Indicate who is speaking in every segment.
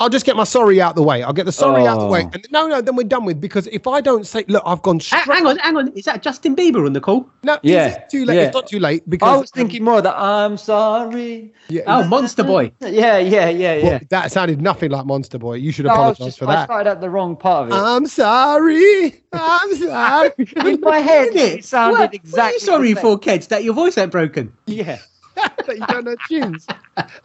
Speaker 1: I'll just get my sorry out the way. I'll get the sorry out the
Speaker 2: Oh.
Speaker 1: way. And no, no, then we're done with because if I don't say, look, I've
Speaker 2: Ah.
Speaker 1: gone
Speaker 3: Ha-
Speaker 1: straight.
Speaker 3: Uh, hang on, hang on. Is that Justin Bieber on the call?
Speaker 1: No,
Speaker 2: Yeah,
Speaker 1: is it too late?
Speaker 2: yeah.
Speaker 1: It's not too late because um,
Speaker 2: I was thinking more that I'm sorry.
Speaker 1: Yeah,
Speaker 3: Oh, Monster Boy.
Speaker 2: Yeah, yeah, yeah, yeah.
Speaker 1: well, that sounded nothing like Monster Boy. You should
Speaker 2: No, I was
Speaker 1: apologise
Speaker 2: just
Speaker 1: for
Speaker 2: I
Speaker 1: that.
Speaker 2: started at the wrong part of it.
Speaker 1: I'm sorry. I'm sorry.
Speaker 2: In my head, it sounded
Speaker 3: what,
Speaker 2: exactly.
Speaker 3: what are you sorry
Speaker 2: the same.
Speaker 3: for, kids? That your voice ain't broken.
Speaker 2: Yeah.
Speaker 1: that you don't know tunes.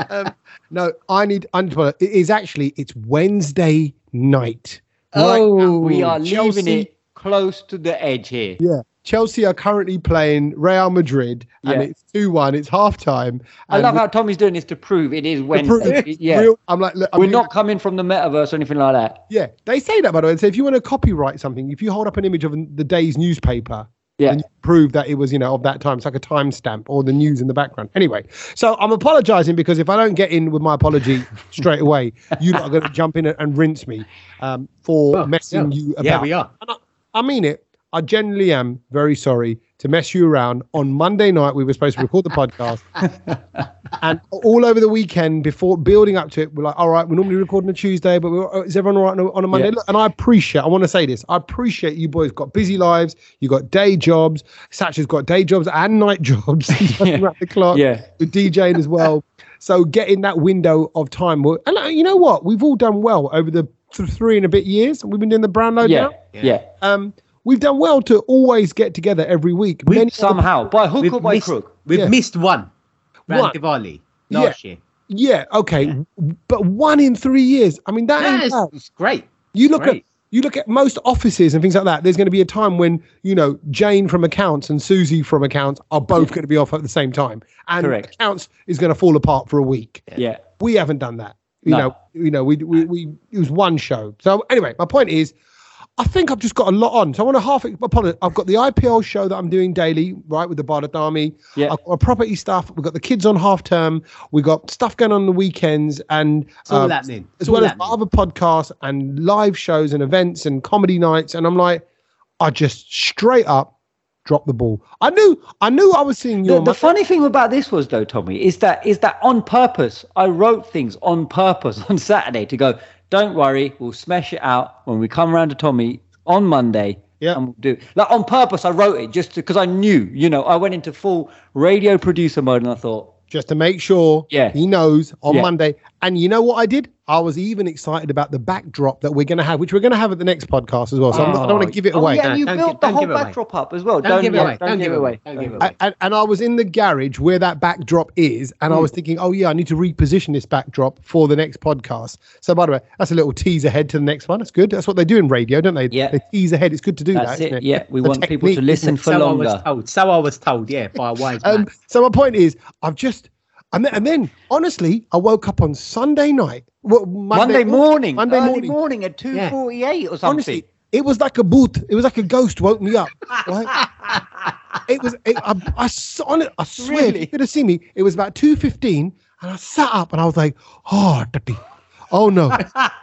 Speaker 1: Um, no, I need. I need to, it is actually it's Wednesday night. Right
Speaker 3: oh,
Speaker 1: now,
Speaker 2: We are
Speaker 1: Chelsea-
Speaker 2: leaving it close to the edge here.
Speaker 1: Yeah. Chelsea are currently playing Real Madrid, and
Speaker 2: Yeah.
Speaker 1: it's two one. It's half time.
Speaker 2: I love how Tommy's doing this to prove it is Wednesday. yeah.
Speaker 1: I'm like, look, I
Speaker 2: We're
Speaker 1: mean,
Speaker 2: not coming from the metaverse or anything like that.
Speaker 1: Yeah, they say that by the way. They say if you want to copyright something, if you hold up an image of the day's newspaper,
Speaker 2: Yeah.
Speaker 1: and you prove that it was you know of that time, it's like a timestamp or the news in the background. Anyway, so I'm apologising because if I don't get in with my apology straight away, you lot are going to jump in and rinse me um, for
Speaker 3: Well,
Speaker 1: messing you about.
Speaker 3: yeah, we are.
Speaker 1: I mean it. I generally am very sorry to mess you around. On Monday night, we were supposed to record the podcast. and all over the weekend, before building up to it, we're like, all right, we're normally recording a Tuesday, but we're, oh, is everyone all right on a- on a Monday?
Speaker 2: Yeah.
Speaker 1: Look, And I appreciate, I want to say this, I appreciate you boys got busy lives, you got day jobs. Satch has got day jobs and night jobs He's running around the clock
Speaker 2: Yeah.
Speaker 1: with DJing as well. So getting that window of time. well, And uh, you know what? We've all done well over the th- three and a bit years. We've been doing the Brownlow
Speaker 2: Yeah.
Speaker 1: now
Speaker 2: Yeah.
Speaker 1: um, we've done well to always get together every week.
Speaker 3: We-
Speaker 1: Many other-
Speaker 2: Somehow, by hook
Speaker 3: We've
Speaker 2: or by
Speaker 3: missed,
Speaker 2: crook.
Speaker 3: we've
Speaker 1: Yeah.
Speaker 3: missed one.
Speaker 1: One.
Speaker 3: Ran Diwali
Speaker 1: Yeah.
Speaker 3: last year.
Speaker 1: yeah, okay,
Speaker 2: Mm-hmm.
Speaker 1: but one in three years. I mean, that
Speaker 3: Yeah,
Speaker 1: ain't
Speaker 3: it's,
Speaker 1: bad.
Speaker 3: it's great.
Speaker 1: You look at
Speaker 3: great.
Speaker 1: you look at most offices and things like that. There's going to be a time when you know Jane from accounts and Susie from accounts are both going to be off at the same time, and
Speaker 2: Correct.
Speaker 1: accounts is going to fall apart for a week.
Speaker 2: Yeah.
Speaker 1: We haven't done that. You
Speaker 2: No.
Speaker 1: know, you know, we, we we it was one show. So anyway, my point is, I think I've just got a lot on. So I want to half apologize. I've got the IPL show that I'm doing daily, right, with the Baradami.
Speaker 2: Yeah.
Speaker 1: I've got our property stuff. We've got the kids on half term. We've got stuff going on the weekends and
Speaker 3: It's all
Speaker 2: uh,
Speaker 1: um,
Speaker 3: happening. It's
Speaker 1: as
Speaker 3: all
Speaker 1: well as my
Speaker 3: happening.
Speaker 1: other podcasts and live shows and events and comedy nights. And I'm like, I just straight up dropped the ball. I knew, I knew I was seeing you.
Speaker 2: The,
Speaker 1: on
Speaker 2: the
Speaker 1: Monday.
Speaker 2: funny thing about this was though, Tommy, is that is that on purpose. I wrote things on purpose on Saturday to go. Don't worry, we'll smash it out when we come round to Tommy on Monday.
Speaker 1: Yeah.
Speaker 2: and we'll do like on purpose. I wrote it just because I knew. You know, I went into full radio producer mode, and I thought,
Speaker 1: just to make sure
Speaker 2: Yeah.
Speaker 1: he knows on
Speaker 2: Yeah.
Speaker 1: Monday. And you know what I did? I was even excited about the backdrop that we're going to have, which we're going to have at the next podcast as well. So I'm not, I don't want
Speaker 2: Oh,
Speaker 1: to give it
Speaker 2: oh,
Speaker 1: away.
Speaker 2: yeah, you
Speaker 3: don't
Speaker 2: built
Speaker 3: give-
Speaker 2: the
Speaker 3: don't
Speaker 2: whole
Speaker 3: give it away.
Speaker 2: backdrop up as well.
Speaker 3: Don't give it
Speaker 2: yeah,
Speaker 3: away. Don't give it away. Don't give it away.
Speaker 1: A- and, and I was in the garage where that backdrop is, and
Speaker 2: Hmm.
Speaker 1: I was thinking, oh yeah, I need to reposition this backdrop for the next podcast. So by the way, that's a little tease ahead to the next one. That's good. That's what they do in radio, don't they?
Speaker 2: Yeah.
Speaker 1: They tease ahead. It's good to do
Speaker 2: That's
Speaker 1: that.
Speaker 2: it.
Speaker 1: isn't
Speaker 2: Yeah, we
Speaker 1: The
Speaker 2: want people to
Speaker 1: technique,
Speaker 2: listen for
Speaker 3: so I
Speaker 2: longer.
Speaker 3: was told. So I was told. Yeah, by a wise man.
Speaker 1: Um, so my point is, I've just and then, and then honestly, I woke up on Sunday night, well, Monday,
Speaker 2: Monday morning,
Speaker 1: Monday
Speaker 2: early
Speaker 1: morning.
Speaker 2: at two forty-eight or something.
Speaker 1: Honestly, it was like a boot. It was like a ghost woke me up. right? It was. It, I, I, s- on it- I swear, if
Speaker 2: Really?
Speaker 1: you could have seen me. It was about two fifteen, and I sat up and I was like, "Oh, daddy. oh no,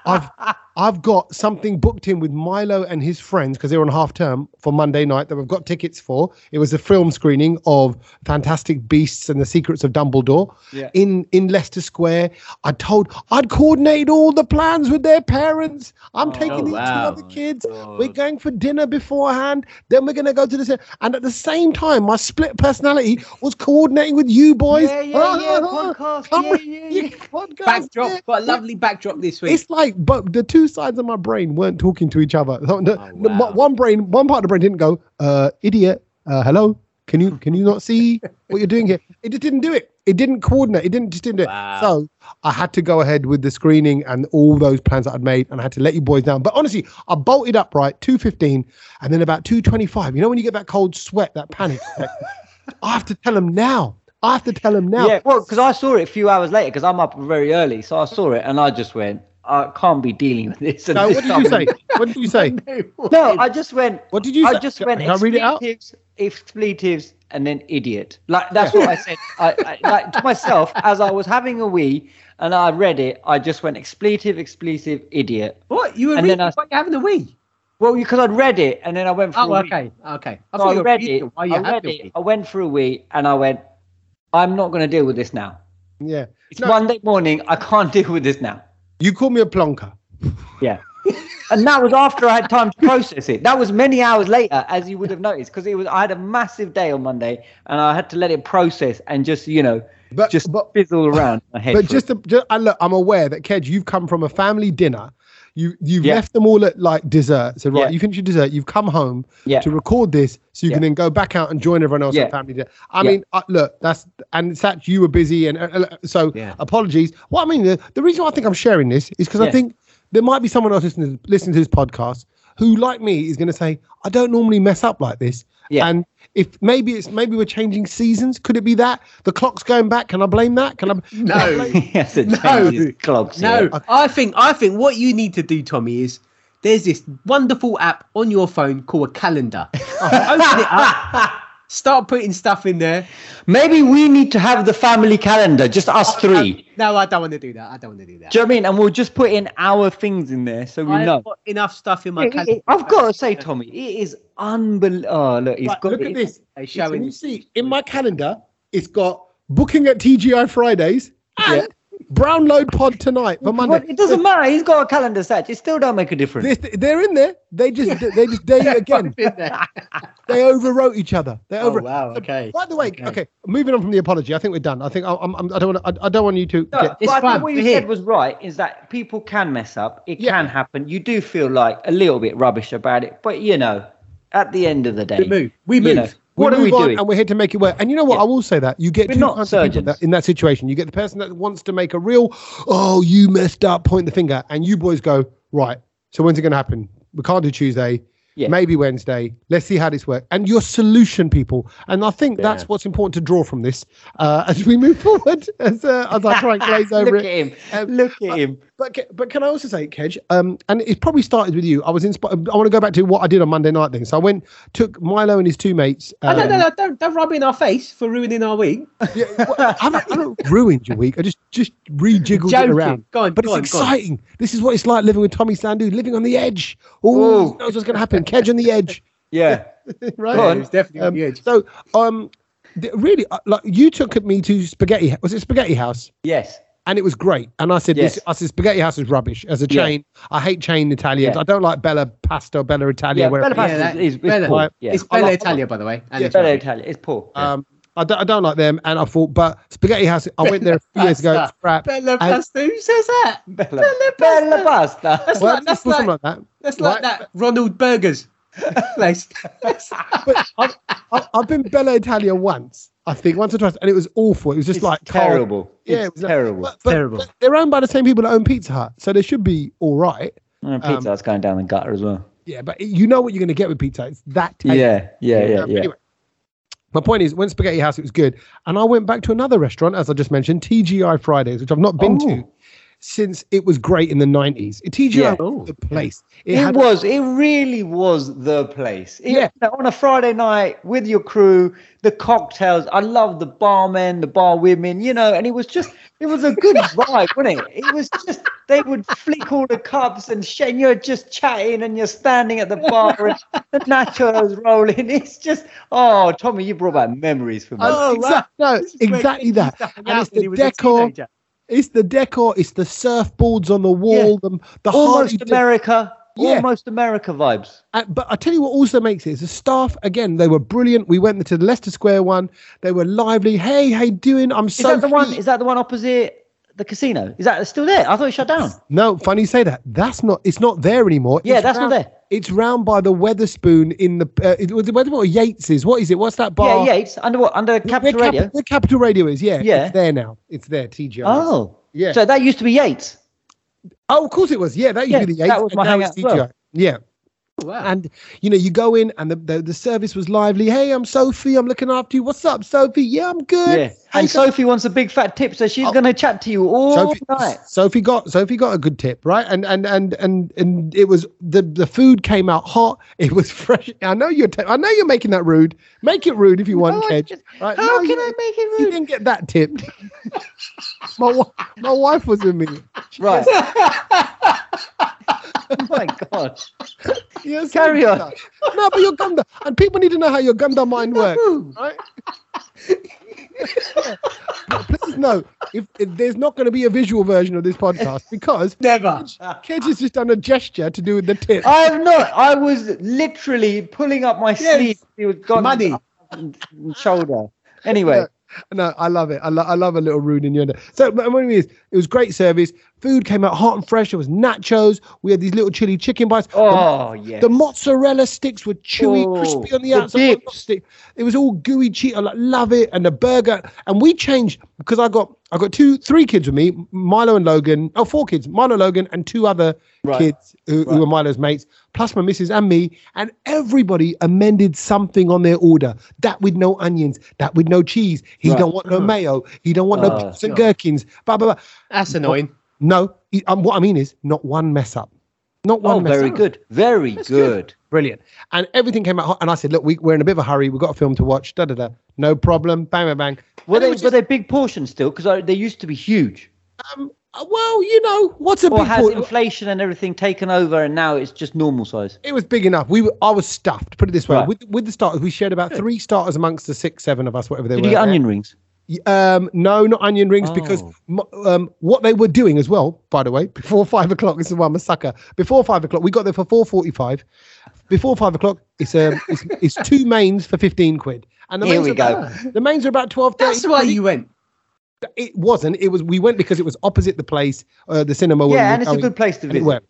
Speaker 1: I've I've got something booked in with Milo and his friends because they're on half term for Monday night that we've got tickets for. It was a film screening of Fantastic Beasts and the Secrets of Dumbledore
Speaker 2: Yeah.
Speaker 1: in in Leicester Square. I told I'd coordinated all the plans with their parents.
Speaker 2: Oh,
Speaker 1: I'm taking these
Speaker 3: wow.
Speaker 1: two other kids. We're going for dinner beforehand. Then we're going to go to the and at the same time, my split personality was coordinating with you boys.
Speaker 2: Yeah, yeah, yeah, podcast.
Speaker 1: Come
Speaker 2: Yeah,
Speaker 1: with-
Speaker 2: yeah,
Speaker 1: you
Speaker 2: yeah.
Speaker 1: podcast, yeah.
Speaker 3: backdrop. Got a lovely backdrop this week.
Speaker 1: It's like, but the two sides of my brain weren't talking to each other. So the-
Speaker 3: Oh,
Speaker 1: the-
Speaker 3: wow.
Speaker 1: One brain, one part of the brain didn't go, uh, "Idiot, uh, hello, can you can you not see what you're doing here?" It just didn't do it. It didn't coordinate. It didn't just didn't do it.
Speaker 3: Wow.
Speaker 1: So I had to go ahead with the screening and all those plans that I'd made, and I had to let you boys down. But honestly, I bolted up right two fifteen, and then about two twenty five. You know when you get that cold sweat, that panic. like, I have to tell them now. I have to tell them now.
Speaker 2: Yeah, well, because I saw it a few hours later because I'm up very early, so I saw it and I just went, I can't be dealing with this. And
Speaker 1: Now,
Speaker 2: this
Speaker 1: what did you say?
Speaker 2: stuff."
Speaker 1: What did you say?
Speaker 2: No, I just went.
Speaker 1: What did you
Speaker 2: I
Speaker 1: say?
Speaker 2: just
Speaker 1: Can
Speaker 2: went.
Speaker 1: I read it out?
Speaker 2: Expletives, expletives, and then idiot. Like that's what I said. I, I like to myself as I was having a wee and I read it. I just went expletive, expletive, idiot.
Speaker 3: What you were
Speaker 2: And then
Speaker 3: reading?
Speaker 2: I-
Speaker 3: Why you having a wee?
Speaker 2: Well, because I'd read it and then I went. For
Speaker 3: Oh,
Speaker 2: a wee.
Speaker 3: okay, okay.
Speaker 2: So I,
Speaker 3: you were
Speaker 2: read
Speaker 3: reading
Speaker 2: it.
Speaker 3: it
Speaker 2: I
Speaker 3: while you had
Speaker 2: read
Speaker 3: your
Speaker 2: it.
Speaker 3: wee.
Speaker 2: I went for a wee and I went. I'm not going to deal with this now.
Speaker 1: Yeah.
Speaker 2: It's
Speaker 1: No.
Speaker 2: Monday morning. I can't deal with this now.
Speaker 1: You call me a plonker.
Speaker 2: Yeah. and that was after I had time to process it. That was many hours later, as you would have noticed, because it was I had a massive day on Monday and I had to let it process and just, you know,
Speaker 1: But-
Speaker 2: just
Speaker 1: but-
Speaker 2: fizzle around my head.
Speaker 1: But
Speaker 2: for
Speaker 1: just, to, just I look, I'm aware that Kedge, you've come from a family dinner. You you've
Speaker 2: Yeah.
Speaker 1: left them all at like dessert. So right,
Speaker 2: Yeah.
Speaker 1: you finish your dessert. You've come home
Speaker 2: Yeah.
Speaker 1: to record this, so you can
Speaker 2: Yeah.
Speaker 1: then go back out and join everyone else
Speaker 2: Yeah.
Speaker 1: at family dinner. I
Speaker 2: Yeah.
Speaker 1: mean, uh, look, that's and it's that you were busy, and uh, uh, so
Speaker 3: Yeah.
Speaker 1: apologies. What I mean, the, the reason why I think I'm sharing this is because I
Speaker 2: Yeah.
Speaker 1: think there might be someone else listening to, listening to this podcast who, like me, is going to say, I don't normally mess up like this.
Speaker 2: Yeah.
Speaker 1: And if maybe it's maybe we're changing seasons, could it be that the clock's going back? Can I blame that? Can I?
Speaker 3: No.
Speaker 2: yes, it
Speaker 3: No.
Speaker 2: changes clogs.
Speaker 3: No,
Speaker 2: yeah.
Speaker 3: I think I think what you need to do, Tommy, is there's this wonderful app on your phone called a calendar. Open it up, start putting stuff in there.
Speaker 2: Maybe we need to have the family calendar, just us three.
Speaker 3: Um, No, I don't want to do that. I don't want to do that.
Speaker 2: Do you know what I mean? And we'll just put in our things in there so we
Speaker 3: I've
Speaker 2: know.
Speaker 3: got enough stuff in my
Speaker 2: It-
Speaker 3: calendar.
Speaker 2: it- I've got to say, Tommy, it is unbelievable. Oh, look, he's
Speaker 1: Right,
Speaker 2: got
Speaker 1: look
Speaker 2: it.
Speaker 1: at this. So when
Speaker 3: They Uh, showing
Speaker 1: you see in my calendar, it's got booking at TGI Fridays and Brownload Pod tonight for
Speaker 2: Well,
Speaker 1: Monday.
Speaker 2: it doesn't matter. He's got a calendar set. It still don't make a difference.
Speaker 1: This, they're in there. They just, they just, they again,
Speaker 3: in there.
Speaker 1: they overwrote each other. They
Speaker 3: Oh
Speaker 1: over.
Speaker 3: wow. Okay.
Speaker 1: By the way, okay.
Speaker 3: Okay.
Speaker 1: moving on from the apology, I think we're done. I think I, I'm, I'm- I don't want, I, I don't want you to.
Speaker 2: No,
Speaker 1: get,
Speaker 2: but
Speaker 3: it's
Speaker 2: I
Speaker 3: fine.
Speaker 2: think what you
Speaker 3: We're
Speaker 2: said
Speaker 3: here.
Speaker 2: was right. Is that people can mess up? It
Speaker 1: Yeah.
Speaker 2: can happen. You do feel like a little bit rubbish about it, but you know, at the end of the day,
Speaker 3: We move. We
Speaker 2: you
Speaker 3: move.
Speaker 2: know,
Speaker 1: we
Speaker 2: what are we
Speaker 1: move on
Speaker 2: doing?
Speaker 1: and we're here to make it work. And you know what?
Speaker 2: Yeah.
Speaker 1: I will say that you get
Speaker 2: We're
Speaker 1: two
Speaker 2: not
Speaker 1: kinds of people
Speaker 2: surgeons.
Speaker 1: that- in that situation. You get the person that wants to make a real, oh, you messed up, point the finger, and you boys go right. So when's it going to happen? We can't do Tuesday.
Speaker 2: Yeah.
Speaker 1: Maybe Wednesday. Let's see how this works. And your solution people. And I think that's what's important to draw from this uh, as we move forward. As, uh, as I try and glaze over
Speaker 2: Look
Speaker 1: it.
Speaker 2: at him.
Speaker 1: Um,
Speaker 2: Look at him.
Speaker 1: But ca- but can I also say, Kedge? Um, and it probably started with you. I was inspired. I want to go back to what I did on Monday night thing. So I went, took Milo and his two mates.
Speaker 3: Oh, no,
Speaker 1: um,
Speaker 3: no, no! Don't don't rub it in our face for ruining our week.
Speaker 1: Yeah, well, I, haven't, I haven't ruined your week. I just just rejiggled
Speaker 3: Joking.
Speaker 1: it around.
Speaker 3: Go on,
Speaker 1: But
Speaker 3: go
Speaker 1: it's
Speaker 3: on, go on.
Speaker 1: exciting. This is what it's like living with Tommy Sandu, living on the edge. Oh,
Speaker 2: Ooh.
Speaker 1: knows what's going to happen. Kedge on the edge,
Speaker 2: Yeah.
Speaker 1: right?
Speaker 2: Go
Speaker 3: Yeah,
Speaker 2: on.
Speaker 3: it's definitely on
Speaker 1: Um,
Speaker 3: the edge.
Speaker 1: So, um, th- really, uh, like you took me to Spaghetti. Was it Spaghetti House?
Speaker 2: Yes.
Speaker 1: And it was great. And I said,
Speaker 2: Yes.
Speaker 1: this, I said, Spaghetti House is rubbish as a
Speaker 2: Yeah.
Speaker 1: chain. I hate chain Italians.
Speaker 2: Yeah.
Speaker 1: I don't like Bella Pasta, or Bella Italia.
Speaker 2: Yeah,
Speaker 1: where
Speaker 2: Bella Pasta
Speaker 3: that-
Speaker 2: is, is,
Speaker 3: Bella-
Speaker 2: is poor.
Speaker 1: Right.
Speaker 2: Yeah.
Speaker 3: It's
Speaker 1: I
Speaker 3: Bella
Speaker 1: like-
Speaker 3: Italia, by the way. and
Speaker 1: Yeah.
Speaker 3: it's
Speaker 2: Bella
Speaker 3: lovely.
Speaker 2: Italia. It's poor.
Speaker 1: Um, I don't, I don't like them. And I thought, but Spaghetti House, I went there a few years ago.
Speaker 3: Pasta.
Speaker 1: It's crap.
Speaker 3: Bella
Speaker 1: I-
Speaker 3: Pasta. Who says that?
Speaker 2: Bella, Bella
Speaker 3: Bella
Speaker 2: Pasta.
Speaker 3: That's
Speaker 1: Well,
Speaker 3: like that's
Speaker 1: something
Speaker 3: like,
Speaker 1: like that.
Speaker 3: that's like
Speaker 1: Right.
Speaker 3: that Ronald Burgers place.
Speaker 1: but I've, I've, I've been Bella Italia once, I think, once or twice, and it was awful. It was just
Speaker 2: It's
Speaker 1: like cold.
Speaker 2: terrible.
Speaker 1: Yeah,
Speaker 2: it's
Speaker 1: it was like-
Speaker 2: terrible.
Speaker 1: But, but-
Speaker 3: Terrible.
Speaker 1: but they're owned by the same people that own Pizza Hut, so they should be all right.
Speaker 2: Oh, Pizza Hut's going down the gutter as well.
Speaker 1: Yeah, but you know what you're going to get with pizza. It's that tasty.
Speaker 2: Yeah, yeah, yeah,
Speaker 1: Um,
Speaker 2: yeah.
Speaker 1: Anyway, my point is, when Spaghetti House, it was good, and I went back to another restaurant, as I just mentioned, TGI Fridays, which I've not been
Speaker 2: Oh.
Speaker 1: to since it was great in the 90s. TGI
Speaker 2: Yeah.
Speaker 1: was the place.
Speaker 2: It,
Speaker 1: had-
Speaker 2: was. It really was the place. It-
Speaker 1: Yeah.
Speaker 2: you know, on a Friday night with your crew, the cocktails. I love the barmen, the bar women. You know, and it was just. It was a good vibe, wasn't it? It was just. They would flick all the cups and sh- and you're just chatting and you're standing at the bar and the nachos rolling. It's just. Oh, Tommy, you brought back memories for me.
Speaker 1: Oh,
Speaker 3: Oh,
Speaker 1: exactly, no,
Speaker 3: This is where
Speaker 1: exactly
Speaker 3: Keith
Speaker 1: that.
Speaker 3: used to hang
Speaker 1: And
Speaker 3: out
Speaker 1: it's
Speaker 3: when
Speaker 1: the
Speaker 3: he was a
Speaker 1: decor.
Speaker 3: teenager.
Speaker 1: It's the decor. It's the surfboards on the wall. The, the hearty
Speaker 2: almost
Speaker 1: di-
Speaker 2: America.
Speaker 1: Yeah.
Speaker 2: Almost America vibes.
Speaker 1: Uh, but I tell you what also makes it is the staff. Again, they were brilliant. We went to the Leicester Square one. They were lively. Hey, how you doing? I'm
Speaker 2: Is
Speaker 1: so.
Speaker 2: that the one?
Speaker 1: free."
Speaker 2: Is that the one opposite the casino? Is that still there? I thought it shut down.
Speaker 1: No, funny you say that. That's not. It's not there anymore.
Speaker 2: Yeah,
Speaker 1: It's
Speaker 2: that's not
Speaker 1: round-
Speaker 2: there.
Speaker 1: It's round by the Weatherspoon in the. Uh, it was the Weatherspoon or Yates's. What is it? What's that bar?
Speaker 2: Yeah, yeah. It's under what? Under
Speaker 1: Where,
Speaker 2: Capital
Speaker 1: Cap-
Speaker 2: Radio.
Speaker 1: where Capital Radio is. Yeah.
Speaker 2: Yeah.
Speaker 1: It's there now. It's there. TGI.
Speaker 2: Oh,
Speaker 1: Yeah.
Speaker 2: So that used to be Yates.
Speaker 1: Oh, of course it was. Yeah, that used
Speaker 2: Yeah,
Speaker 1: to be the
Speaker 2: that
Speaker 1: Yates.
Speaker 2: was
Speaker 1: and
Speaker 2: my
Speaker 1: now
Speaker 2: hangout
Speaker 1: it's
Speaker 2: as well.
Speaker 1: TGI. Yeah.
Speaker 3: Oh, wow.
Speaker 1: And you know, you go in and the, the the service was lively. Hey, I'm Sophie. I'm looking after you. What's up, Sophie? Yeah, I'm good.
Speaker 2: Yeah.
Speaker 1: How you
Speaker 2: And Sophie wants a big fat tip, so she's
Speaker 1: Oh.
Speaker 2: going to chat to you all
Speaker 1: Sophie,
Speaker 2: night.
Speaker 1: Sophie got Sophie got a good tip, right? And and and and and it was the the food came out hot. It was fresh. I know you're te- I know you're making that rude. Make it rude if you want,
Speaker 2: No, I
Speaker 1: Kedge.
Speaker 2: just-
Speaker 1: Right?
Speaker 2: How
Speaker 1: No,
Speaker 2: can
Speaker 1: you-
Speaker 2: I make it
Speaker 1: You
Speaker 2: rude?
Speaker 1: didn't get that tipped. my wi- my wife was with me.
Speaker 2: Right. oh my god.
Speaker 1: Yes,
Speaker 2: Carry
Speaker 1: yes,
Speaker 2: on.
Speaker 1: Gunda. No, but your Gunda and people need to know how your Gunda mind works, right? please no. If, if there's not going to be a visual version of this podcast because
Speaker 3: Never.
Speaker 1: Kedge has just done a gesture to do with the tip.
Speaker 2: I am not. I was literally pulling up my sleeve. It was gone
Speaker 3: Muddy.
Speaker 2: shoulder. Anyway,
Speaker 1: No, I love it. I, lo- I love a little rude innuendo. So, but what I mean is, it was great service. Food came out hot and fresh. There was nachos. We had these little chili chicken bites. The-
Speaker 2: oh yes.
Speaker 1: The mozzarella sticks were chewy,
Speaker 2: Oh,
Speaker 1: crispy on the
Speaker 2: the
Speaker 1: outside.
Speaker 2: dips.
Speaker 1: Stick. It was all gooey cheese. I like, love it. And the burger. And we changed because I got I got two, three kids with me, Milo and Logan. Oh, four kids, Milo, Logan, and two other
Speaker 2: Right.
Speaker 1: kids who, who
Speaker 2: Right.
Speaker 1: were Milo's mates, plus my missus and me. And everybody amended something on their order. That with no onions. That with no cheese. He
Speaker 3: Right.
Speaker 1: don't want no
Speaker 3: Mhm.
Speaker 1: mayo. He don't want
Speaker 2: Oh,
Speaker 1: no pickles and
Speaker 3: God.
Speaker 1: gherkins. Blah blah blah.
Speaker 3: That's annoying.
Speaker 1: No, he- um, what I mean is not one mess up. Not one
Speaker 2: oh,
Speaker 1: mess
Speaker 2: very
Speaker 1: up.
Speaker 2: good. Very good.
Speaker 1: Brilliant. And everything came out hot. And I said, look, we, we're in a bit of a hurry. We've got a film to watch. Da da da. No problem. Bang, bang, bang.
Speaker 2: Were
Speaker 1: And it
Speaker 2: they
Speaker 1: was
Speaker 2: were
Speaker 1: just,
Speaker 2: they big portions still? Because they used to be huge.
Speaker 1: um, uh, well, you know, what's a
Speaker 2: Or
Speaker 1: big
Speaker 2: has
Speaker 1: port-
Speaker 2: inflation and everything taken over, and now it's just normal size?
Speaker 1: It was big enough. We were, I was stuffed. Put it this way:
Speaker 2: Right.
Speaker 1: with, with the starters, we shared about three starters amongst the six, seven of us, whatever they
Speaker 2: Did
Speaker 1: were.
Speaker 2: you get onion rings?
Speaker 1: Um, no, not onion rings because
Speaker 2: Oh.
Speaker 1: m- um, what they were doing as well. By the way, before five o'clock, this is why I'm a sucker. Before five o'clock, we got there for four forty-five. Before five o'clock, it's um, it's, it's two mains for fifteen quid. And the
Speaker 2: Here
Speaker 1: mains
Speaker 2: we
Speaker 1: are about- The mains are about twelve.
Speaker 3: That's
Speaker 1: 13
Speaker 3: why
Speaker 1: quid
Speaker 3: you went.
Speaker 1: it wasn't. It was we went because it was opposite the place, uh, the cinema. where we
Speaker 2: Yeah,
Speaker 1: were
Speaker 2: and it's a
Speaker 1: going,
Speaker 2: good place to
Speaker 1: and it
Speaker 2: visit.
Speaker 1: worked.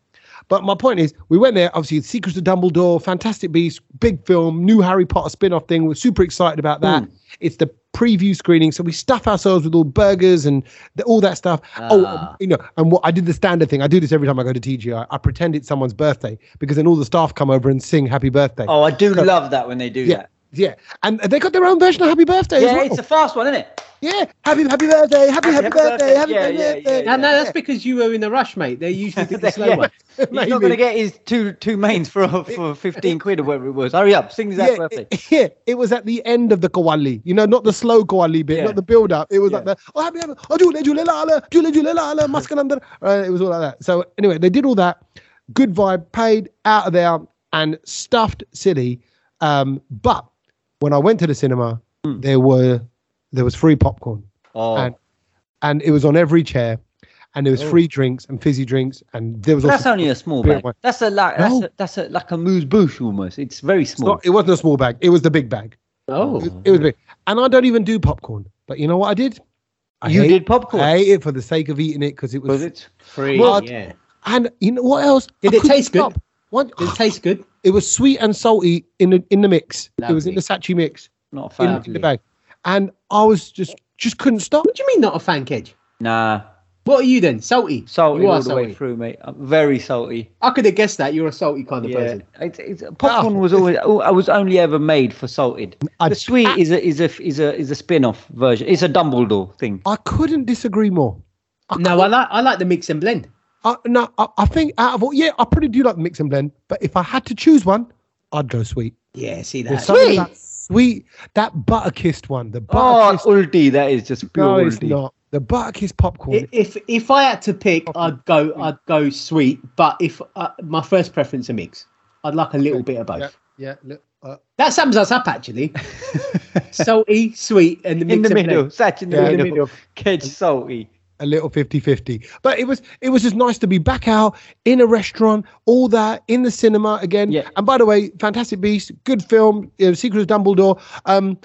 Speaker 1: But my point is, we went there. Obviously, Secrets of Dumbledore, Fantastic Beasts, big film, new Harry Potter spin-off thing. We're super excited about that.
Speaker 2: Hmm.
Speaker 1: It's the preview screening, so we stuff ourselves with all burgers and the, all that stuff.
Speaker 2: Ah.
Speaker 1: Oh, you know, and what I did the standard thing. I do this every time I go to TGI. I pretend it's someone's birthday because then all the staff come over and sing Happy Birthday.
Speaker 2: Oh, I do
Speaker 1: So-
Speaker 2: love that when they do
Speaker 1: Yeah.
Speaker 2: that.
Speaker 1: Yeah, and they got their own version of Happy Birthday. as
Speaker 2: Yeah,
Speaker 1: well.
Speaker 2: it's a fast one, isn't it?
Speaker 1: yeah, happy happy birthday, happy happy,
Speaker 2: Happy
Speaker 1: birthday,
Speaker 2: birthday.
Speaker 1: happy
Speaker 2: Yeah, yeah,
Speaker 1: birthday.
Speaker 2: yeah, yeah.
Speaker 3: No, no, that's because you were in a rush, mate. They usually do the slow
Speaker 2: Yeah.
Speaker 3: one.
Speaker 2: He's not going to get his two two mains for for fifteen quid or whatever it was. Hurry up, sing that birthday.
Speaker 1: it, yeah, it was at the end of the kawali, you know, not the slow kawali bit,
Speaker 2: Yeah.
Speaker 1: not the build up. It was like
Speaker 2: Yeah.
Speaker 1: the oh happy, happy, oh jule jule lala, jule jule lala, maskan andar. Uh, it was all like that. So anyway, they did all that. Good vibe, paid out of there, and stuffed city. Um, but when I went to the cinema,
Speaker 2: Hmm.
Speaker 1: there were there was free popcorn
Speaker 2: Oh,
Speaker 1: and and it was on every chair, and there was
Speaker 2: Oh.
Speaker 1: free drinks and fizzy drinks, and there was
Speaker 2: But
Speaker 1: also
Speaker 2: that's only a small
Speaker 1: Big
Speaker 2: bag.
Speaker 1: one.
Speaker 2: That's a like that's,
Speaker 1: No.
Speaker 2: a, that's a like a moose bush almost. It's very
Speaker 1: It's
Speaker 2: small.
Speaker 1: not, it wasn't a small bag. It was the big bag. It was,
Speaker 3: Oh,
Speaker 1: it was big. And I don't even do popcorn. But you know what I did? I
Speaker 2: you
Speaker 1: hate-
Speaker 2: did popcorn.
Speaker 1: I ate it for the sake of eating it because it was.
Speaker 2: was it?
Speaker 3: free.
Speaker 1: Well,
Speaker 3: yeah.
Speaker 1: And you know what else?
Speaker 3: Did
Speaker 1: I
Speaker 3: it
Speaker 1: couldn't
Speaker 3: taste good?
Speaker 1: stop. What?
Speaker 3: Did it taste good?
Speaker 1: It was sweet and salty in the in the mix. It was in
Speaker 2: Lovely.
Speaker 1: the sachi mix
Speaker 2: Not a
Speaker 1: in,
Speaker 2: fan.
Speaker 1: in the bag, and I was just just couldn't stop.
Speaker 3: What do you mean not a fan, Kedge?
Speaker 2: Nah,
Speaker 3: What are you then? Salty.
Speaker 2: salty
Speaker 3: You
Speaker 2: all
Speaker 3: are
Speaker 2: the
Speaker 3: salty.
Speaker 2: way through, mate. I'm very salty.
Speaker 3: I could have guessed that you're a salty kind of
Speaker 2: Yeah,
Speaker 3: person.
Speaker 2: it's, it's, popcorn was always. oh, I was only ever made for salted.
Speaker 1: I-
Speaker 2: the sweet is a is a is a is a spin off version. It's a Dumbledore thing.
Speaker 1: I couldn't disagree more. I
Speaker 3: No, I like I like the mix and blend.
Speaker 1: I, no, I, I think out of all, yeah, I probably do like mix and blend. But if I had to choose one, I'd go sweet.
Speaker 3: Yeah, see that.
Speaker 1: There's something
Speaker 2: Sweet?
Speaker 1: about sweet, that butter kissed one, the butter
Speaker 2: Oh,
Speaker 1: kissed.
Speaker 2: ulti, that is just pure
Speaker 1: No, it's
Speaker 2: ulti.
Speaker 1: not. The butter kissed popcorn.
Speaker 3: I- If if I had to pick, I'd go I'd go sweet. But if uh, my first preference a mix, I'd like a little bit of both.
Speaker 1: Yeah, yeah. Look, uh,
Speaker 3: That sums us up actually. Salty, sweet, and the mix
Speaker 2: In the
Speaker 3: and
Speaker 2: middle,
Speaker 3: blend.
Speaker 2: Satch in the
Speaker 1: Yeah, in the
Speaker 2: middle, Kedge salty.
Speaker 1: a little 50-50 but it was it was just nice to be back out in a restaurant all that in the cinema again
Speaker 2: Yeah.
Speaker 1: and by the way fantastic beast good film you know, secret of dumbledore um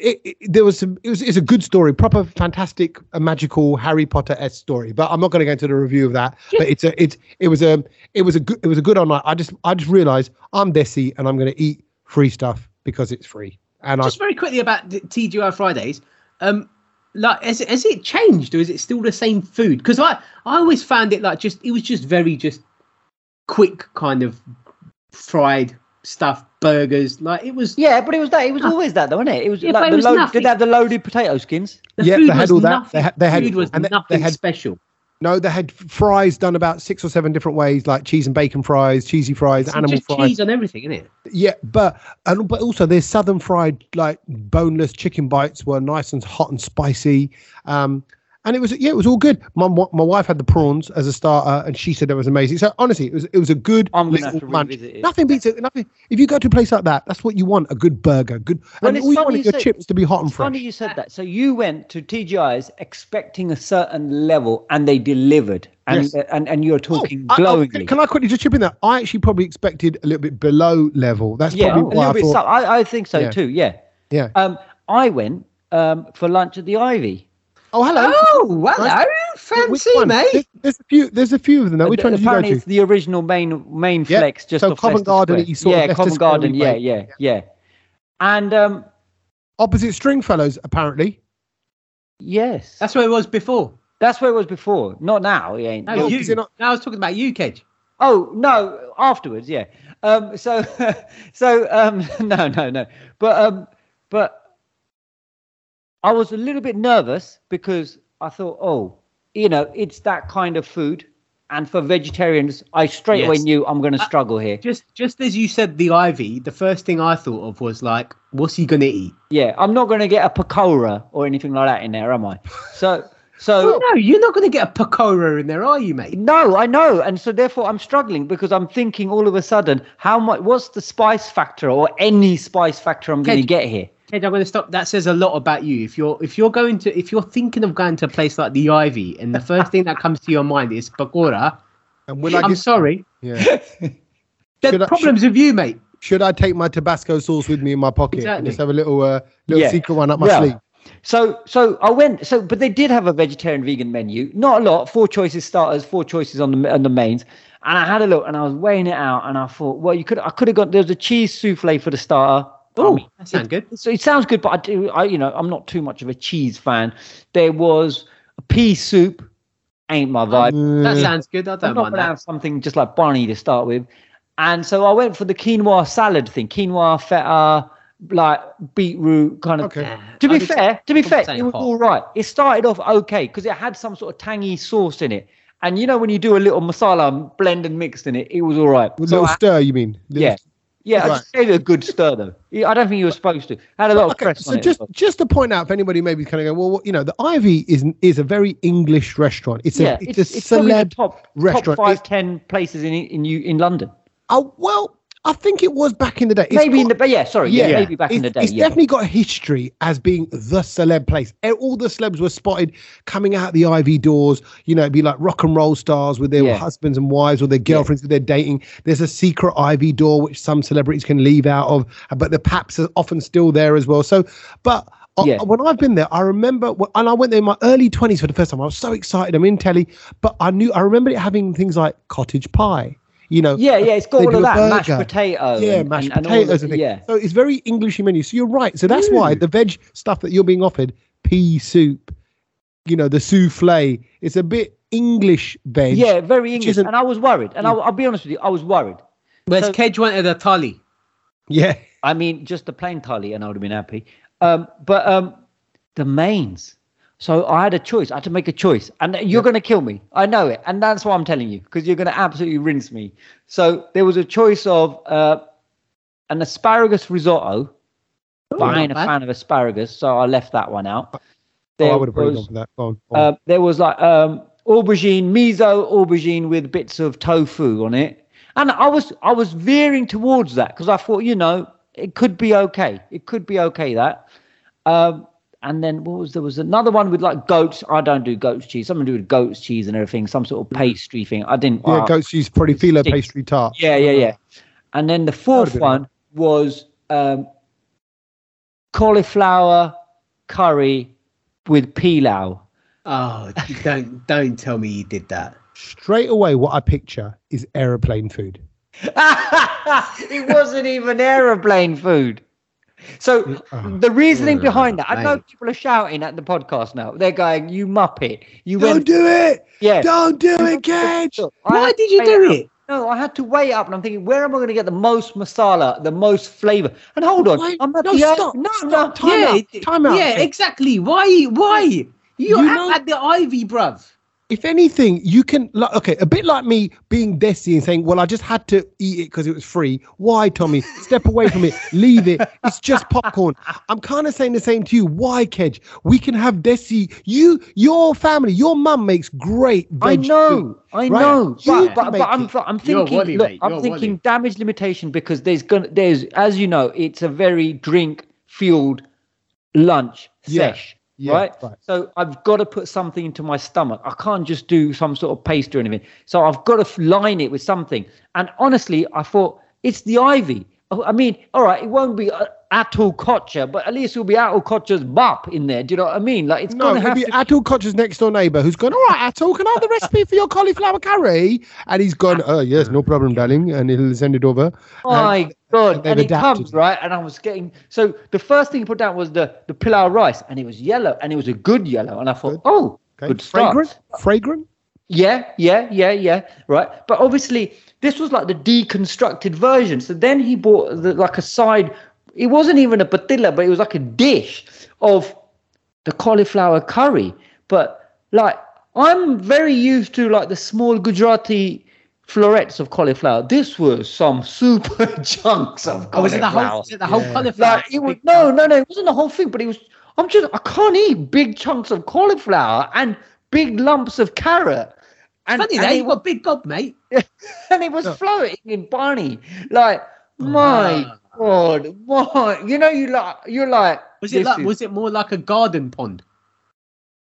Speaker 1: it, it- there was some it was it's a good story proper fantastic uh, magical harry potter s story but i'm not going to go into the review of that but it's a it's it was a it was a good it was a good online i just i just realized i'm desi and i'm going to eat free stuff because it's free and i
Speaker 3: Just very quickly about the TGI Fridays. Um, like has, it- has it changed or is it still the same food? Because I I always found it like just it was just very just quick kind of fried stuff, burgers. Like it was
Speaker 2: Yeah, but it was that. It was always that, though, wasn't it? It was
Speaker 3: Yeah, but
Speaker 2: like
Speaker 3: it
Speaker 2: the
Speaker 3: was
Speaker 2: load,
Speaker 3: nothing.
Speaker 2: did they have the loaded potato skins?
Speaker 3: The
Speaker 1: Yeah,
Speaker 3: food
Speaker 1: they had
Speaker 3: was
Speaker 1: all that.
Speaker 3: nothing.
Speaker 1: They had- they had-
Speaker 3: food was
Speaker 1: and they- they
Speaker 3: nothing
Speaker 1: had-
Speaker 3: special.
Speaker 1: No, they had fries done about six or seven different ways, like cheese and bacon fries, cheesy fries,
Speaker 3: It's
Speaker 1: animal
Speaker 3: just
Speaker 1: fries.
Speaker 3: cheese on everything, isn't it?
Speaker 1: Yeah, but and but also their southern fried like boneless chicken bites were nice and hot and spicy. Um, and it was yeah, it was all good. My wa- my wife had the prawns as a starter, and she said that was amazing. So honestly, it was it was a good
Speaker 2: I'm gonna have
Speaker 1: little
Speaker 2: to
Speaker 1: lunch.
Speaker 2: revisit it.
Speaker 1: Nothing beats it. Nothing. If you go to a place like that, that's what you want—a good burger, good.
Speaker 2: Well,
Speaker 1: and
Speaker 2: it's
Speaker 1: all you
Speaker 2: funny
Speaker 1: want
Speaker 2: you
Speaker 1: is your
Speaker 2: said-
Speaker 1: chips to be hot and
Speaker 2: It's funny
Speaker 1: fresh.
Speaker 2: you said that. So you went to TGI's expecting a certain level, and they delivered. And
Speaker 1: Yes.
Speaker 2: and, and you're
Speaker 1: Oh,
Speaker 2: talking
Speaker 1: I- I-
Speaker 2: glowingly.
Speaker 1: can I quickly just chip in that? I actually probably expected a little bit below level. That's
Speaker 2: yeah, a
Speaker 1: probably why
Speaker 2: little
Speaker 1: I
Speaker 2: bit.
Speaker 1: thought.
Speaker 2: sub- I, I think so
Speaker 1: Yeah.
Speaker 2: too. Yeah.
Speaker 1: Yeah.
Speaker 2: Um, I went um for lunch at the Ivy.
Speaker 1: Oh, hello.
Speaker 3: Oh, hello,
Speaker 1: Nice. Which
Speaker 3: fancy,
Speaker 1: one?
Speaker 3: mate.
Speaker 1: There's, there's a few. There's a few of them. Though. Which one did you go
Speaker 2: Apparently,
Speaker 1: to?
Speaker 2: it's the original main main
Speaker 1: Yeah,
Speaker 2: flex. Just
Speaker 1: so
Speaker 2: off
Speaker 1: Covent
Speaker 2: Leicester
Speaker 1: Garden,
Speaker 2: Square.
Speaker 1: you sort of
Speaker 2: yeah,
Speaker 1: Leicester
Speaker 2: Covent
Speaker 1: Square
Speaker 2: Garden. Yeah,
Speaker 1: way.
Speaker 2: yeah, yeah. And um,
Speaker 1: Opposite Stringfellows, apparently.
Speaker 2: yes, that's
Speaker 3: That's where it was before.
Speaker 2: that's where it was before. Not now. It ain't.
Speaker 3: No,
Speaker 1: Oh,
Speaker 3: you.
Speaker 1: is it not-
Speaker 3: No, I was talking about you, Kedge.
Speaker 2: Oh no, afterwards, yeah. Um, so, so um, no, no, no. But um, but I was a little bit nervous because I thought, oh, you know, it's that kind of food, and for vegetarians, I straight away
Speaker 3: Yes.
Speaker 2: knew I'm going to struggle here.
Speaker 3: Just just as you said the ivy, the first thing I thought of was like, what's he gonna eat?
Speaker 2: Yeah, I'm not going to get a pakora or anything like that in there, am I? So, so.
Speaker 3: no, you're not gonna get a pakora in there, are you, mate?
Speaker 2: No, I know, and so therefore I'm struggling because I'm thinking all of a sudden, how much? What's the spice factor or any spice factor I'm going to
Speaker 3: Kedge.
Speaker 2: get here?
Speaker 3: Ted, I'm going to stop. That says a lot about you. If you're if you're going to if you're thinking of going to a place like the Ivy, and the first thing that comes to your mind is pakora,
Speaker 1: And will I
Speaker 3: I'm
Speaker 1: get-
Speaker 3: sorry,
Speaker 1: Yeah. Should
Speaker 3: the
Speaker 1: I-
Speaker 3: problems with you, mate.
Speaker 1: Should I take my Tabasco sauce with me in my pocket and
Speaker 3: Exactly.
Speaker 1: just have a little uh, little
Speaker 2: Yeah.
Speaker 1: secret one up my
Speaker 2: Yeah.
Speaker 1: sleeve?
Speaker 2: So so I went so but they did have a vegetarian vegan menu. Not a lot, four choices starters, four choices on the on the mains. And I had a look and I was weighing it out and I thought, well, you could I could have got there's a cheese souffle for the starter.
Speaker 3: Oh,
Speaker 2: I mean,
Speaker 3: that sounds good.
Speaker 2: so it sounds good, but I do I you know, I'm not too much of a cheese fan. There was a pea soup, ain't my vibe.
Speaker 1: Mm,
Speaker 3: That sounds good. I
Speaker 2: I'm not
Speaker 3: don't
Speaker 2: going
Speaker 3: mind
Speaker 2: to
Speaker 3: that.
Speaker 2: have something just like Barney to start with. And so I went for the quinoa salad thing, quinoa, feta, like beetroot kind of.
Speaker 1: Okay.
Speaker 2: To be
Speaker 3: I'd expect-
Speaker 2: fair, to be
Speaker 3: I'd
Speaker 2: fair,
Speaker 3: say
Speaker 2: it was
Speaker 3: hot.
Speaker 2: all right. It started off okay because it had some sort of tangy sauce in it. And you know when you do a little masala and blend and mixed in it, it was all right.
Speaker 1: With
Speaker 2: So
Speaker 1: little
Speaker 2: I-
Speaker 1: stir, you mean? Little
Speaker 2: yeah, yeah, I
Speaker 1: Right.
Speaker 2: just gave it a good stir though. Yeah, I don't think you were supposed to. Had a lot of
Speaker 1: Okay,
Speaker 2: press
Speaker 1: so
Speaker 2: on it. as
Speaker 1: just
Speaker 2: well.
Speaker 1: just to point out, if anybody maybe kind of go, well, what- you know, the Ivy is is a very English restaurant. It's
Speaker 2: yeah,
Speaker 1: a it's, a
Speaker 2: probably the
Speaker 1: celeb.
Speaker 2: top, top
Speaker 1: restaurant.
Speaker 2: five,
Speaker 1: It-
Speaker 2: ten places in in you in London.
Speaker 1: Oh well, I think it was back in the day. It's
Speaker 2: maybe
Speaker 1: got-
Speaker 2: in the but yeah, sorry, yeah, maybe back in the
Speaker 1: It's-
Speaker 2: day.
Speaker 1: It's
Speaker 2: yeah.
Speaker 1: definitely got history as being the celeb place. E- All the celebs were spotted coming out the Ivy doors. You know, it'd be like rock and roll stars with their
Speaker 2: Yeah.
Speaker 1: husbands and wives or their girlfriends that they're dating. There's a secret Ivy door which some celebrities can leave out of, but the paps are often still there as well. So, but. uh,
Speaker 2: Yeah.
Speaker 1: When I've been there, I remember, wh- and I went there in my early 20s for the first time. I was so excited. I'm in telly, but I knew, I remember it having things like cottage pie, you know,
Speaker 2: Yeah, yeah, it's got
Speaker 1: They
Speaker 2: all
Speaker 1: do
Speaker 2: of
Speaker 1: a
Speaker 2: that mashed
Speaker 1: burger.
Speaker 2: potato.
Speaker 1: yeah,
Speaker 2: and,
Speaker 1: mashed
Speaker 2: and, and all the-
Speaker 1: potatoes and things.
Speaker 2: yeah.
Speaker 1: So it's very Englishy menu. So you're right. So that's why
Speaker 3: Mm.
Speaker 1: the veg stuff that you're being offered, pea soup, you know, the souffle, it's a bit English veg.
Speaker 2: Yeah, very English.
Speaker 1: isn't-
Speaker 2: And I was worried. And I'll, I'll be honest with you, I was worried.
Speaker 3: Whereas
Speaker 2: So-
Speaker 3: Kedge wanted a tally.
Speaker 1: Yeah. Oh,
Speaker 2: I mean, just the plain thali, and I would have been happy. Um, but um, the mains. So I had a choice. I had to make a choice, and you're going to kill me. I know it, and that's why I'm telling you because you're going to absolutely rinse me. So there was a choice of uh, an asparagus risotto. but
Speaker 3: not
Speaker 2: I ain't a
Speaker 3: bad.
Speaker 2: fan of asparagus, so I left that one out.
Speaker 1: Oh, I
Speaker 2: There
Speaker 1: would have probably gone
Speaker 2: was-
Speaker 1: for that. Go on, go on.
Speaker 2: Uh, there was like um, aubergine, miso aubergine with bits of tofu on it, and I was I was veering towards that because I thought you know it could be okay, it could be okay that. Um, and then what was there was another one with like goats. I don't do goat's cheese. Something to do with goat's cheese and everything. Some sort of pastry thing. I didn't.
Speaker 1: Mm. yeah,
Speaker 2: I-
Speaker 1: goat's cheese, probably filo
Speaker 2: stinks.
Speaker 1: pastry tart.
Speaker 2: yeah, yeah, yeah. And then the
Speaker 1: would've
Speaker 2: fourth
Speaker 1: been
Speaker 2: one was um, cauliflower curry with pilau.
Speaker 3: Oh, you don't don't tell me you did that.
Speaker 1: Straight away, what I picture is aeroplane food.
Speaker 2: it wasn't even aeroplane food. So
Speaker 1: Oh.
Speaker 2: the reasoning
Speaker 3: Mm,
Speaker 2: behind that, I know
Speaker 3: mate.
Speaker 2: people are shouting at the podcast now. They're going, "You muppet, you
Speaker 1: Don't
Speaker 2: went,
Speaker 1: do it!
Speaker 2: yeah."
Speaker 1: Don't do it, Cage!
Speaker 2: Look, I
Speaker 3: Why
Speaker 2: had to
Speaker 3: did you
Speaker 2: weigh
Speaker 3: do
Speaker 2: up.
Speaker 3: it?
Speaker 2: No, I had to weigh up, and I'm thinking, where am I going to get the most masala, the most flavor? And hold on,
Speaker 1: Wait,
Speaker 2: I'm at
Speaker 1: no,
Speaker 2: the
Speaker 1: stop,
Speaker 2: no,
Speaker 1: stop,
Speaker 2: no,
Speaker 1: time out,
Speaker 3: it-
Speaker 1: time out,
Speaker 3: Yeah,
Speaker 1: Kedge.
Speaker 3: exactly. Why? Why? You're
Speaker 1: You know-
Speaker 3: at the Ivy, bruv.
Speaker 1: if anything, you can like, okay, a bit like me being desi and saying, "Well, I just had to eat it because it was free." Why, Tommy? Step away from it. Leave it. It's just popcorn. I'm kind of saying the same to you. Why, Kedge? We can have desi. You, your family, your mum makes great.
Speaker 2: I
Speaker 1: Veg food.
Speaker 2: know, I
Speaker 1: Right.
Speaker 2: know,
Speaker 1: You
Speaker 2: but, but,
Speaker 1: make
Speaker 2: but I'm,
Speaker 1: it.
Speaker 2: I'm
Speaker 3: You're
Speaker 2: thinking,
Speaker 3: Wally,
Speaker 2: look,
Speaker 3: mate.
Speaker 2: I'm
Speaker 3: You're
Speaker 2: thinking
Speaker 3: Wally.
Speaker 2: damage limitation because there's gonna, there's, as you know, it's a very drink fueled lunch
Speaker 1: Yeah.
Speaker 2: sesh,
Speaker 1: Yeah,
Speaker 2: right?
Speaker 1: right.
Speaker 2: So I've got to put something into my stomach. I can't just do some sort of paste or anything. So I've got to f- line it with something. And honestly, I thought it's the ivy. Oh, I mean, all right, it won't be uh, Atul Kotcher, but at least it'll be Atul Kotcher's bop in there. Do you know what I mean? Like it's
Speaker 1: No,
Speaker 2: gonna
Speaker 1: it'll
Speaker 2: have
Speaker 1: be
Speaker 2: to
Speaker 1: Atul Koch's next door neighbour who's gone, All right, Atul, can I have the recipe for your cauliflower curry? And he's gone, Oh, yes, no problem, darling. And he'll send it over. And-
Speaker 2: My God!
Speaker 1: they've
Speaker 2: And it
Speaker 1: adapted.
Speaker 2: comes right, and I was getting so the first thing he put down was the the pilau rice, and it was yellow, and it was a good yellow, and I thought,
Speaker 1: Good.
Speaker 2: oh, good start.
Speaker 1: Fragrant? Fragrant?
Speaker 2: Yeah, yeah, yeah, yeah. Right, but obviously this was like the deconstructed version. So then he bought the, like a side. It wasn't even a patilla, but it was like a dish of the cauliflower curry. But like I'm very used to like the small Gujarati florets of cauliflower. This was some super chunks of
Speaker 3: Oh, was it the
Speaker 2: cauliflower.
Speaker 3: whole, was it the whole
Speaker 1: Yeah.
Speaker 3: cauliflower?
Speaker 2: Like it was no, no, no. It wasn't the whole thing, but it was. I'm just. I can't eat big chunks of cauliflower and big lumps of carrot. And,
Speaker 3: Funny,
Speaker 2: and,
Speaker 3: they
Speaker 2: it, was,
Speaker 3: got big gob, mate.
Speaker 2: and it was
Speaker 1: Yeah.
Speaker 2: floating in Barney. Like my god, what? You know, you like you're like.
Speaker 3: Was it
Speaker 2: this
Speaker 3: like?
Speaker 2: is-
Speaker 3: Was it more like a garden pond?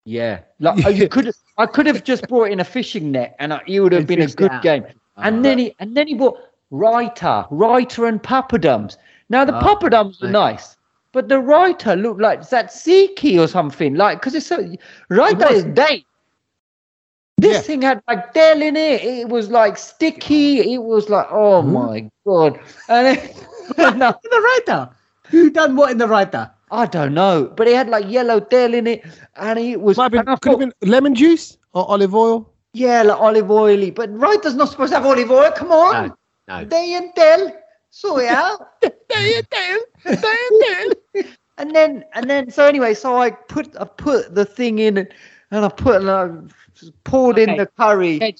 Speaker 2: Yeah, like oh, you could. I could have just brought in a fishing net, and I, it would have
Speaker 3: And
Speaker 2: been a
Speaker 3: fished it
Speaker 2: good
Speaker 3: out.
Speaker 2: game.
Speaker 3: Ah.
Speaker 2: and
Speaker 1: Uh,
Speaker 2: then he and then he bought Reiter, Reiter and Papadums. Now the
Speaker 3: Ah,
Speaker 2: Papadums were
Speaker 3: nice.
Speaker 2: nice, but the Reiter looked like Tzatziki or something. Like because it's so Reiter
Speaker 1: was.
Speaker 2: is date. This
Speaker 1: Yeah.
Speaker 2: thing had like Dell in it. It was like sticky. It was like oh
Speaker 1: Hmm?
Speaker 2: my god. And then, no,
Speaker 3: In the writer. Who done what in the writer?
Speaker 2: I don't know, but it had like yellow Dell in it, and it was
Speaker 1: Might have been,
Speaker 2: and I
Speaker 1: could have
Speaker 2: thought,
Speaker 1: been lemon juice or olive oil.
Speaker 2: yeah like olive oily. But Reiter's not supposed to have olive oil. Come on.
Speaker 3: No, no.
Speaker 2: Day and Dell. So yeah. and then and then so anyway, so I put I put the thing in and I put and I poured in
Speaker 3: Okay.
Speaker 2: the curry.
Speaker 3: Okay.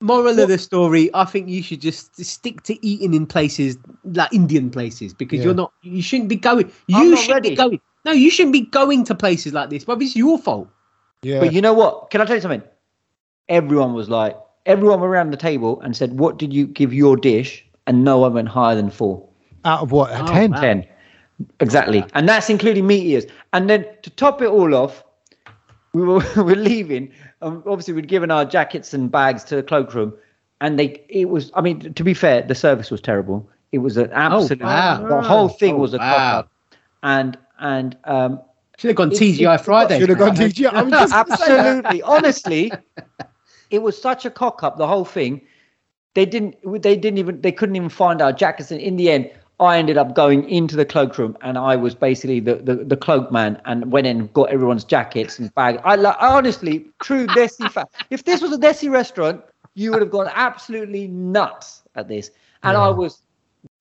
Speaker 3: Moral of the story: I think you should just stick to eating in places like Indian places because
Speaker 1: Yeah.
Speaker 3: you're not. You shouldn't be going.
Speaker 2: I'm
Speaker 3: You
Speaker 2: not
Speaker 3: shouldn't
Speaker 2: ready.
Speaker 3: be going. No, you shouldn't be going to places like this. But it's your fault.
Speaker 1: Yeah.
Speaker 2: But you know what? Can I tell you something? Everyone was like, everyone around the table and said, What did you give your dish? And no one went higher than four.
Speaker 1: Out of what? A
Speaker 3: Oh,
Speaker 1: 10?
Speaker 3: wow.
Speaker 2: Ten. Exactly. And that's including meat eaters. And then to top it all off, we were, we were leaving. Um, obviously, we'd given our jackets and bags to the cloakroom. And they, it was, I mean, to be fair, the service was terrible. It was an absolute,
Speaker 3: Oh, wow.
Speaker 2: the whole thing
Speaker 3: Oh,
Speaker 2: was a
Speaker 3: wow.
Speaker 2: cock up. And, and, um,
Speaker 3: Should have gone
Speaker 2: It-
Speaker 3: TGI
Speaker 2: it-
Speaker 3: Friday.
Speaker 1: Should have gone to. Yeah, I was just gonna say that.
Speaker 2: absolutely honestly it was such a cock up the whole thing they didn't they didn't even they couldn't even find our jackets and in the end i ended up going into the cloakroom and i was basically the the, the cloak man and went in and got everyone's jackets and bag i lo- I honestly true desi fa- if this was a desi restaurant you would have gone absolutely nuts at this and i was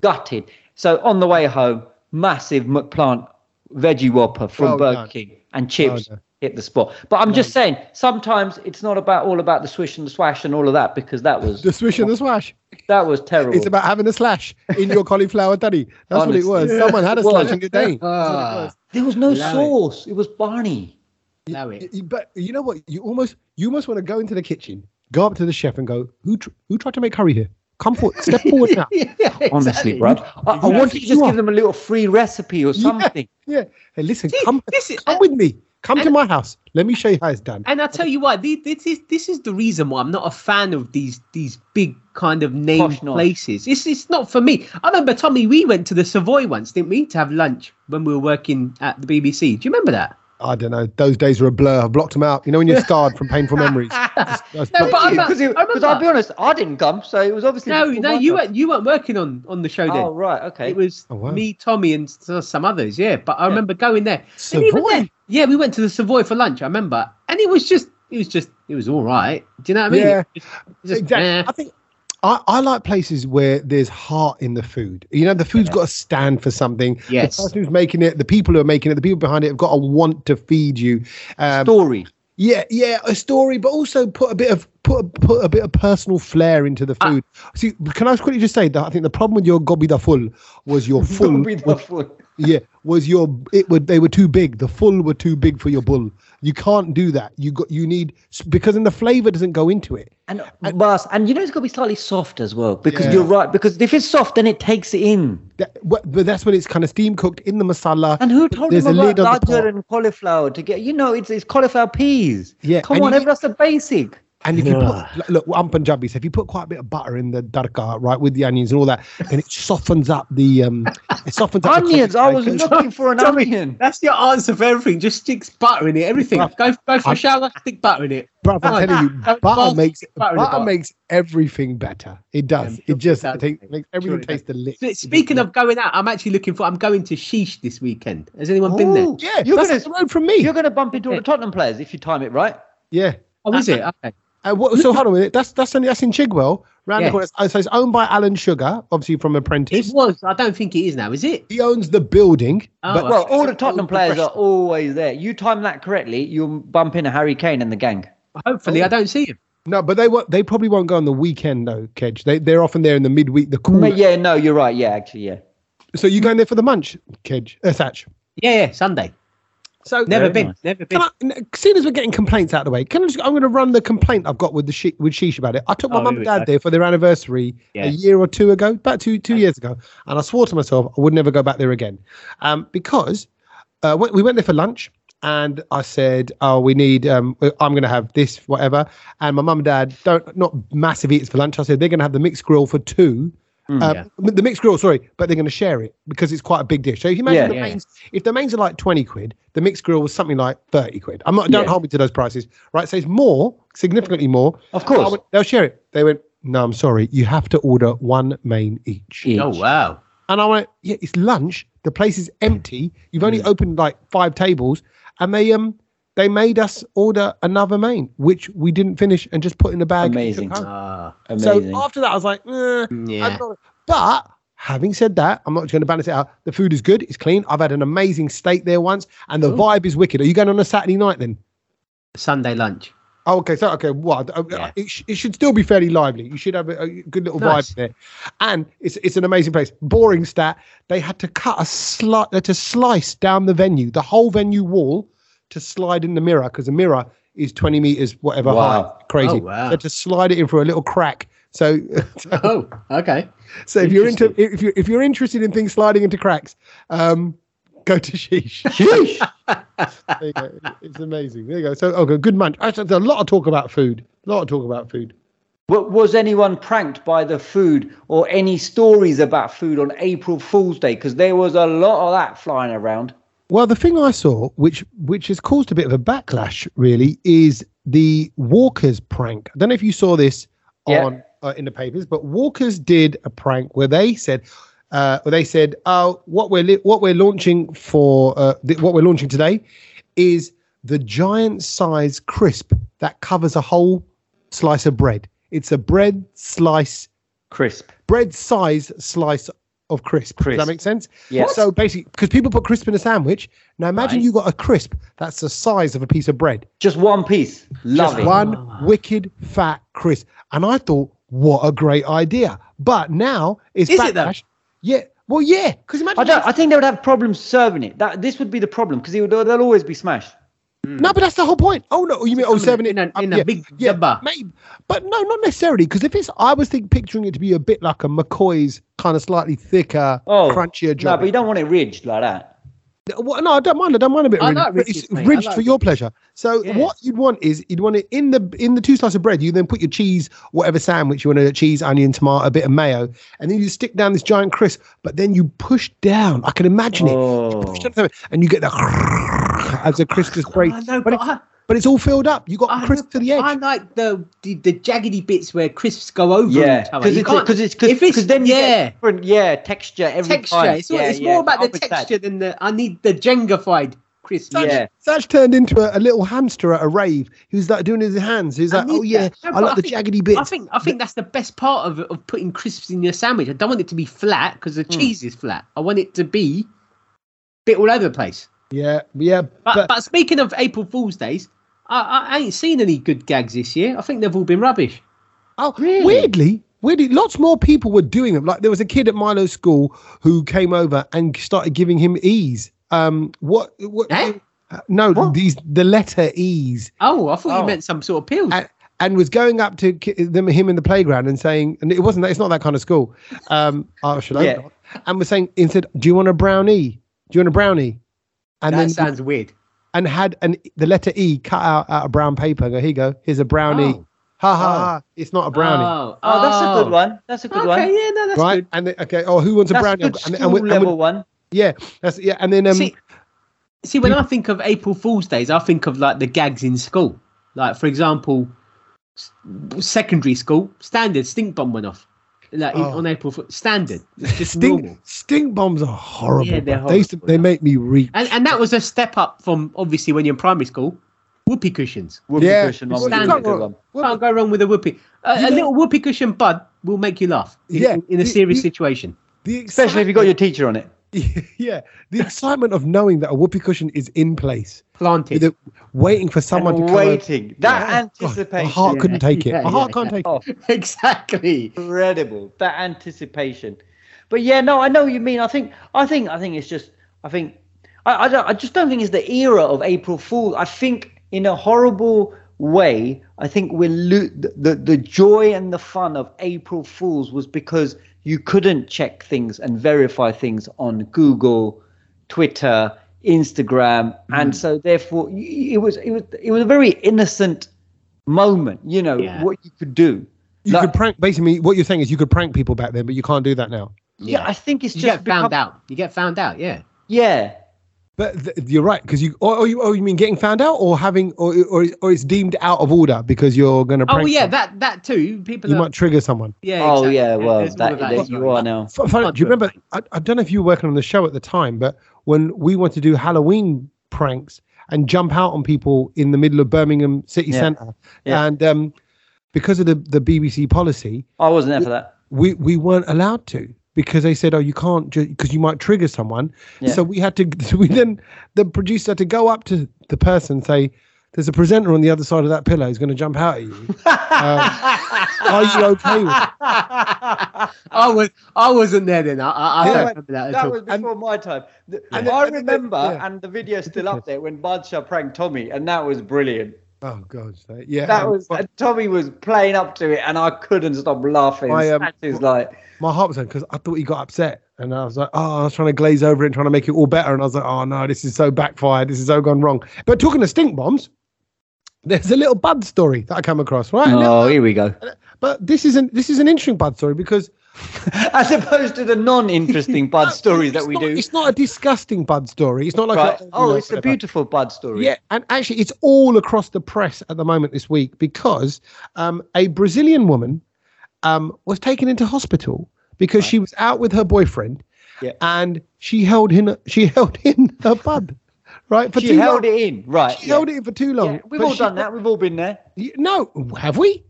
Speaker 2: gutted so on the way home massive mcplant veggie whopper from
Speaker 1: Well
Speaker 2: burger
Speaker 1: done.
Speaker 2: king and chips
Speaker 1: Well done.
Speaker 2: hit the spot. But I'm just saying, sometimes it's not about all about the swish and the swash and all of that because that was
Speaker 1: The swish and the swash.
Speaker 2: that was terrible.
Speaker 1: It's about having a slash in your cauliflower daddy. That's what it was.
Speaker 2: Honestly.
Speaker 1: Someone had a
Speaker 2: It was.
Speaker 1: slash in the day.
Speaker 3: Ah,
Speaker 2: there was no
Speaker 3: Love it.
Speaker 2: sauce. It. was Barney.
Speaker 3: know it.
Speaker 1: Y- But you know what? You almost you almost want to go into the kitchen, go up to the chef, and go, "Who tr- who tried to make curry here? Come forward, step forward now."
Speaker 3: Yeah, exactly.
Speaker 2: Honestly, bro, I, I
Speaker 1: Exactly.
Speaker 2: want you to just
Speaker 1: You are-
Speaker 2: give them a little free recipe or
Speaker 1: Yeah.
Speaker 2: something.
Speaker 1: Yeah. Hey, listen,
Speaker 3: See,
Speaker 1: come
Speaker 3: this is-
Speaker 1: come with me. Come to
Speaker 3: uh, and-
Speaker 1: my house. Let me show you how it's done.
Speaker 3: And I tell you what, thi- this is this is the reason why I'm not a fan of these these big kind of named
Speaker 2: Posh nod.
Speaker 3: places. It's it's not for me. I remember Tommy, we went to the Savoy once, didn't we, to have lunch when we were working at the BBC. Do you remember that?
Speaker 1: I don't know. Those days were a blur. I blocked them out. You know when you're scarred from painful memories. Just- just
Speaker 3: No,
Speaker 1: block-
Speaker 3: but I remember-
Speaker 2: Because
Speaker 3: I
Speaker 2: because I'll be honest, I didn't come, so it was obviously
Speaker 3: No,
Speaker 2: before
Speaker 3: no,
Speaker 2: my
Speaker 3: you
Speaker 2: time.
Speaker 3: weren't you weren't working on on the show then.
Speaker 2: Oh right, okay.
Speaker 3: It was
Speaker 1: Oh, wow.
Speaker 3: me, Tommy, and s- some others. Yeah, but I
Speaker 2: Yeah.
Speaker 3: remember going there. And even
Speaker 1: Savoy.
Speaker 3: then- yeah, we went to the Savoy for lunch. I remember, and it was just it was just it was all right. Do you know what I mean?
Speaker 1: Yeah.
Speaker 3: It was just,
Speaker 1: Exactly.
Speaker 3: meh.
Speaker 1: I think I, I like places where there's heart in the food. You know, the food's got to stand for something.
Speaker 3: Yes.
Speaker 1: The person who's making it, the people who are making it, the people behind it have got to want to feed you. Um,
Speaker 2: Story.
Speaker 1: Yeah, yeah, a story, but also put a bit of put a, put a bit of personal flair into the
Speaker 3: Ah.
Speaker 1: food. See, can I quickly just say that I think the problem with your gobi da full was your full,
Speaker 2: Be the
Speaker 1: was,
Speaker 2: full.
Speaker 1: yeah, was your it were they were too big. The full were too big for your bull. You can't do that. You got you need because then the flavor doesn't go into it.
Speaker 2: And Bas, and you know it's got to be slightly soft as well because
Speaker 1: Yeah.
Speaker 2: you're right. Because if it's soft, then it takes it in.
Speaker 1: That, but but that's when it's kind of steam cooked in the masala.
Speaker 2: And who told
Speaker 1: There's
Speaker 2: him
Speaker 1: a
Speaker 2: about
Speaker 1: lid on the pot.
Speaker 2: badger and cauliflower to get? You know, it's it's cauliflower peas.
Speaker 1: Yeah,
Speaker 2: come
Speaker 1: and
Speaker 2: on,
Speaker 1: you-
Speaker 2: everyone, that's the basic.
Speaker 1: And if you
Speaker 2: Yeah.
Speaker 1: put look, I'm Punjabi, so if you put quite a bit of butter in the darka, right, with the onions and all that, then it softens up the um, it softens up the
Speaker 2: Onions. I was
Speaker 1: like,
Speaker 2: looking for an
Speaker 3: Tommy,
Speaker 2: onion.
Speaker 3: That's your answer for everything. Just sticks butter in it. Everything. Go go for
Speaker 1: I-
Speaker 3: a shower. Stick butter in it.
Speaker 1: bruv, I'm telling you,
Speaker 3: Oh, Don't
Speaker 1: butter
Speaker 3: bath-
Speaker 1: makes
Speaker 3: butter
Speaker 1: butter,
Speaker 3: in a bath.
Speaker 1: makes everything better. It does.
Speaker 3: Yeah, sure
Speaker 1: it just
Speaker 3: it does.
Speaker 1: takes, makes everything
Speaker 3: Sure it
Speaker 1: taste a lick.
Speaker 3: So, Speaking of going out, I'm actually looking for. I'm going to Sheesh this weekend. Has anyone been there?
Speaker 2: Ooh,
Speaker 1: yeah,
Speaker 2: you're
Speaker 1: that's
Speaker 2: gonna
Speaker 1: the road from me.
Speaker 2: you're gonna bump into all the Tottenham players if you time it right.
Speaker 1: Yeah.
Speaker 3: Oh, is it? Okay.
Speaker 1: Uh, what, so hold on a minute. That's that's only that's in Chigwell, round
Speaker 3: Yes.
Speaker 1: the corner. Uh, So it's owned by Alan Sugar, obviously from Apprentice.
Speaker 3: It was. I don't think it is now. Is it?
Speaker 1: he owns the building.
Speaker 3: Oh,
Speaker 1: but
Speaker 2: Well,
Speaker 3: Well,
Speaker 2: all the Tottenham players are
Speaker 1: rest-
Speaker 2: always there. You time that correctly, you'll bump into Harry Kane and the gang.
Speaker 3: Hopefully, I don't see him.
Speaker 1: No, but they won't. They probably won't go on the weekend though, Kedge. They they're often there in the midweek, the cool.
Speaker 2: But yeah, no, you're right. Yeah, actually, yeah.
Speaker 1: So you going there for the munch, Kedge? Uh, Thatch.
Speaker 3: Yeah, yeah, Sunday.
Speaker 1: So
Speaker 3: Never
Speaker 2: Very
Speaker 3: been.
Speaker 2: nice.
Speaker 3: Never been.
Speaker 1: Can I, n- seeing as we're getting complaints out of the way, can I just, I'm going to run the complaint I've got with the she, with Sheesh about it. I took my
Speaker 3: Oh,
Speaker 1: mum and
Speaker 3: here we
Speaker 1: dad
Speaker 3: go.
Speaker 1: there for their anniversary a
Speaker 3: Yeah.
Speaker 1: year or two ago, about two two years ago, and I swore to myself I would never go back there again, um, because uh, we we went there for lunch and I said, "Oh, we need. Um, I'm going to have this, whatever." And my mum and dad don't not massive eaters for lunch. I said they're going to have the mixed grill for two.
Speaker 2: Mm,
Speaker 1: um,
Speaker 3: Hmm, yeah.
Speaker 1: The mixed grill, sorry, but they're going to share it because it's quite a big dish. So if you imagine
Speaker 2: Yeah,
Speaker 1: the
Speaker 3: yeah,
Speaker 1: mains, if the mains are like twenty quid, the mixed grill was something like thirty quid. I'm not don't
Speaker 2: Yeah.
Speaker 1: hold me to those prices, right? So it's more, significantly more.
Speaker 2: Of
Speaker 1: I
Speaker 2: course.
Speaker 1: went, they'll share it. They went, "No, I'm sorry, you have to order one main each."
Speaker 2: Each.
Speaker 3: Oh wow.
Speaker 1: And I went, yeah, it's lunch. The place is empty. You've only
Speaker 2: Mm.
Speaker 1: opened like five tables, and they um they made us order another main, which we didn't finish and just put in the bag. and took
Speaker 2: Amazing.
Speaker 1: home.
Speaker 3: Ah,
Speaker 2: Amazing.
Speaker 1: So after that, I was like, eh,
Speaker 3: yeah.
Speaker 1: I'm not- but having said that, I'm not going to balance it out. The food is good. It's clean. I've had an amazing steak there once, and the
Speaker 3: Cool.
Speaker 1: vibe is wicked. Are you going on a Saturday night then?
Speaker 3: Sunday lunch.
Speaker 1: Oh, okay. So, okay, what? uh,
Speaker 3: Yeah.
Speaker 1: It, sh- it should still be fairly lively. You should have a, a good little
Speaker 3: Nice.
Speaker 1: vibe there, and it's it's an amazing place. Boring stat: they had to cut a slice, to slice down the venue, the whole venue wall, to slide in the mirror because the mirror is twenty meters whatever
Speaker 2: Wow.
Speaker 1: high, crazy.
Speaker 3: Oh, wow.
Speaker 1: They had to slide it in through a little crack. So,
Speaker 3: Oh, okay.
Speaker 1: so if you're into if you are if you're interested in things sliding into cracks, um, go to Sheesh.
Speaker 2: Sheesh.
Speaker 1: There you go. It's amazing. There you go. So, okay, good munch. Actually, There's a lot of talk about food. A lot of talk about food.
Speaker 2: But was anyone pranked by the food or any stories about food on April Fool's Day? Because there was a lot of that flying around.
Speaker 1: Well, the thing I saw, which which has caused a bit of a backlash, really, is the Walkers prank. I don't know if you saw this
Speaker 2: Yeah.
Speaker 1: on uh, in the papers, but Walkers did a prank where they said, uh, where they said, "Oh, what we're li- what we're launching for uh, th- what we're launching today is the giant size crisp that covers a whole slice of bread. It's a bread slice,
Speaker 2: Crisp.
Speaker 1: bread size slice of crisp. Does
Speaker 2: Crisp.
Speaker 1: that make sense?"
Speaker 2: Yeah.
Speaker 1: So basically, because people put crisp in a sandwich. Now imagine
Speaker 3: Right.
Speaker 1: you got a crisp that's the size of a piece of bread.
Speaker 2: just one piece. Love
Speaker 1: Just
Speaker 2: it.
Speaker 1: one
Speaker 3: Wow.
Speaker 1: wicked fat crisp. And I thought, what a great idea. But now it's
Speaker 3: Is it though?
Speaker 1: backlash. Yeah. Well, yeah. Because imagine.
Speaker 2: I don't. I think they would have problems serving it. That this would be the problem because would they'll always be smashed.
Speaker 1: no, but that's the whole point. Oh no, you mean oh seven
Speaker 3: in a,
Speaker 1: um,
Speaker 3: in
Speaker 1: yeah.
Speaker 3: a big
Speaker 1: Yeah,
Speaker 3: jabba.
Speaker 1: maybe, but no, not necessarily. Because if it's, I was think picturing it to be a bit like a McCoy's kind of slightly thicker,
Speaker 2: Oh,
Speaker 1: crunchier
Speaker 2: No,
Speaker 1: job.
Speaker 2: but you don't want it ridged like that.
Speaker 1: Well, no, I don't mind. I don't mind a bit
Speaker 3: I
Speaker 1: ridged.
Speaker 3: like
Speaker 1: but
Speaker 3: ridges,
Speaker 1: it's
Speaker 3: mate. I
Speaker 1: ridged
Speaker 3: like
Speaker 1: for your pleasure. So
Speaker 3: Yeah.
Speaker 1: what you'd want is you'd want it in the in the two slices of bread. You then put your cheese, whatever sandwich you want to cheese, onion, tomato, a bit of mayo, and then you stick down this giant crisp. But then you push down. I can imagine it. You
Speaker 2: Oh.
Speaker 1: push down the- and you get the as the crisp just breaks.
Speaker 3: I know,
Speaker 1: but,
Speaker 3: but
Speaker 1: it,
Speaker 3: I,
Speaker 1: but it's all filled up. You got
Speaker 3: I
Speaker 1: crisp to the edge.
Speaker 3: I like the, the the jaggedy bits where crisps go over.
Speaker 2: Yeah,
Speaker 3: each other.
Speaker 2: because
Speaker 3: You
Speaker 2: it's
Speaker 3: can't-
Speaker 2: because it's
Speaker 3: if it's-
Speaker 2: because then you get
Speaker 3: yeah.
Speaker 2: different, yeah texture every
Speaker 3: texture.
Speaker 2: time.
Speaker 3: It's,
Speaker 2: yeah,
Speaker 3: it's
Speaker 2: yeah,
Speaker 3: more about
Speaker 2: can't
Speaker 3: the
Speaker 2: be sad.
Speaker 3: texture than the. I need the Jengified crisps.
Speaker 2: Don't Yeah.
Speaker 1: Saj turned into a, a little hamster at a rave. He was like doing his hands. He was
Speaker 3: I
Speaker 1: like,
Speaker 3: need
Speaker 1: "Oh yeah,
Speaker 3: that. No,
Speaker 1: I
Speaker 3: but
Speaker 1: like
Speaker 3: I
Speaker 1: the
Speaker 3: think-
Speaker 1: jaggedy bits."
Speaker 3: I think I think that's the best part of of putting crisps in your sandwich. I don't want it to be flat because the
Speaker 2: Hmm.
Speaker 3: cheese is flat. I want it to be a bit all over the place.
Speaker 1: yeah, yeah.
Speaker 3: But, but speaking of April Fool's Days, I, I ain't seen any good gags this year. I think they've all been rubbish.
Speaker 1: Oh,
Speaker 2: Really?
Speaker 1: Weirdly, weirdly, lots more people were doing them. Like there was a kid at Milo's school who came over and started giving him E's. Um, what? what
Speaker 3: Eh?
Speaker 1: uh, no,
Speaker 2: What?
Speaker 1: these the letter E's,
Speaker 3: Oh, I thought
Speaker 2: Oh.
Speaker 3: you meant some sort of pills.
Speaker 1: I- and was going up to ki- them, him in the playground, and saying, and it wasn't that. It's not that kind of school. Um, I should hope
Speaker 2: Yeah.
Speaker 1: not. And was saying instead, do you want a brownie? Do you want a brownie? And
Speaker 3: that
Speaker 1: then
Speaker 3: sounds weird.
Speaker 1: and had an the letter E cut out out of brown paper. and Go here, you go. Here's a brownie.
Speaker 3: Oh.
Speaker 1: Ha ha ha! It's not a E. brownie.
Speaker 3: Oh,
Speaker 2: Oh, that's a good
Speaker 3: oh.
Speaker 2: one. That's a good
Speaker 3: okay,
Speaker 2: one.
Speaker 3: yeah, no, that's
Speaker 1: right?
Speaker 3: good.
Speaker 1: And they, okay, oh, who wants a
Speaker 2: That's
Speaker 1: brownie?
Speaker 2: a good
Speaker 1: and,
Speaker 2: school
Speaker 1: and we- and we-
Speaker 2: level one.
Speaker 1: yeah, that's yeah. And then um,
Speaker 3: see, see, when I think of April Fool's Days, I think of like the gags in school. Like, for example, s- secondary school, standard stink bomb went off. Like in-
Speaker 1: Oh.
Speaker 3: on April Fool- standard, it's just
Speaker 1: stink
Speaker 3: normal.
Speaker 1: stink bombs are horrible.
Speaker 3: Yeah, they're
Speaker 1: bruv. They used to-
Speaker 3: horrible,
Speaker 1: they
Speaker 3: yeah.
Speaker 1: make me reek.
Speaker 3: And and that was a step up from obviously when you're in primary school, whoopee cushions.
Speaker 2: Whoopee
Speaker 1: Yeah,
Speaker 2: cushion one
Speaker 3: it's
Speaker 2: would be a
Speaker 3: standard.
Speaker 2: good one.
Speaker 3: Can't go wrong with a whoopee. A,
Speaker 1: You
Speaker 3: a
Speaker 1: know-
Speaker 3: little whoopee cushion bud will make you laugh. in-
Speaker 1: Yeah,
Speaker 3: in, in a
Speaker 1: you-
Speaker 3: serious
Speaker 1: you-
Speaker 3: situation.
Speaker 1: The
Speaker 2: Especially if you got your teacher on it.
Speaker 1: excitement- yeah, the excitement of knowing that a whoopee cushion is in place,
Speaker 3: Planted.
Speaker 1: with it- waiting for someone
Speaker 2: And
Speaker 1: to come. over.
Speaker 2: waiting. That
Speaker 1: Yeah. God, my
Speaker 2: anticipation.
Speaker 1: heart couldn't take it.
Speaker 3: Yeah,
Speaker 1: My heart
Speaker 3: yeah,
Speaker 1: can't
Speaker 3: yeah.
Speaker 1: take it.
Speaker 2: Oh,
Speaker 3: exactly.
Speaker 2: incredible. That anticipation. But yeah, no, I know what you mean. I think I think I think it's just I think I I, don't, I just don't think it's the era of April Fool. I think in a horrible way, I think we're lo- the, the the joy and the fun of April Fools was because you couldn't check things and verify things on Google, Twitter, Instagram, and so therefore y- y- it was it was it was a very innocent moment. You know
Speaker 3: Yeah.
Speaker 2: what you could do.
Speaker 1: You
Speaker 2: Like-
Speaker 1: could prank. Basically, what you're saying is you could prank people back then, but you can't do that now.
Speaker 2: yeah,
Speaker 3: Yeah.
Speaker 2: I think it's
Speaker 3: You
Speaker 2: just
Speaker 3: get found
Speaker 2: become-
Speaker 3: out. You get found out. Yeah.
Speaker 2: Yeah,
Speaker 1: But th- you're right because you. Oh, you. Oh, you mean getting found out or having or or or it's deemed out of order because you're going to.
Speaker 3: Oh
Speaker 1: prank
Speaker 3: yeah,
Speaker 1: someone.
Speaker 3: that that too. People.
Speaker 1: you
Speaker 3: are,
Speaker 1: might trigger someone.
Speaker 3: yeah.
Speaker 2: Oh
Speaker 3: exactly.
Speaker 2: yeah, well
Speaker 3: there's
Speaker 2: that,
Speaker 3: all
Speaker 2: that,
Speaker 3: of as
Speaker 2: you
Speaker 3: well.
Speaker 2: are now.
Speaker 1: F- funny, do you
Speaker 3: do it.
Speaker 1: remember? I, I don't know if you were working on the show at the time, but when we wanted to do Halloween pranks and jump out on people in the middle of Birmingham city
Speaker 2: Yeah.
Speaker 1: centre,
Speaker 2: Yeah.
Speaker 1: and um, because of the, the BBC policy,
Speaker 2: I wasn't there for that.
Speaker 1: we, we weren't allowed to because they said, "Oh, you can't because you might trigger someone."
Speaker 2: Yeah.
Speaker 1: So we had to. So we then the producer had to go up to the person and say. There's a presenter on the other side of that pillow who's going to jump out at you. Um, are you okay with it?
Speaker 3: I was I wasn't there then. I, I, I
Speaker 1: Yeah.
Speaker 3: don't remember that at
Speaker 2: That
Speaker 3: all.
Speaker 2: was before my time. The-
Speaker 1: And-
Speaker 2: I
Speaker 1: and-
Speaker 2: remember,
Speaker 1: yeah.
Speaker 2: and the video's still up there when Badshah pranked Tommy, and that was brilliant.
Speaker 1: Oh God! so- Yeah,
Speaker 2: That
Speaker 1: um,
Speaker 2: was and Tommy was playing up to it, and I couldn't stop laughing.
Speaker 1: I, um,
Speaker 2: That is like,
Speaker 1: my heart was on because I thought he got upset, and I was like, oh, I was trying to glaze over it and trying to make it all better, and I was like, oh no, this is so backfired, this is so gone wrong. But talking of stink bombs, there's a little bud story that I come across, right? A little-
Speaker 2: oh, here we go.
Speaker 1: But this isn't this is an interesting bud story because
Speaker 2: As opposed to the non-interesting Bud stories that
Speaker 1: it's
Speaker 2: we
Speaker 1: not-
Speaker 2: do.
Speaker 1: It's not a disgusting bud story. It's not like
Speaker 2: Right.
Speaker 1: a, you
Speaker 2: Oh,
Speaker 1: know,
Speaker 2: it's a
Speaker 1: whatever.
Speaker 2: beautiful Bud story.
Speaker 1: Yeah, and actually, it's all across the press at the moment this week because um, a Brazilian woman um, was taken into hospital because she was out with her boyfriend,
Speaker 2: Yeah.
Speaker 1: and she held in she held in her bud, right? For
Speaker 2: she
Speaker 1: too
Speaker 2: held
Speaker 1: long.
Speaker 2: it in. Right.
Speaker 1: She
Speaker 2: yeah.
Speaker 1: held it in for too long.
Speaker 2: Yeah, We've
Speaker 1: but
Speaker 2: all
Speaker 1: she-
Speaker 2: done that. We've all been there.
Speaker 1: y- No, have we?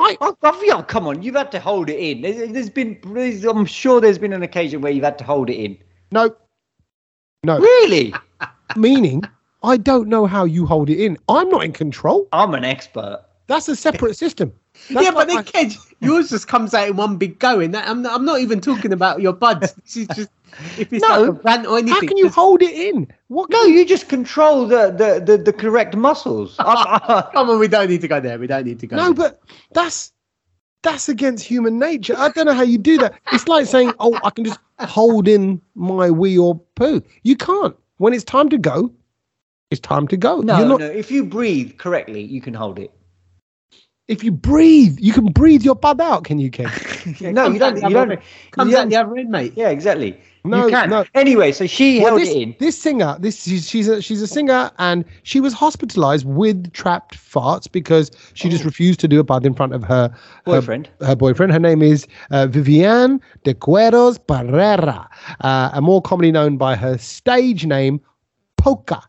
Speaker 1: I
Speaker 2: Oh, oh, yeah, come on! You've had to hold it in. There's, there's been, there's, I'm sure there's been an occasion where you've had to hold it in.
Speaker 1: no, no.
Speaker 2: Really?
Speaker 1: Meaning, I don't know how you hold it in. I'm not in control.
Speaker 2: I'm an expert.
Speaker 1: That's a separate system. That's
Speaker 3: Yeah,
Speaker 1: like
Speaker 3: but then
Speaker 1: my-
Speaker 3: Kedge, yours just comes out in one big go. And that, I'm not, I'm not even talking about your buds. This is just if it's
Speaker 2: No,
Speaker 3: like a rant or anything.
Speaker 1: how can you
Speaker 3: just-
Speaker 1: hold it in? What?
Speaker 2: No, you just control the the the, the correct muscles. I'm- I-
Speaker 3: Come on, we don't need to go there. We don't need to go.
Speaker 1: No,
Speaker 3: there.
Speaker 1: but that's that's against human nature. I don't know how you do that. It's like saying, "Oh, I can just hold in my wee or poo." You can't. When it's time to go, it's time to go.
Speaker 2: no,
Speaker 1: You're not-
Speaker 2: no. If you breathe correctly, you can hold it.
Speaker 1: If you breathe, you can breathe your bud out. Can you, Ken?
Speaker 3: Yeah,
Speaker 2: no,
Speaker 3: comes
Speaker 2: you
Speaker 3: out
Speaker 2: don't.
Speaker 3: the
Speaker 2: You
Speaker 3: other
Speaker 2: don't.
Speaker 3: end. comes
Speaker 2: you
Speaker 3: out
Speaker 2: don't-
Speaker 3: the other end, mate.
Speaker 2: Yeah, exactly.
Speaker 1: No,
Speaker 2: you can.
Speaker 1: no.
Speaker 2: Anyway, so she
Speaker 1: Well,
Speaker 2: held
Speaker 1: this,
Speaker 2: it in.
Speaker 1: this singer, this she's she's a, she's a singer, and she was hospitalised with trapped farts because she just refused to do a bud in front of her her
Speaker 2: Boyfriend.
Speaker 1: her boyfriend. Her name is uh, Vivian de Cueros Barrera, uh, and more commonly known by her stage name, Poca.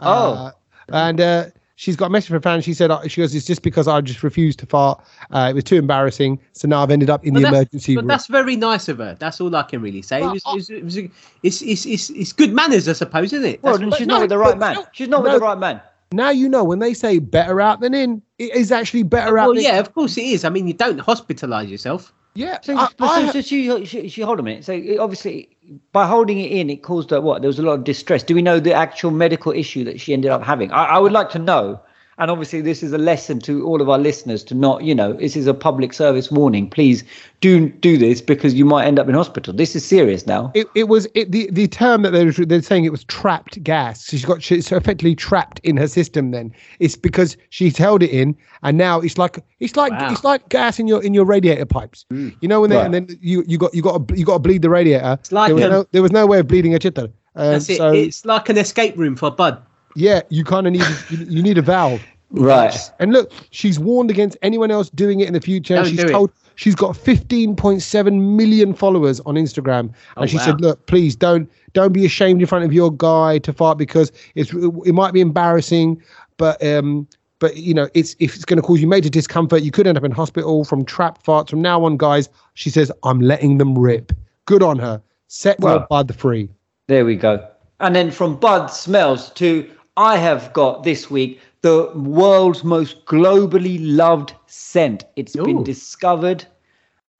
Speaker 1: Uh,
Speaker 3: Oh.
Speaker 1: And uh, she's got a message from a fan. She said, uh, she goes, it's just because I just refused to fart. Uh, it was too embarrassing. So now I've ended up in
Speaker 3: But
Speaker 1: the
Speaker 3: that's-
Speaker 1: emergency
Speaker 3: But
Speaker 1: room.
Speaker 3: that's very nice of her. That's all I can really say. It
Speaker 2: oh.
Speaker 3: was, it was, it was, it's, it's, it's, it's good manners, I suppose, isn't it?
Speaker 2: Well,
Speaker 3: That's
Speaker 2: then
Speaker 1: but
Speaker 2: she's
Speaker 1: no,
Speaker 2: not with the
Speaker 1: but
Speaker 2: right man.
Speaker 1: no,
Speaker 2: She's not with
Speaker 1: no.
Speaker 2: the right man.
Speaker 1: Now you know when they say better out than in, it is actually better out.
Speaker 3: Well,
Speaker 1: than
Speaker 3: yeah, of course it is. I mean, you don't hospitalize yourself.
Speaker 1: yeah.
Speaker 2: So,
Speaker 1: I-
Speaker 2: so,
Speaker 1: I-
Speaker 2: so, so she, she, she, hold on a minute. So it- obviously, by holding it in, it caused her what? There was a lot of distress. Do we know the actual medical issue that she ended up having? I, I would like to know. And obviously, this is a lesson to all of our listeners to not, you know, this is a public service warning. Please do do this because you might end up in hospital. This is serious now.
Speaker 1: it, it was it, the the term that they were they're saying it was trapped gas. She's got she's effectively trapped in her system. Then it's because she's held it in, and now it's like it's like
Speaker 3: Wow. Hmm.
Speaker 1: it's like gas in your in your radiator pipes. You know when they,
Speaker 2: Right.
Speaker 1: and then you you got you got to, you got to bleed the radiator.
Speaker 3: It's like
Speaker 1: there was,
Speaker 3: um,
Speaker 1: no, there was no way of bleeding a chitter. Um,
Speaker 3: that's it.
Speaker 1: so
Speaker 3: it's like an escape room for Bud.
Speaker 1: yeah, you kind of need you, you need a valve.
Speaker 2: Right.
Speaker 1: And look, she's warned against anyone else doing it in the future.
Speaker 3: Don't
Speaker 1: she's
Speaker 3: do it.
Speaker 1: told she's got 15.7 million followers on Instagram, and
Speaker 3: Oh,
Speaker 1: she
Speaker 3: wow.
Speaker 1: said, "Look, please don't don't be ashamed in front of your guy to fart because it's it might be embarrassing, but um." But you know, it's if it's going to cause you major discomfort, you could end up in hospital from trap farts. From now on, guys, she says, "I'm letting them rip." Good on her. Set your
Speaker 2: Well-
Speaker 1: bud free.
Speaker 2: There we go. And then from Bud Smells to I have got this week the world's most globally loved scent. It's
Speaker 3: Ooh.
Speaker 2: been discovered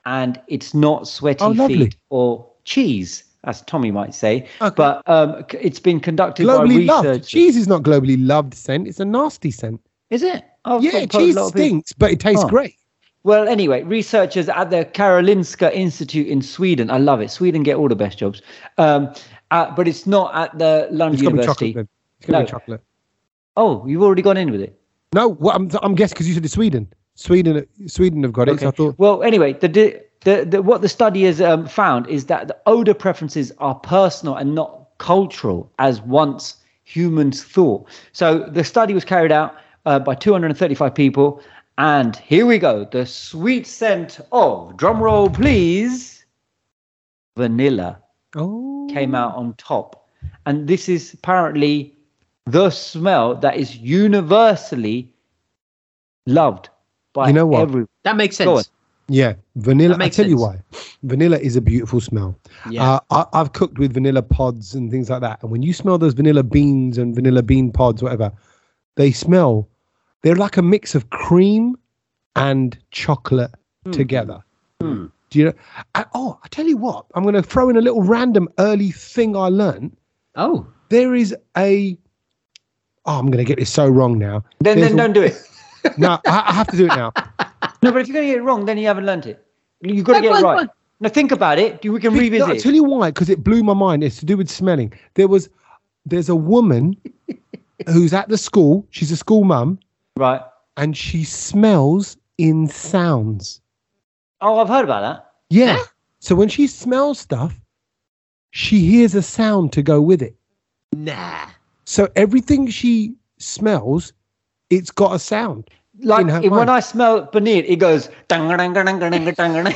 Speaker 2: and it's not sweaty
Speaker 1: Oh, lovely.
Speaker 2: feet or cheese, as Tommy might say.
Speaker 1: Okay.
Speaker 2: But um, c- it's been conducted by
Speaker 1: Globally
Speaker 2: researchers.
Speaker 1: loved. Cheese is not globally loved scent. It's a nasty scent.
Speaker 2: Is it? Oh,
Speaker 1: yeah, cheese stinks, but it tastes
Speaker 2: Oh.
Speaker 1: great.
Speaker 2: Well, anyway, researchers at the Karolinska Institute in Sweden, I love it. Sweden get all the best jobs. Um, uh, but it's not at the London
Speaker 1: It's gonna be
Speaker 2: University.
Speaker 1: chocolate. Then. It's gonna be
Speaker 2: No.
Speaker 1: chocolate.
Speaker 2: Oh, you've already gone in with it.
Speaker 1: No, well, I'm I'm guessing because you said it's Sweden. Sweden, Sweden have got it. So I thought
Speaker 2: Well, anyway, the, the, the, the what the study has um, found is that the odor preferences are personal and not cultural, as once humans thought. So the study was carried out uh, by 235 people, and here we go: the sweet scent of drumroll, please, vanilla
Speaker 1: oh
Speaker 2: came out on top. And this is apparently the smell that is universally loved by
Speaker 1: You know what?
Speaker 2: everyone.
Speaker 3: That makes
Speaker 2: Go
Speaker 3: sense.
Speaker 1: yeah vanilla.
Speaker 3: That
Speaker 1: I
Speaker 3: makes
Speaker 1: tell you why
Speaker 3: sense.
Speaker 1: vanilla is a beautiful smell.
Speaker 2: Yeah.
Speaker 1: Uh, I, I've cooked with vanilla pods and things like that, and when you smell those vanilla beans and vanilla bean pods, whatever, they smell. They're like a mix of cream and chocolate together.
Speaker 3: Mm.
Speaker 1: Do you know? I, oh, I tell you what, I'm going to throw in a little random early thing I learned.
Speaker 3: Oh,
Speaker 1: there is a oh i'm going to get this so wrong now
Speaker 2: Then,
Speaker 1: There's
Speaker 2: then
Speaker 1: a-
Speaker 2: don't do it.
Speaker 1: no I, I have to do it now
Speaker 2: No, but if you're going to get it wrong, then you haven't learnt it. You've got to
Speaker 3: No,
Speaker 2: get
Speaker 3: go
Speaker 2: it
Speaker 3: on, go
Speaker 2: right.
Speaker 3: on.
Speaker 2: Now think about it. We can
Speaker 1: No,
Speaker 2: revisit.
Speaker 1: i'll tell you why because it blew my mind it's to do with smelling there was there's a woman who's at the school she's a school mum
Speaker 2: Right.
Speaker 1: and she smells in sounds
Speaker 2: Oh, I've heard about that.
Speaker 1: yeah so when she smells stuff she hears a sound to go with it
Speaker 3: nah.
Speaker 1: so everything she smells it's got a sound
Speaker 2: Like
Speaker 1: In her
Speaker 2: if- when
Speaker 1: mind.
Speaker 2: I smell paneer, it goes. "Dang, dang, dang, dang, dang, dang, dang."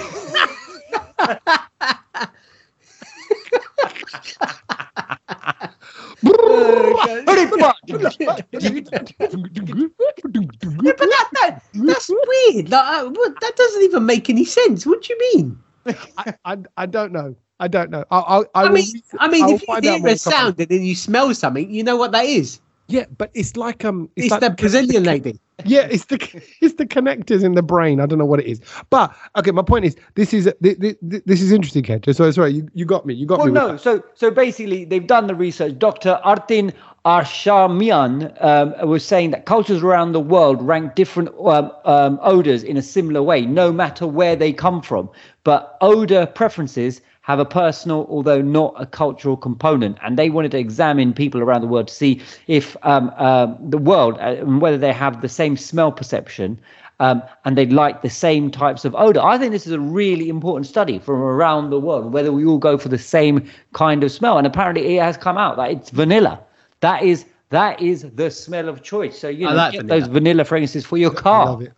Speaker 3: But that, that, that's weird. Like, I, what, that doesn't even make any sense. What do you mean?
Speaker 1: I, I, I don't know. I don't know. I, I, I,
Speaker 3: I,
Speaker 1: will
Speaker 3: mean,
Speaker 1: re-
Speaker 3: I mean,
Speaker 1: I'll
Speaker 3: if you
Speaker 1: find out
Speaker 3: hear
Speaker 1: more
Speaker 3: a sound and then you smell something, you know what that is.
Speaker 1: yeah, but it's like um,
Speaker 3: It's,
Speaker 1: it's, like,
Speaker 3: the Brazilian lady.
Speaker 1: yeah, it's the it's the connectors in the brain. I don't know what it is, but okay. My point is, this is this, this, this is interesting, Ketra. So sorry, you, you got me. You got
Speaker 2: Well,
Speaker 1: me. with
Speaker 2: no. So, so basically, they've done the research. Dr. Artin Arshamian um, was saying that cultures around the world rank different um, um, odors in a similar way, no matter where they come from. But odor preferences have a personal, although not a cultural component. And they wanted to examine people around the world to see if um, um the world uh, and whether they have the same smell perception. Um, and they like the same types of odor. I think this is a really important study from around the world, whether we all go for the same kind of smell. And apparently, it has come out that it's vanilla. That is that is the smell of choice. So you
Speaker 3: I
Speaker 2: know,
Speaker 3: like
Speaker 2: get
Speaker 3: vanilla.
Speaker 2: those vanilla fragrances for your
Speaker 1: I
Speaker 2: car.
Speaker 1: love it.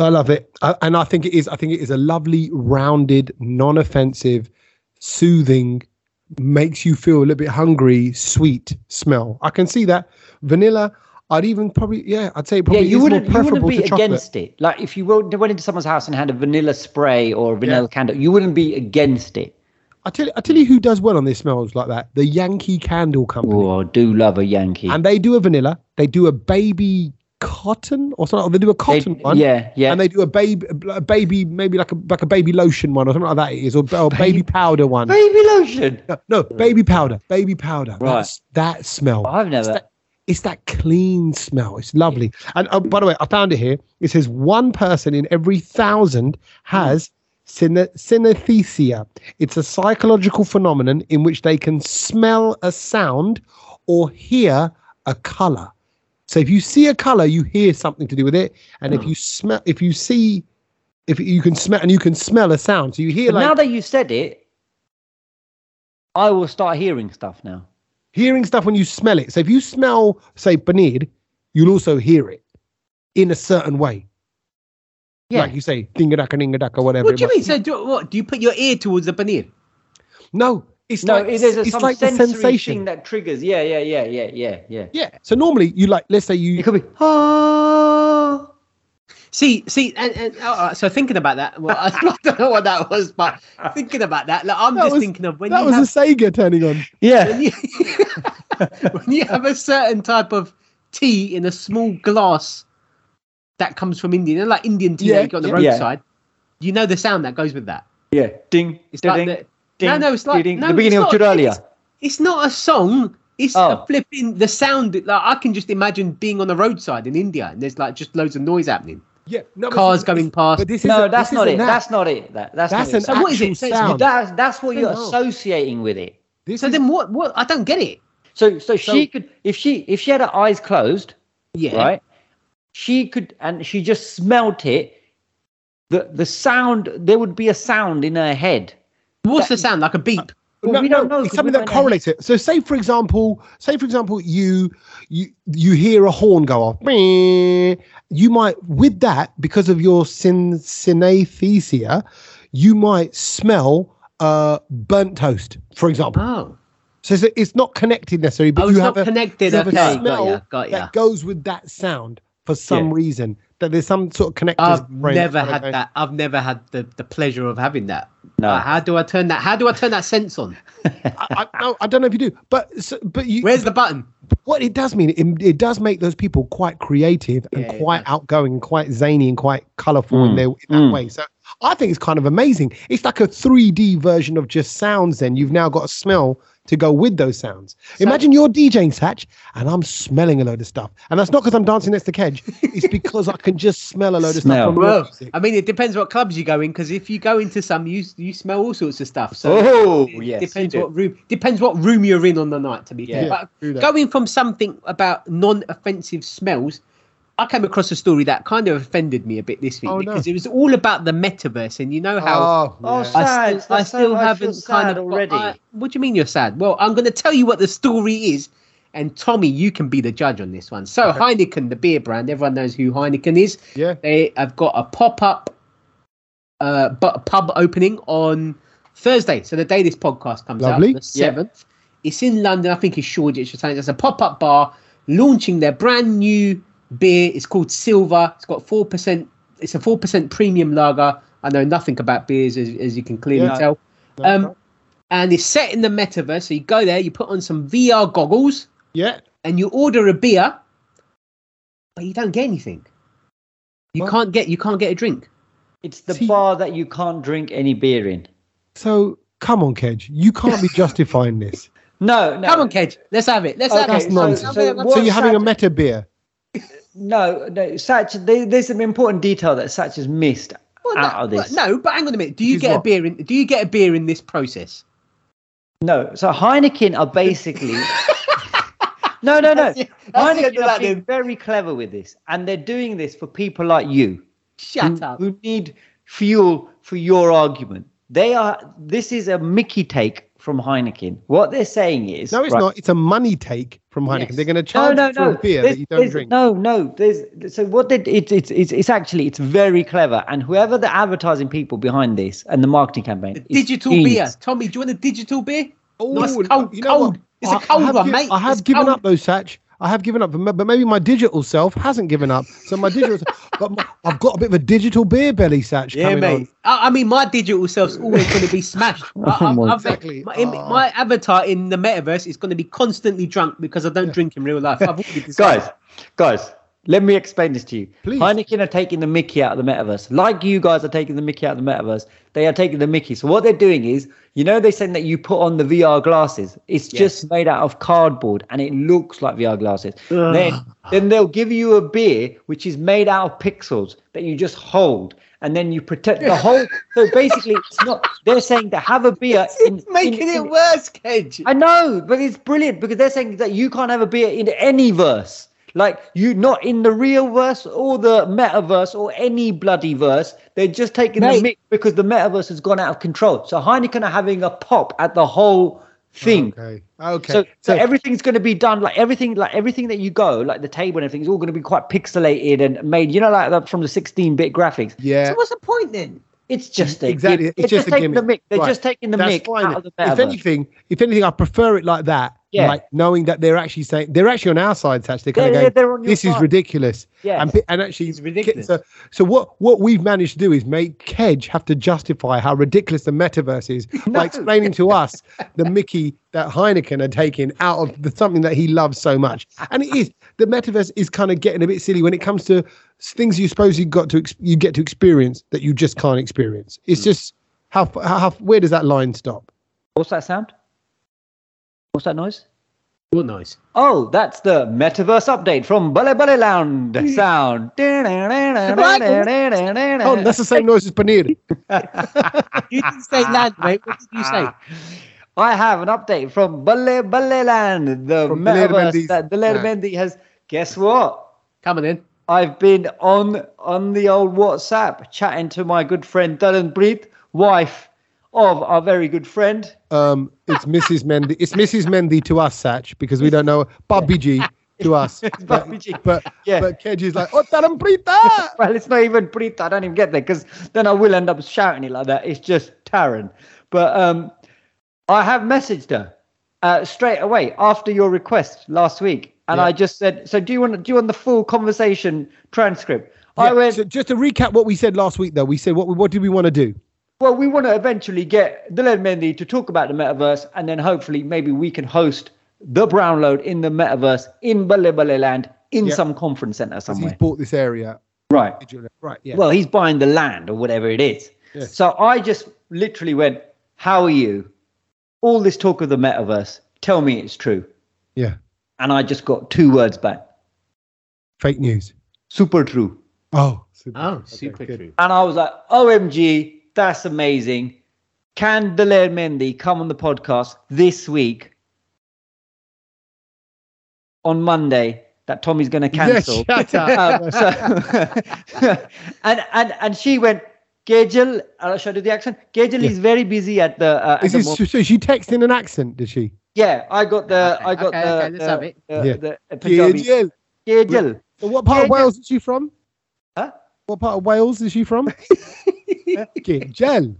Speaker 1: I love it, I, and I think it is. I think it is a lovely, rounded, non-offensive, soothing, makes you feel a little bit hungry, sweet smell. I can see that vanilla. I'd even probably yeah. I'd say it
Speaker 2: Yeah,
Speaker 1: probably
Speaker 2: you
Speaker 1: is more
Speaker 2: wouldn't, you wouldn't
Speaker 1: preferable
Speaker 2: be
Speaker 1: to chocolate.
Speaker 2: against it. Like if you went went into someone's house and had a vanilla spray or a vanilla candle, you wouldn't be against it.
Speaker 1: I tell you, I tell you who does well on these smells like that. The Yankee Candle Company,
Speaker 2: Oh, I do love a Yankee.
Speaker 1: and they do a vanilla. They do a baby cotton or something. Or they do a
Speaker 2: They-
Speaker 1: cotton one.
Speaker 2: Yeah, yeah.
Speaker 1: And they do a baby, a baby, maybe like a like a baby lotion one or something like that. It is or, or baby powder one.
Speaker 2: Baby lotion.
Speaker 1: No, no, baby powder, baby powder.
Speaker 2: Right.
Speaker 1: That's that smell.
Speaker 2: I've
Speaker 1: It's
Speaker 2: never.
Speaker 1: that, it's that clean smell. It's lovely. And uh, by the way, I found it here. It says one person in every thousand has
Speaker 2: Hmm.
Speaker 1: syne- synesthesia. It's a psychological phenomenon in which they can smell a sound or hear a color. So if you see a color, you hear something to do with it. And
Speaker 2: Hmm.
Speaker 1: if you smell, if you see, if you can smell, and you can smell a sound. So you hear
Speaker 2: But
Speaker 1: like
Speaker 2: now that you said it, I will start hearing stuff now.
Speaker 1: hearing stuff when you smell it. So if you smell, say, paneer, you'll also hear it in a certain way.
Speaker 2: Yeah.
Speaker 1: Like you say, dinga daka, dinga daka, whatever.
Speaker 3: What do
Speaker 1: it
Speaker 3: you mean?
Speaker 1: might-
Speaker 3: So do, what? Do you put your ear towards the paneer?
Speaker 1: No, it's
Speaker 2: no,
Speaker 1: like,
Speaker 2: it is a,
Speaker 1: it's
Speaker 2: some
Speaker 1: like the
Speaker 2: sensory
Speaker 1: sensation.
Speaker 2: thing that triggers. Yeah, yeah, yeah, yeah, yeah, yeah.
Speaker 1: yeah. So normally you like, let's say you,
Speaker 2: It could be. Oh.
Speaker 3: See, see, and, and all right, so thinking about that, well, I don't know what that was, but thinking about that, like, I'm
Speaker 1: That
Speaker 3: just
Speaker 1: was-
Speaker 3: thinking of when
Speaker 1: that
Speaker 3: you
Speaker 1: was
Speaker 3: have
Speaker 1: a Sega turning on.
Speaker 2: Yeah.
Speaker 3: when you, when you have a certain type of tea in a small glass that comes from India, you know, like Indian tea
Speaker 1: Yeah,
Speaker 3: that you got on the
Speaker 2: yeah.
Speaker 3: roadside, you know the sound that goes with that.
Speaker 2: Yeah. Ding.
Speaker 3: It's
Speaker 2: ding,
Speaker 3: like
Speaker 2: ding,
Speaker 3: the, no, no, it's like-
Speaker 2: ding.
Speaker 3: no,
Speaker 2: the beginning
Speaker 3: it's
Speaker 2: of
Speaker 3: not.
Speaker 2: Juralia.
Speaker 3: it's not a song. It's
Speaker 2: Oh.
Speaker 3: a flipping the sound. Like I can just imagine being on the roadside in India, and there's like just loads of noise happening.
Speaker 1: Yeah. No, but
Speaker 3: Cars
Speaker 1: it's-
Speaker 3: going
Speaker 1: it's-
Speaker 3: past.
Speaker 1: this
Speaker 2: No,
Speaker 1: isn't-
Speaker 2: that's
Speaker 1: this
Speaker 2: not it.
Speaker 1: isn't that.
Speaker 2: That's not it. That, that's,
Speaker 1: That's
Speaker 2: not
Speaker 1: an
Speaker 2: it. So
Speaker 3: what is
Speaker 1: actual
Speaker 3: it? So it's-
Speaker 1: sound.
Speaker 2: that's, that's what you're
Speaker 1: No.
Speaker 2: associating with it.
Speaker 1: This
Speaker 3: So
Speaker 1: is-
Speaker 3: then what? What? I don't get it.
Speaker 2: So, so
Speaker 1: So-
Speaker 2: she could, if she, if she had her eyes closed,
Speaker 3: Yeah.
Speaker 2: right? She could, and she just smelt it. The the sound, there would be a sound in her head.
Speaker 3: What's the sound? Like a beep.
Speaker 2: Well,
Speaker 1: no,
Speaker 2: we don't
Speaker 1: no,
Speaker 2: know
Speaker 1: It's
Speaker 2: 'cause
Speaker 1: something
Speaker 2: we
Speaker 1: that
Speaker 2: don't know.
Speaker 1: correlates it. So, say for example, say for example, you you you hear a horn go off. Meh. You might, with that, because of your sin synesthesia, you might smell uh, burnt toast, for example.
Speaker 3: Oh,
Speaker 1: So, it's- it's not connected necessarily, but
Speaker 3: oh,
Speaker 1: you
Speaker 3: it's
Speaker 1: have
Speaker 3: not
Speaker 1: a,
Speaker 3: connected.
Speaker 1: you have a
Speaker 3: Okay, got
Speaker 1: smell
Speaker 3: ya, got ya.
Speaker 1: that goes with that sound for some
Speaker 2: Yeah.
Speaker 1: reason. That there's some sort of connectors.
Speaker 3: I've
Speaker 1: in the brain
Speaker 3: never
Speaker 1: kinda
Speaker 3: had
Speaker 1: go-
Speaker 3: that. I've never had the, the pleasure of having that.
Speaker 2: No.
Speaker 3: Like, how do I turn that? How do I turn that sense on?
Speaker 1: I, I, no, I don't know if you do, but so, but you
Speaker 3: Where's the button?
Speaker 1: what it does mean it, it does make those people quite creative and
Speaker 3: Yeah, it
Speaker 1: quite outgoing and quite zany and quite colorful in
Speaker 2: Mm.
Speaker 1: their in that
Speaker 2: Mm.
Speaker 1: way so i think it's kind of amazing it's like a 3d version of just sounds then you've now got a smell to go with those sounds imagine you're djing satch and i'm smelling a load of stuff and that's not because i'm dancing next to kedge it's because i can just smell a load of
Speaker 2: Smell.
Speaker 1: stuff from your
Speaker 3: Well,
Speaker 1: music.
Speaker 3: I mean, it depends what clubs you go in. Because if you go into some, you you smell all sorts of stuff. So
Speaker 2: Oh,
Speaker 3: it
Speaker 2: yes,
Speaker 3: depends
Speaker 2: you do.
Speaker 3: what room depends what room you're in on the night. To be fair,
Speaker 1: Yeah,
Speaker 3: But
Speaker 1: do that.
Speaker 3: going from something about non-offensive smells, I came across a story that kind of offended me a bit this week
Speaker 1: Oh, no.
Speaker 3: because it was all about the metaverse, and you know how.
Speaker 2: Oh,
Speaker 1: yeah.
Speaker 2: so-
Speaker 3: I
Speaker 2: Sad.
Speaker 3: still, I
Speaker 2: That's so-
Speaker 3: still
Speaker 2: I
Speaker 3: haven't
Speaker 2: feel
Speaker 3: kind
Speaker 2: sad
Speaker 3: of got-
Speaker 2: already.
Speaker 3: I- what do you mean you're sad? Well, I'm going to tell you what the story is, and Tommy, you can be the judge on this one. So Heineken, the beer brand, everyone knows who Heineken is.
Speaker 1: Yeah.
Speaker 3: they have got a pop up, uh, but pub opening on Thursday. So the day this podcast comes
Speaker 1: Lovely.
Speaker 3: out, the
Speaker 2: Yeah.
Speaker 3: seventh. It's in London. I think it's Shoreditch or something. It's a pop up bar launching their brand new beer. It's called Silver. It's got four percent. It's a four percent premium lager. I know nothing about beers, as, as you can clearly
Speaker 1: Yeah.
Speaker 3: tell.
Speaker 1: No,
Speaker 3: Um,
Speaker 1: no.
Speaker 3: and it's set in the metaverse. So you go there, you put on some VR goggles,
Speaker 1: yeah
Speaker 3: and you order a beer, but you don't get anything. You
Speaker 1: What?
Speaker 3: can't get you can't get a drink.
Speaker 2: It's the
Speaker 1: See-
Speaker 2: bar that you can't drink any beer in.
Speaker 1: so come on kedge you can't be justifying this
Speaker 2: No, no.
Speaker 3: Come on, Kedge, let's have it. Let's have
Speaker 1: that's
Speaker 3: it.
Speaker 2: so-
Speaker 1: nonsense
Speaker 2: so
Speaker 1: so,
Speaker 2: what
Speaker 1: you're having a
Speaker 2: Satch-
Speaker 1: meta beer
Speaker 2: No, no. Satch, there, there's an important detail that Satch has missed
Speaker 3: Well, no,
Speaker 2: out of
Speaker 3: well,
Speaker 2: this.
Speaker 3: No, but hang on a minute. Do you
Speaker 1: is
Speaker 3: get a
Speaker 1: what?
Speaker 3: beer in? Do you get a beer in this process?
Speaker 2: No, so Heineken are basically. no, no, no.
Speaker 3: That's it. That's the
Speaker 2: Heineken
Speaker 3: end of
Speaker 2: are
Speaker 3: that
Speaker 2: being
Speaker 3: then.
Speaker 2: very clever with this, and they're doing this for people like you
Speaker 3: Shut
Speaker 2: who,
Speaker 3: up.
Speaker 2: who need fuel for your argument. They are. This is a Mickey take from Heineken. What they're saying is
Speaker 1: No, it's
Speaker 2: right,
Speaker 1: not. It's a money take from Heineken.
Speaker 3: Yes.
Speaker 1: They're going to
Speaker 2: No,
Speaker 1: charge
Speaker 2: Oh, no,
Speaker 1: you for
Speaker 2: no.
Speaker 1: a beer
Speaker 2: There's-
Speaker 1: that you don't
Speaker 2: there's-
Speaker 1: drink.
Speaker 2: No, no. There's so what they it's it's it's it's actually it's very clever, and whoever the advertising people behind this and the marketing campaign,
Speaker 3: The
Speaker 2: is
Speaker 3: digital beer,
Speaker 2: genius.
Speaker 3: Tommy. Do you want a digital beer?
Speaker 1: Oh,
Speaker 3: nice
Speaker 1: look,
Speaker 3: cold- cold.
Speaker 1: what?
Speaker 3: It's a
Speaker 1: I-
Speaker 3: cold
Speaker 1: I have
Speaker 3: one,
Speaker 1: gi-
Speaker 3: mate.
Speaker 1: I have
Speaker 3: It's
Speaker 1: given
Speaker 3: cold.
Speaker 1: up though, Satch. I have given up, but ma- but maybe my digital self hasn't given up. So my digital, but my, I've got a bit of a digital beer belly, Satch.
Speaker 2: Yeah,
Speaker 1: coming
Speaker 2: mate.
Speaker 1: on.
Speaker 3: I, I mean, my digital self's always going to be smashed. I,
Speaker 2: Oh,
Speaker 3: I'm-
Speaker 2: my-
Speaker 3: I'm-
Speaker 1: Exactly.
Speaker 3: My, im-
Speaker 1: Oh.
Speaker 3: my avatar in the metaverse is going to be constantly drunk because I don't drink in real life. I've already decided.
Speaker 2: guys, guys, let me explain this to you.
Speaker 1: Please.
Speaker 2: Heineken are taking the Mickey out of the metaverse, like you guys are taking the Mickey out of the metaverse. They are taking the Mickey. So what they're doing is, you know, they saying that you put on the VR glasses. It's just made out of cardboard and it looks like VR glasses. Then, then they'll give you a beer which is made out of pixels that you just hold. And then you protect the whole. So basically, it's not. They're saying to have a beer. in-
Speaker 3: It's making
Speaker 2: in-
Speaker 3: it
Speaker 2: in-
Speaker 3: worse, Kedge.
Speaker 2: I know, but it's brilliant because they're saying that you can't have a beer in any verse. Like you not in the real verse or the metaverse or any bloody verse. They're just taking the
Speaker 1: Mate.
Speaker 2: mic because the metaverse has gone out of control. So Heineken are having a pop at the whole thing.
Speaker 1: Oh, Okay. Okay.
Speaker 2: So, so everything's going to be done like everything, like everything that you go, like the table and everything is all going to be quite pixelated and made, you know, like that from the 16-bit graphics.
Speaker 1: yeah.
Speaker 3: So what's the point then?
Speaker 2: It's just a,
Speaker 1: Exactly.
Speaker 2: It's,
Speaker 1: It's just
Speaker 2: just,
Speaker 1: a
Speaker 2: taking the
Speaker 1: gimmick.
Speaker 2: mic. They're
Speaker 1: Right.
Speaker 2: just taking the
Speaker 1: That's
Speaker 2: mic
Speaker 1: fine.
Speaker 2: out of the metaverse.
Speaker 1: If anything, if anything, I prefer it like that.
Speaker 2: Yeah.
Speaker 1: Like knowing that they're actually saying they're actually on our side, Satch. They're kind
Speaker 2: They're-
Speaker 1: of going,
Speaker 2: they're on your
Speaker 1: "This is
Speaker 2: side."
Speaker 1: ridiculous."
Speaker 2: Yes.
Speaker 1: And, pe- and actually,
Speaker 3: It's ridiculous.
Speaker 1: So, so what what we've managed to do is make Kedge have to justify how ridiculous the metaverse is by explaining to us the Mickey that Heineken are taking out of the, something that he loves so much. And it is the metaverse is kind of getting a bit silly when it comes to s- things you suppose you got to ex- you get to experience that you just can't experience. It's just how, f- how how where does that line stop?
Speaker 2: What's that sound? What's that noise?
Speaker 3: What noise?
Speaker 2: Oh, that's the metaverse update from Bale Bale Lounge
Speaker 1: Hmm.
Speaker 2: sound.
Speaker 1: Oh, that's the same noise as Paneer.
Speaker 3: You didn't say land, mate. What did you say?
Speaker 2: I have an update from Bale Bale Land, the
Speaker 1: From Ah. Blair
Speaker 2: metaverse
Speaker 1: Mendy's
Speaker 2: that Blair
Speaker 1: land.
Speaker 2: Mendy has. Guess what?
Speaker 3: Come on in.
Speaker 2: I've been on on the old WhatsApp chatting to my good friend Dylan Breed, wife of our very good friend.
Speaker 1: Um, it's Mrs. Mendy. It's Mrs. Mendy to us, Satch, because we don't know Bobby G to us.
Speaker 2: Bobby G.
Speaker 1: But
Speaker 2: Yeah.
Speaker 1: but Kedge is like, oh, Taramprita!
Speaker 2: well, it's not even Prita. I don't even get there because then I will end up shouting it like that. It's just Taran. But um, I have messaged her uh, straight away after your request last week, and
Speaker 1: Yeah.
Speaker 2: I just said, "So do you want do you want the full conversation transcript?" I
Speaker 1: Yeah,
Speaker 2: went,
Speaker 1: so just to recap what we said last week, though, we said what we- what did we want to do?
Speaker 2: "Well, we want to eventually get Dylan Mendy to talk about the metaverse, and then hopefully maybe we can host the Brownload in the metaverse in Bale Bale Land in
Speaker 1: Yeah.
Speaker 2: some conference center
Speaker 1: 'Cause He's
Speaker 2: somewhere."
Speaker 1: bought this area,
Speaker 2: Right.
Speaker 1: right? Yeah.
Speaker 2: Well, he's buying the land or whatever it is.
Speaker 1: Yeah.
Speaker 2: So I just literally went, How are you? All this talk of the metaverse, tell me it's true.
Speaker 1: yeah.
Speaker 2: And I just got two words back
Speaker 1: Fake news.
Speaker 2: super true.
Speaker 1: Oh. super.
Speaker 3: Oh,
Speaker 1: Okay,
Speaker 3: super
Speaker 1: good.
Speaker 3: true.
Speaker 2: And I was like, OMG, that's amazing. Can Delair Mendy come on the podcast this week on Monday that Tommy's going to
Speaker 1: Yeah,
Speaker 2: cancel?
Speaker 1: shut up.
Speaker 2: Um, so- and and and she went. Gajal, uh, should I do the accent? Gajal
Speaker 1: Yeah.
Speaker 2: is very busy at the. Uh, at
Speaker 1: Is
Speaker 2: the
Speaker 1: this,
Speaker 2: moment.
Speaker 1: so so she texted in an accent, did she?
Speaker 2: Yeah, I got the.
Speaker 3: Okay,
Speaker 2: I got
Speaker 3: okay,
Speaker 2: the.
Speaker 3: okay, let's
Speaker 2: the,
Speaker 3: have it.
Speaker 2: the-
Speaker 1: Yeah.
Speaker 2: the, uh, Punjabi.
Speaker 1: Gajal.
Speaker 2: Gajal.
Speaker 1: So what part of
Speaker 2: Gajal.
Speaker 1: Wales is she from?
Speaker 2: Huh?
Speaker 1: What part of Wales is she from? Gajal.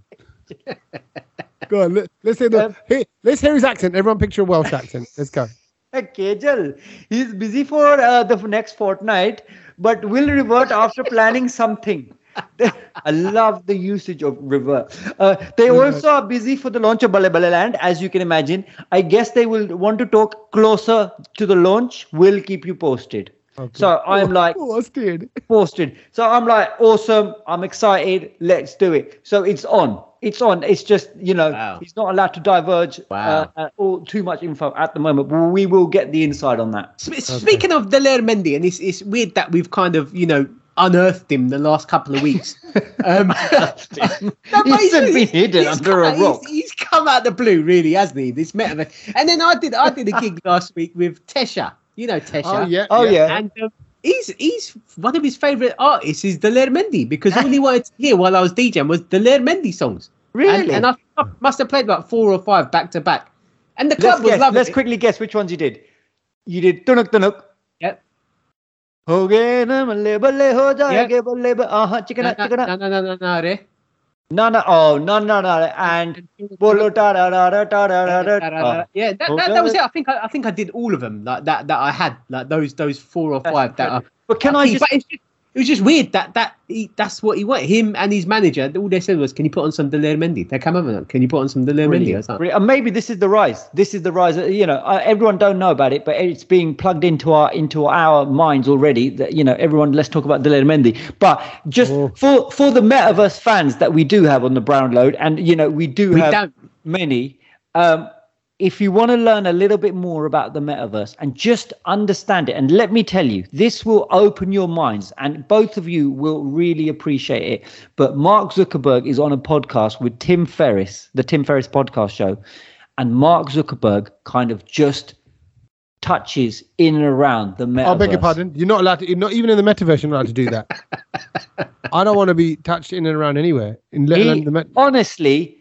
Speaker 1: Go on. Let, let's hear the.
Speaker 2: Um,
Speaker 1: hey, let's hear his accent. Everyone, picture a Welsh accent. Let's go.
Speaker 2: Uh, Gajal. He's busy for uh, the next fortnight, but will revert after planning something. I love the usage of revert. Uh, they
Speaker 1: Mm-hmm.
Speaker 2: also are busy for the launch of Bale Bale Land, as you can imagine. I guess they will want to talk closer to the launch. We'll keep you posted. So I'm like,
Speaker 1: oh, that's good.
Speaker 2: Boston. So I'm like, awesome. I'm excited. Let's do it. So it's on. It's on. It's just, you know,
Speaker 3: Wow.
Speaker 2: he's not allowed to diverge
Speaker 3: Wow.
Speaker 2: uh, uh, all too much info at the moment. But we will get the inside on that.
Speaker 3: Sp- Speaking of Delaire Mendy, and it's, it's weird that we've kind of, you know, unearthed him the last couple of weeks. Um, no, but
Speaker 2: He's been hidden
Speaker 3: he's
Speaker 2: under a
Speaker 3: come-
Speaker 2: rock.
Speaker 3: He's, he's come out the blue, really, hasn't he? This metaverse. And then I did I did a gig last week with Tesha. You know Tesha.
Speaker 1: Oh yeah.
Speaker 2: Oh, yeah.
Speaker 3: And um, he's he's one of his favourite artists is Delaire Mendy because all he wanted to hear while I was DJing was Delaire Mendy songs.
Speaker 2: Really?
Speaker 3: And, and I, I must have played about four or five back to back. And the club
Speaker 2: Let's,
Speaker 3: was
Speaker 2: guess,
Speaker 3: lovely.
Speaker 2: let's quickly guess which ones you did. You did Tunuk Tunuk.
Speaker 3: Yep.
Speaker 2: हो गए ना बल्ले बल्ले हो जाएंगे बल्ले ब- आहा,
Speaker 3: Na,
Speaker 2: चिकना
Speaker 3: na,
Speaker 2: चिकना
Speaker 3: na, na, na, na, na, re.
Speaker 2: No, no, oh, no, no, no, and bolo da da da da da da da da.
Speaker 3: Yeah, that, that, that was it. I think I, I think I did all of them like that that I had like those those four or five that. I,
Speaker 2: But can I
Speaker 3: think-
Speaker 2: just?
Speaker 3: but it's just- it was just weird that that he, that's what he wanted. Him and his manager. All they said was, "Can you put on some Delaire Mendy?" They come over. and, Can you put on some Delaire Mendy? I was like,
Speaker 2: Really- And maybe this is the rise. This is the rise. uh, You know, uh, everyone don't know about it, but it's being plugged into our into our minds already. That you know, everyone. Let's talk about Dylan Mendy. But just
Speaker 1: Oh.
Speaker 2: for for the metaverse fans that we do have on the Brown Load, and you know, we do
Speaker 3: We
Speaker 2: have
Speaker 3: don't.
Speaker 2: many. Um, if you want to learn a little bit more about the metaverse and just understand it, and let me tell you, this will open your minds, and both of you will really appreciate it. But Mark Zuckerberg is on a podcast with Tim Ferriss, the Tim Ferriss podcast show, and Mark Zuckerberg kind of just touches in and around the metaverse.
Speaker 1: I beg your pardon. You're not allowed to. You're not even in the metaverse. You're not allowed to do that. I don't want to be touched in and around anywhere. In let
Speaker 2: He-
Speaker 1: alone the met-
Speaker 2: honestly,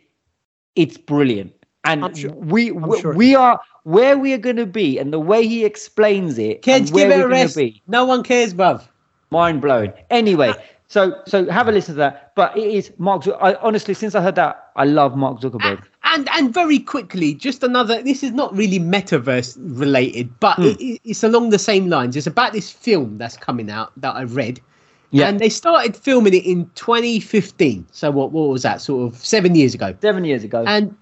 Speaker 2: it's brilliant.
Speaker 1: I'm
Speaker 2: And
Speaker 1: sure-
Speaker 2: we we,
Speaker 1: sure it
Speaker 2: we are where we are going to be, and the way he explains it,
Speaker 3: Kids,
Speaker 2: and where
Speaker 3: give it
Speaker 2: we're
Speaker 3: a
Speaker 2: gonna
Speaker 3: rest. Uh, No one cares, bruv.
Speaker 2: mind blown. Anyway, so so have a listen to that. But it is Mark. Zuck- I, honestly, since I heard that, I love Mark Zuckerberg.
Speaker 3: And and very quickly, just another. This is not really metaverse related, but it- it, it's along the same lines. It's about this film that's coming out that I read.
Speaker 2: Yeah.
Speaker 3: And they started filming it in 2015. So what what was that? Sort of seven years ago.
Speaker 2: Seven years ago,
Speaker 3: And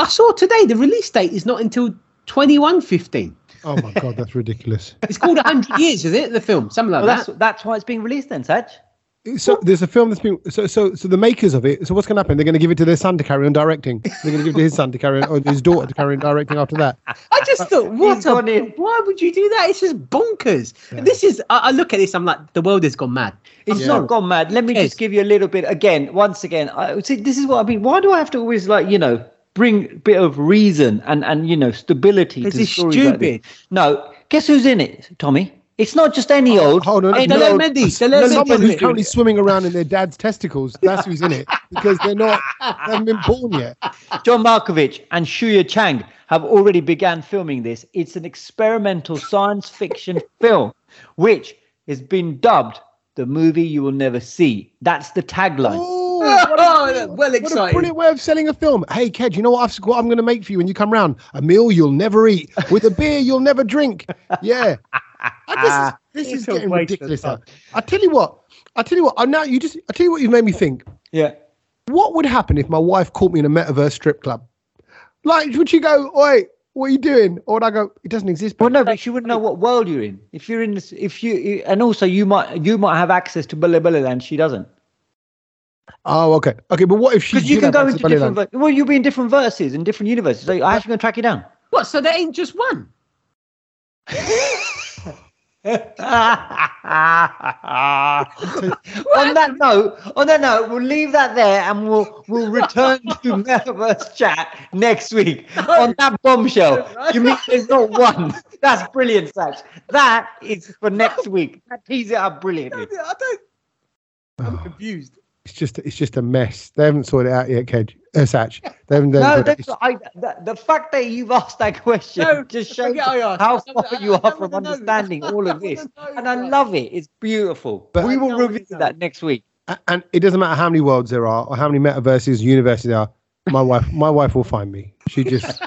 Speaker 3: I saw today the release date is not until 2115.
Speaker 1: oh my god, that's ridiculous.
Speaker 3: It's called 100 Years, is it? The film, something like
Speaker 2: well, that's
Speaker 3: that.
Speaker 2: that's why it's being released then, Saj.
Speaker 1: So there's a film that's been so so so the makers of it. So what's going to happen? They're going to give it to their son to carry on directing. They're going to give it to his son to carry on or his daughter to carry on directing after that.
Speaker 3: I just thought, what a,
Speaker 2: gone in.
Speaker 3: why would you do that? It's just bonkers. This is, I, I look at this, I'm like, the world has gone mad.
Speaker 2: It's
Speaker 3: I'm
Speaker 2: not
Speaker 3: sorry.
Speaker 2: gone mad. Let me
Speaker 3: Yes.
Speaker 2: just give you a little bit again. Once again, I, see, this is what I mean. Why do I have to always like you know bring a bit of reason and and you know stability to
Speaker 3: This is
Speaker 2: stories like this?
Speaker 3: stupid.
Speaker 2: No, guess who's in it, Tommy? It's not just any old.
Speaker 1: hold on,
Speaker 2: any
Speaker 1: no,
Speaker 3: Delo
Speaker 1: no,
Speaker 2: old-
Speaker 3: Mendy, Delo
Speaker 1: No,
Speaker 3: Mendy's
Speaker 1: someone
Speaker 3: in
Speaker 1: who's
Speaker 3: it.
Speaker 1: currently swimming around in their dad's testicles. That's who's in it because they're not they haven't been born yet.
Speaker 2: John Markovich and Shuya Chang have already began filming this. It's an experimental science fiction film, which has been dubbed the movie you will never see. That's the tagline.
Speaker 1: Oh,
Speaker 3: Oh, well
Speaker 1: What a
Speaker 3: excited.
Speaker 1: brilliant way of selling a film. Hey, Ked, you know what, I've, what I'm going to make for you when you come round? A meal you'll never eat with a beer you'll never drink. Yeah. Uh, this is, this is
Speaker 3: It's a
Speaker 1: getting
Speaker 3: waste of
Speaker 1: ridiculous.
Speaker 3: time.
Speaker 1: I tell you what. I tell you what. I now you just. I tell you what. You made me think.
Speaker 2: Yeah.
Speaker 1: What would happen if my wife caught me in a metaverse strip club? Like, would she go, "Oi, what are you doing?" Or would I go, "It doesn't exist."
Speaker 2: Well,
Speaker 1: babe."
Speaker 2: no, but you wouldn't know what world you're in. If you're in this, if you, and also you might, you might have access to Billy Billy Land. She doesn't.
Speaker 1: Oh, okay, okay. But what if she?
Speaker 2: Because you
Speaker 1: did
Speaker 2: can
Speaker 1: have
Speaker 2: go
Speaker 1: access
Speaker 2: into
Speaker 1: to
Speaker 2: different,
Speaker 1: Legoland?
Speaker 2: ver- well, you'll be in different verses in different universes. So I have to go and track you down.
Speaker 3: What? So there ain't just one.
Speaker 2: on that note, on that note, we'll leave that there and we'll we'll return to Metaverse chat next week. On that bombshell, you mean there's not one? That's brilliant, Satch. That is for next week. That tees it up brilliantly.
Speaker 3: I don't. I'm
Speaker 1: Oh.
Speaker 3: confused.
Speaker 1: It's just, it's just a mess. They haven't sorted it out yet, Ked. Uh, Satch. They haven't done
Speaker 2: No,
Speaker 1: it.
Speaker 2: that's, I, the, the fact that you've asked that question
Speaker 3: No,
Speaker 2: just shows
Speaker 3: forget I asked.
Speaker 2: how
Speaker 3: I
Speaker 2: far
Speaker 3: don't-
Speaker 2: you
Speaker 3: I
Speaker 2: are
Speaker 3: don't
Speaker 2: from
Speaker 3: wanna know.
Speaker 2: understanding all
Speaker 3: I
Speaker 2: of
Speaker 3: wanna
Speaker 2: this.
Speaker 3: know
Speaker 2: And I
Speaker 3: that.
Speaker 2: love it. It's beautiful.
Speaker 1: But-
Speaker 2: we
Speaker 3: I
Speaker 2: will
Speaker 3: know, I
Speaker 2: revisit
Speaker 3: know.
Speaker 2: that next week.
Speaker 1: A- and it doesn't matter how many worlds there are or how many metaverses, universes there are. My wife, my wife will find me. She just,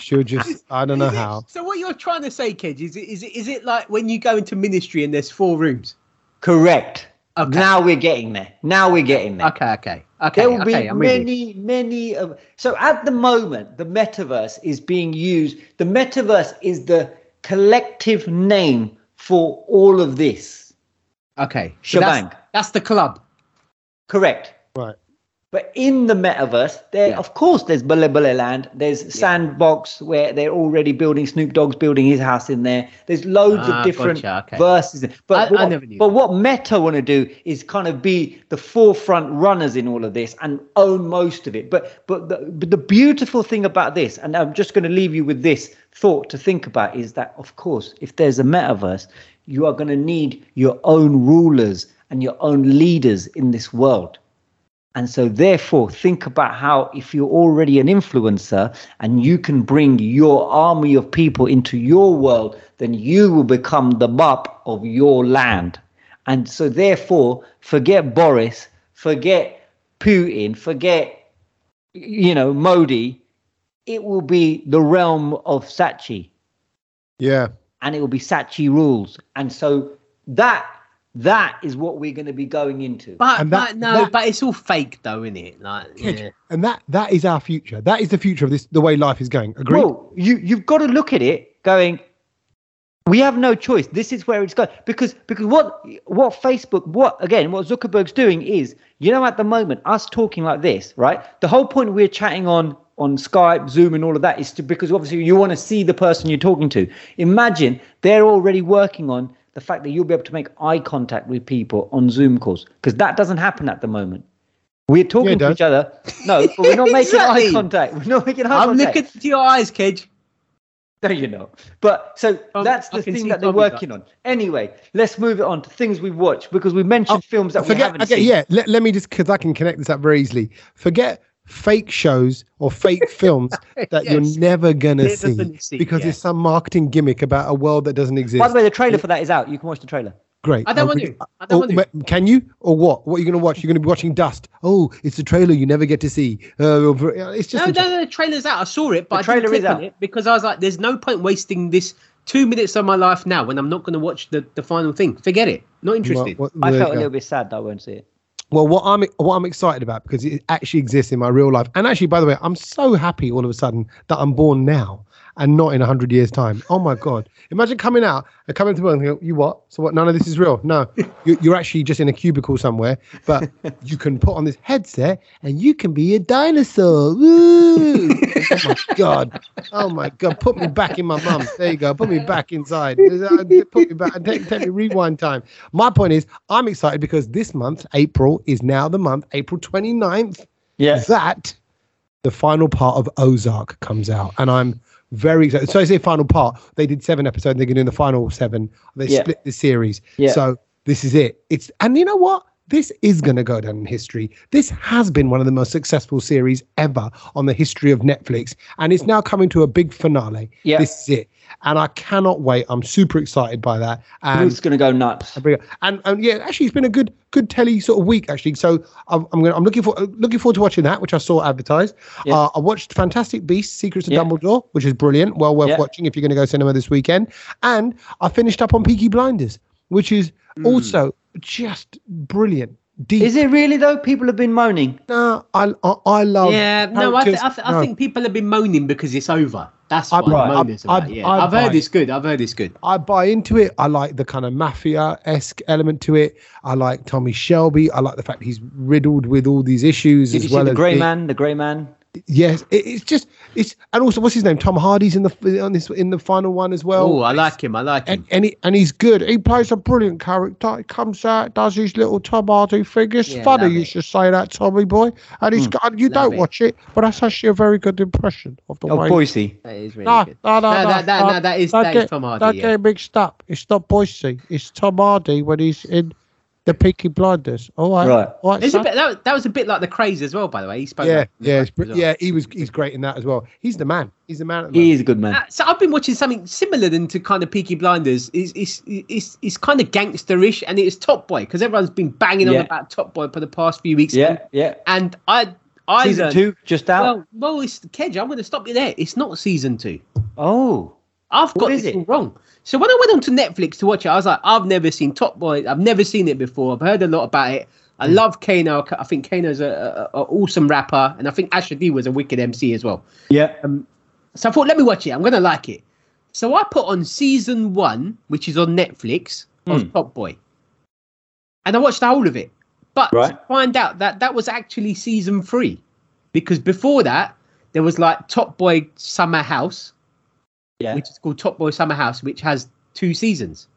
Speaker 1: she'll just. I don't know
Speaker 3: Is it-
Speaker 1: how.
Speaker 3: So what you're trying to say, Kid, is it, is it is it like when you go into ministry and there's four rooms?
Speaker 2: Correct.
Speaker 3: Okay.
Speaker 2: Now we're getting there. Now we're getting there.
Speaker 3: Okay, okay, okay.
Speaker 2: There will
Speaker 3: okay,
Speaker 2: be
Speaker 3: I'm with you.
Speaker 2: many, many of. So at the moment, the metaverse is being used. The metaverse is the collective name for all of this.
Speaker 3: Okay, so That's,
Speaker 2: Shebang.
Speaker 3: that's the club.
Speaker 2: Correct.
Speaker 1: Right.
Speaker 2: But in the metaverse, there
Speaker 3: Yeah.
Speaker 2: of course there's Bale Bale Land. There's Sandbox where they're already building. Snoop Dogg's building his house in there. There's loads
Speaker 3: Ah,
Speaker 2: of different
Speaker 3: gotcha, okay.
Speaker 2: verses. But
Speaker 3: I- I
Speaker 2: what,
Speaker 3: never knew
Speaker 2: but what Meta want to do is kind of be the forefront runners in all of this and own most of it. But but the, but the beautiful thing about this, and I'm just going to leave you with this thought to think about, is that of course if there's a metaverse, you are going to need your own rulers and your own leaders in this world. And so, therefore, think about how if you're already an influencer and you can bring your army of people into your world, then you will become the mop of your land. And so, therefore, forget Boris, forget Putin, forget, you know, Modi, it will be the realm of Sachi
Speaker 1: Yeah.
Speaker 2: and it will be Sachi rules. And so that that is what we're going to be going into.
Speaker 3: But,
Speaker 1: And that-
Speaker 3: but no,
Speaker 1: that-
Speaker 3: but it's all fake though, isn't it? Like, yeah.
Speaker 1: And that that is our future. That is the future of this the way life is going. Agreed?
Speaker 2: Well, you you've got to look at it going. We have no choice. This is where it's going because because what what Facebook what again what Zuckerberg's doing is you know at the moment us talking like this right the whole point we're chatting on on Skype Zoom and all of that is to because obviously you want to see the person you're talking to. Imagine they're already working on the fact that you'll be able to make eye contact with people on Zoom calls because that doesn't happen at the moment. We're
Speaker 1: Yeah,
Speaker 2: talking
Speaker 1: it
Speaker 2: to
Speaker 1: does.
Speaker 2: each other. No, but we're not making eye
Speaker 3: Exactly.
Speaker 2: contact. We're not making eye
Speaker 3: I'm
Speaker 2: contact.
Speaker 3: looking to your eyes, Kedge.
Speaker 2: No, you're not. But so
Speaker 3: Um,
Speaker 2: that's
Speaker 3: I
Speaker 2: the
Speaker 3: can
Speaker 2: thing
Speaker 3: see
Speaker 2: that they're
Speaker 3: Tommy got-
Speaker 2: working on. Anyway, let's move it on to things we watch because we mentioned films that we
Speaker 1: Oh, Forget
Speaker 2: haven't
Speaker 1: okay,
Speaker 2: seen.
Speaker 1: yeah. Let, let me just because I can connect this up very easily. Forget fake shows or fake films that
Speaker 3: Yes.
Speaker 1: you're never gonna
Speaker 3: Never
Speaker 1: see,
Speaker 3: gonna see,
Speaker 1: because
Speaker 3: yeah.
Speaker 1: it's some marketing gimmick about a world that doesn't exist.
Speaker 2: By the way, the trailer for that is out. You can watch the trailer.
Speaker 1: Great.
Speaker 3: I don't
Speaker 1: I'll
Speaker 3: want
Speaker 1: be-
Speaker 3: to. I don't
Speaker 1: Or-
Speaker 3: want to.
Speaker 1: ma- Can you or what? What are you going to watch? You're going to be watching Dust. Oh, it's a trailer you never get to see. Uh, it's just
Speaker 3: No,
Speaker 1: inter-
Speaker 3: no, no, the trailer's out. I saw it, but
Speaker 2: The
Speaker 3: I
Speaker 2: trailer
Speaker 3: didn't click
Speaker 2: is
Speaker 3: on
Speaker 2: out.
Speaker 3: it because I was like, there's no point wasting this two minutes of my life now when I'm not going to watch the, the final thing. Forget it. Not interested.
Speaker 1: Well,
Speaker 2: I
Speaker 1: there you
Speaker 2: felt a
Speaker 1: go.
Speaker 2: little bit sad that I won't see it.
Speaker 1: Well, what I'm what I'm excited about because it actually exists in my real life. And actually, by the way, I'm so happy all of a sudden that I'm born now and not in hundred years' time. Oh my god! Imagine coming out and coming to work and go, "You what? So what? None of this is real. No, You- you're actually just in a cubicle somewhere, but you can put on this headset and you can be a dinosaur. Woo! oh my god! Oh my god! Put me back in my mum's. There you go. Put me back inside. Uh, Put me back. Take, take me rewind time. My point is, I'm excited because this month, April, is now the month, April 29th,
Speaker 2: Yes.
Speaker 1: that the final part of Ozark comes out. And I'm very excited. So I say final part, they did seven episodes, they're going to do the final seven. They
Speaker 2: Yeah.
Speaker 1: split the series.
Speaker 2: Yeah.
Speaker 1: So this is it. It's And you know what? This is going to go down in history. This has been one of the most successful series ever on the history of Netflix. And it's now coming to a big finale.
Speaker 2: Yeah.
Speaker 1: This is it. And I cannot wait. I'm super excited by that. And
Speaker 2: Bruce's gonna go nuts.
Speaker 1: I bring it- And, and yeah, actually, it's been a good good telly sort of week actually. So I'm I'm, gonna, I'm looking for looking forward to watching that, which I saw advertised.
Speaker 2: Yeah.
Speaker 1: Uh, I watched Fantastic Beasts: Secrets of
Speaker 2: Yeah.
Speaker 1: Dumbledore, which is brilliant, well worth
Speaker 2: Yeah.
Speaker 1: watching if you're going to go cinema this weekend. And I finished up on Peaky Blinders, which is also just brilliant. Deep.
Speaker 2: Hmm. Is it really though? People have been moaning.
Speaker 1: No, I, I I love.
Speaker 3: yeah, no, I, th- I, th-
Speaker 1: characters. No.
Speaker 3: I think people have been moaning because it's over. That's
Speaker 1: I
Speaker 3: what
Speaker 1: buy-
Speaker 3: I'm moaning
Speaker 1: I-
Speaker 3: about.
Speaker 1: I-
Speaker 3: yeah.
Speaker 1: I
Speaker 3: I, have heard
Speaker 1: buy-
Speaker 3: it's good. I've heard it's good.
Speaker 1: I buy into it. I like the kind of mafia esque element to it. I like Tommy Shelby. I like the fact he's riddled with all these issues
Speaker 2: Did
Speaker 1: as
Speaker 2: you see
Speaker 1: well
Speaker 2: the
Speaker 1: as
Speaker 2: Grey
Speaker 1: being-
Speaker 2: Man? The Grey Man.
Speaker 1: Yes, it, it's just it's and also what's his name? Tom Hardy's in the on this in the final one as well. eh,
Speaker 3: Oh, I like him. I like
Speaker 1: and
Speaker 3: him.
Speaker 1: and, he, and he's good. He plays a brilliant character. He comes out, does his little Tom Hardy thing. It's
Speaker 3: Yeah,
Speaker 1: funny
Speaker 3: love
Speaker 1: you
Speaker 3: it. Mm,
Speaker 1: should say that, Tommy boy. And he's got, you
Speaker 3: love
Speaker 1: don't
Speaker 3: it.
Speaker 1: watch it, but that's actually a very good impression of the
Speaker 2: Oh,
Speaker 1: way.
Speaker 2: Boise.
Speaker 3: That is really
Speaker 1: No,
Speaker 3: good.
Speaker 1: no, no, no, Uh,
Speaker 3: No, that- that-
Speaker 1: no,
Speaker 3: no, that is-
Speaker 1: don't
Speaker 3: that is
Speaker 1: get-
Speaker 3: Tom Hardy,
Speaker 1: Don't
Speaker 3: yeah.
Speaker 1: get mixed up. It's not Boise. It's Tom Hardy when he's in the Peaky Blinders. All right,
Speaker 2: Right.
Speaker 1: All right
Speaker 3: It's
Speaker 1: son.
Speaker 3: a bit, that, was- that was a bit like the craze as well, by the way. He spoke.
Speaker 1: yeah,
Speaker 3: like-
Speaker 1: yeah, it's br-
Speaker 3: as well.
Speaker 1: yeah. He was he's great in that as well. He's the man. He's the man. At the moment.
Speaker 2: He is a good man.
Speaker 3: Uh, so I've been watching something similar than to kind of Peaky Blinders. It's it's it's, it's kind of gangsterish, and it's Top Boy because everyone's been banging
Speaker 2: Yeah.
Speaker 3: on about Top Boy for the past few weeks.
Speaker 2: Yeah, yeah.
Speaker 3: and I I
Speaker 2: Season
Speaker 3: learned-
Speaker 2: two just out.
Speaker 3: Well, well, it's Kedge. I'm going to stop you there. It's not season two.
Speaker 2: Oh,
Speaker 3: I've
Speaker 2: What
Speaker 3: got
Speaker 2: is
Speaker 3: this
Speaker 2: it?
Speaker 3: all wrong. So when I went onto Netflix to watch it, I was like, I've never seen Top Boy. I've never seen it before. I've heard a lot about it. I
Speaker 2: Hmm.
Speaker 3: love Kano. I think Kano's a, a, a awesome rapper, and I think Asher D was a wicked MC as well.
Speaker 2: yeah.
Speaker 3: So I thought, let me watch it. I'm going to like it. So I put on season one, which is on Netflix,
Speaker 2: Hmm.
Speaker 3: of Top Boy. And I watched the whole of it. But
Speaker 2: Right.
Speaker 3: to find out that that was actually season three. Because before that, there was like Top Boy Summer House,
Speaker 2: yeah.
Speaker 3: which is called Top Boy Summer House, which has two seasons.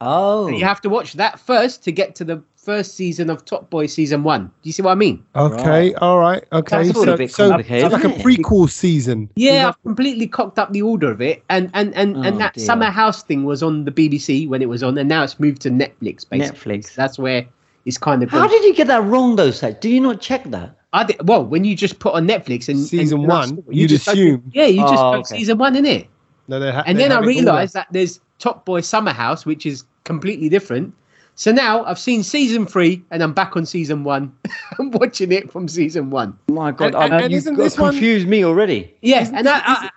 Speaker 2: Oh,
Speaker 3: You have to watch that first to get to the first season of Top Boy season one. Do you see what I mean?
Speaker 1: Okay, all right, okay.
Speaker 2: That's all
Speaker 1: so,
Speaker 2: a bit
Speaker 1: so
Speaker 2: complicated,
Speaker 1: it's like a
Speaker 2: isn't it?
Speaker 1: prequel season.
Speaker 3: Yeah, I've completely cocked up the order of it, and and and,
Speaker 2: Oh,
Speaker 3: and that
Speaker 2: dear.
Speaker 3: summer house thing was on the BBC when it was on, and now it's moved to Netflix. Basically,
Speaker 2: Netflix.
Speaker 3: that's where it's kind of.
Speaker 2: How
Speaker 3: gone.
Speaker 2: did you get that wrong though, Saj? Do you not check that?
Speaker 3: I did, well when you just put on Netflix and
Speaker 1: Season
Speaker 3: and-
Speaker 1: one,
Speaker 3: you
Speaker 1: you'd
Speaker 3: just go-
Speaker 1: assume.
Speaker 3: yeah, you just
Speaker 2: Oh,
Speaker 3: go
Speaker 2: okay.
Speaker 3: season one in it,
Speaker 1: No, they ha-
Speaker 3: and
Speaker 1: they
Speaker 3: then I
Speaker 1: have it all
Speaker 3: realised that there's Top Boy Summer House, which is completely different. So now I've seen season three and I'm back on season one. I'm watching it from season one.
Speaker 2: My God,
Speaker 1: And- and-
Speaker 2: I-
Speaker 1: and
Speaker 2: you've
Speaker 1: isn't
Speaker 2: got
Speaker 1: this one-
Speaker 2: confused me already.
Speaker 3: Yeah, and I, I,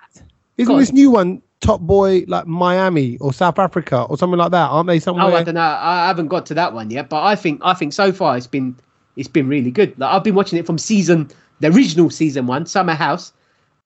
Speaker 1: Isn't
Speaker 3: God.
Speaker 1: this new one Top Boy like Miami or South Africa or something like that? Aren't they somewhere?
Speaker 3: oh, I don't know. I haven't got to that one yet, but I think I think so far it's been it's been really good. Like I've been watching it from season the original season one, Summer House,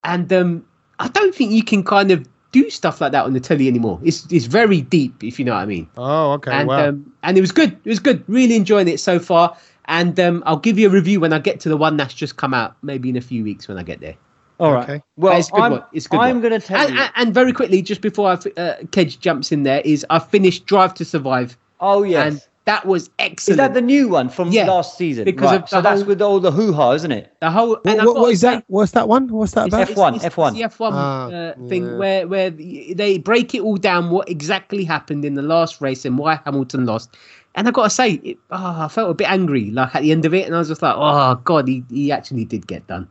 Speaker 3: and um, I don't think you can kind of do stuff like that on the telly anymore. It's it's very deep, if you know what I mean.
Speaker 1: oh, okay.
Speaker 3: and
Speaker 1: wow.
Speaker 3: um, and it was good. It was good. Really enjoying it so far. And um, I'll give you a review when I get to the one that's just come out, maybe in a few weeks when I get there.
Speaker 2: All right.
Speaker 1: Okay.
Speaker 2: Well,
Speaker 3: It's a good
Speaker 2: I'm,
Speaker 3: one. It's a good
Speaker 2: I'm
Speaker 3: one.
Speaker 2: going to tell
Speaker 3: And,
Speaker 2: you.
Speaker 3: and, and very quickly, just before I f- uh, Kedge jumps in, there is I finished Drive to Survive,
Speaker 2: oh yes.
Speaker 3: and that was
Speaker 2: Is
Speaker 3: excellent.
Speaker 2: that the new one from
Speaker 3: Yeah,
Speaker 2: last season?
Speaker 3: because
Speaker 2: Right,
Speaker 3: of
Speaker 2: so
Speaker 3: the
Speaker 2: that's
Speaker 3: whole-
Speaker 2: with all the hoo ha, isn't it?
Speaker 3: the whole?
Speaker 1: What-
Speaker 3: and I've
Speaker 1: what-
Speaker 3: got
Speaker 1: what
Speaker 3: to
Speaker 1: is
Speaker 3: say-
Speaker 1: that? What's that one? What's that
Speaker 2: It's
Speaker 1: about?
Speaker 2: F one,
Speaker 3: It's- it's
Speaker 2: F one.
Speaker 3: the F1
Speaker 1: Ah,
Speaker 3: uh, thing
Speaker 1: yeah.
Speaker 3: where where the- they break it all down what exactly happened in the last race and why Hamilton lost. And I got to say, it, oh, I felt a bit angry like at the end of it, and I was just like, oh god, he, he actually did get done.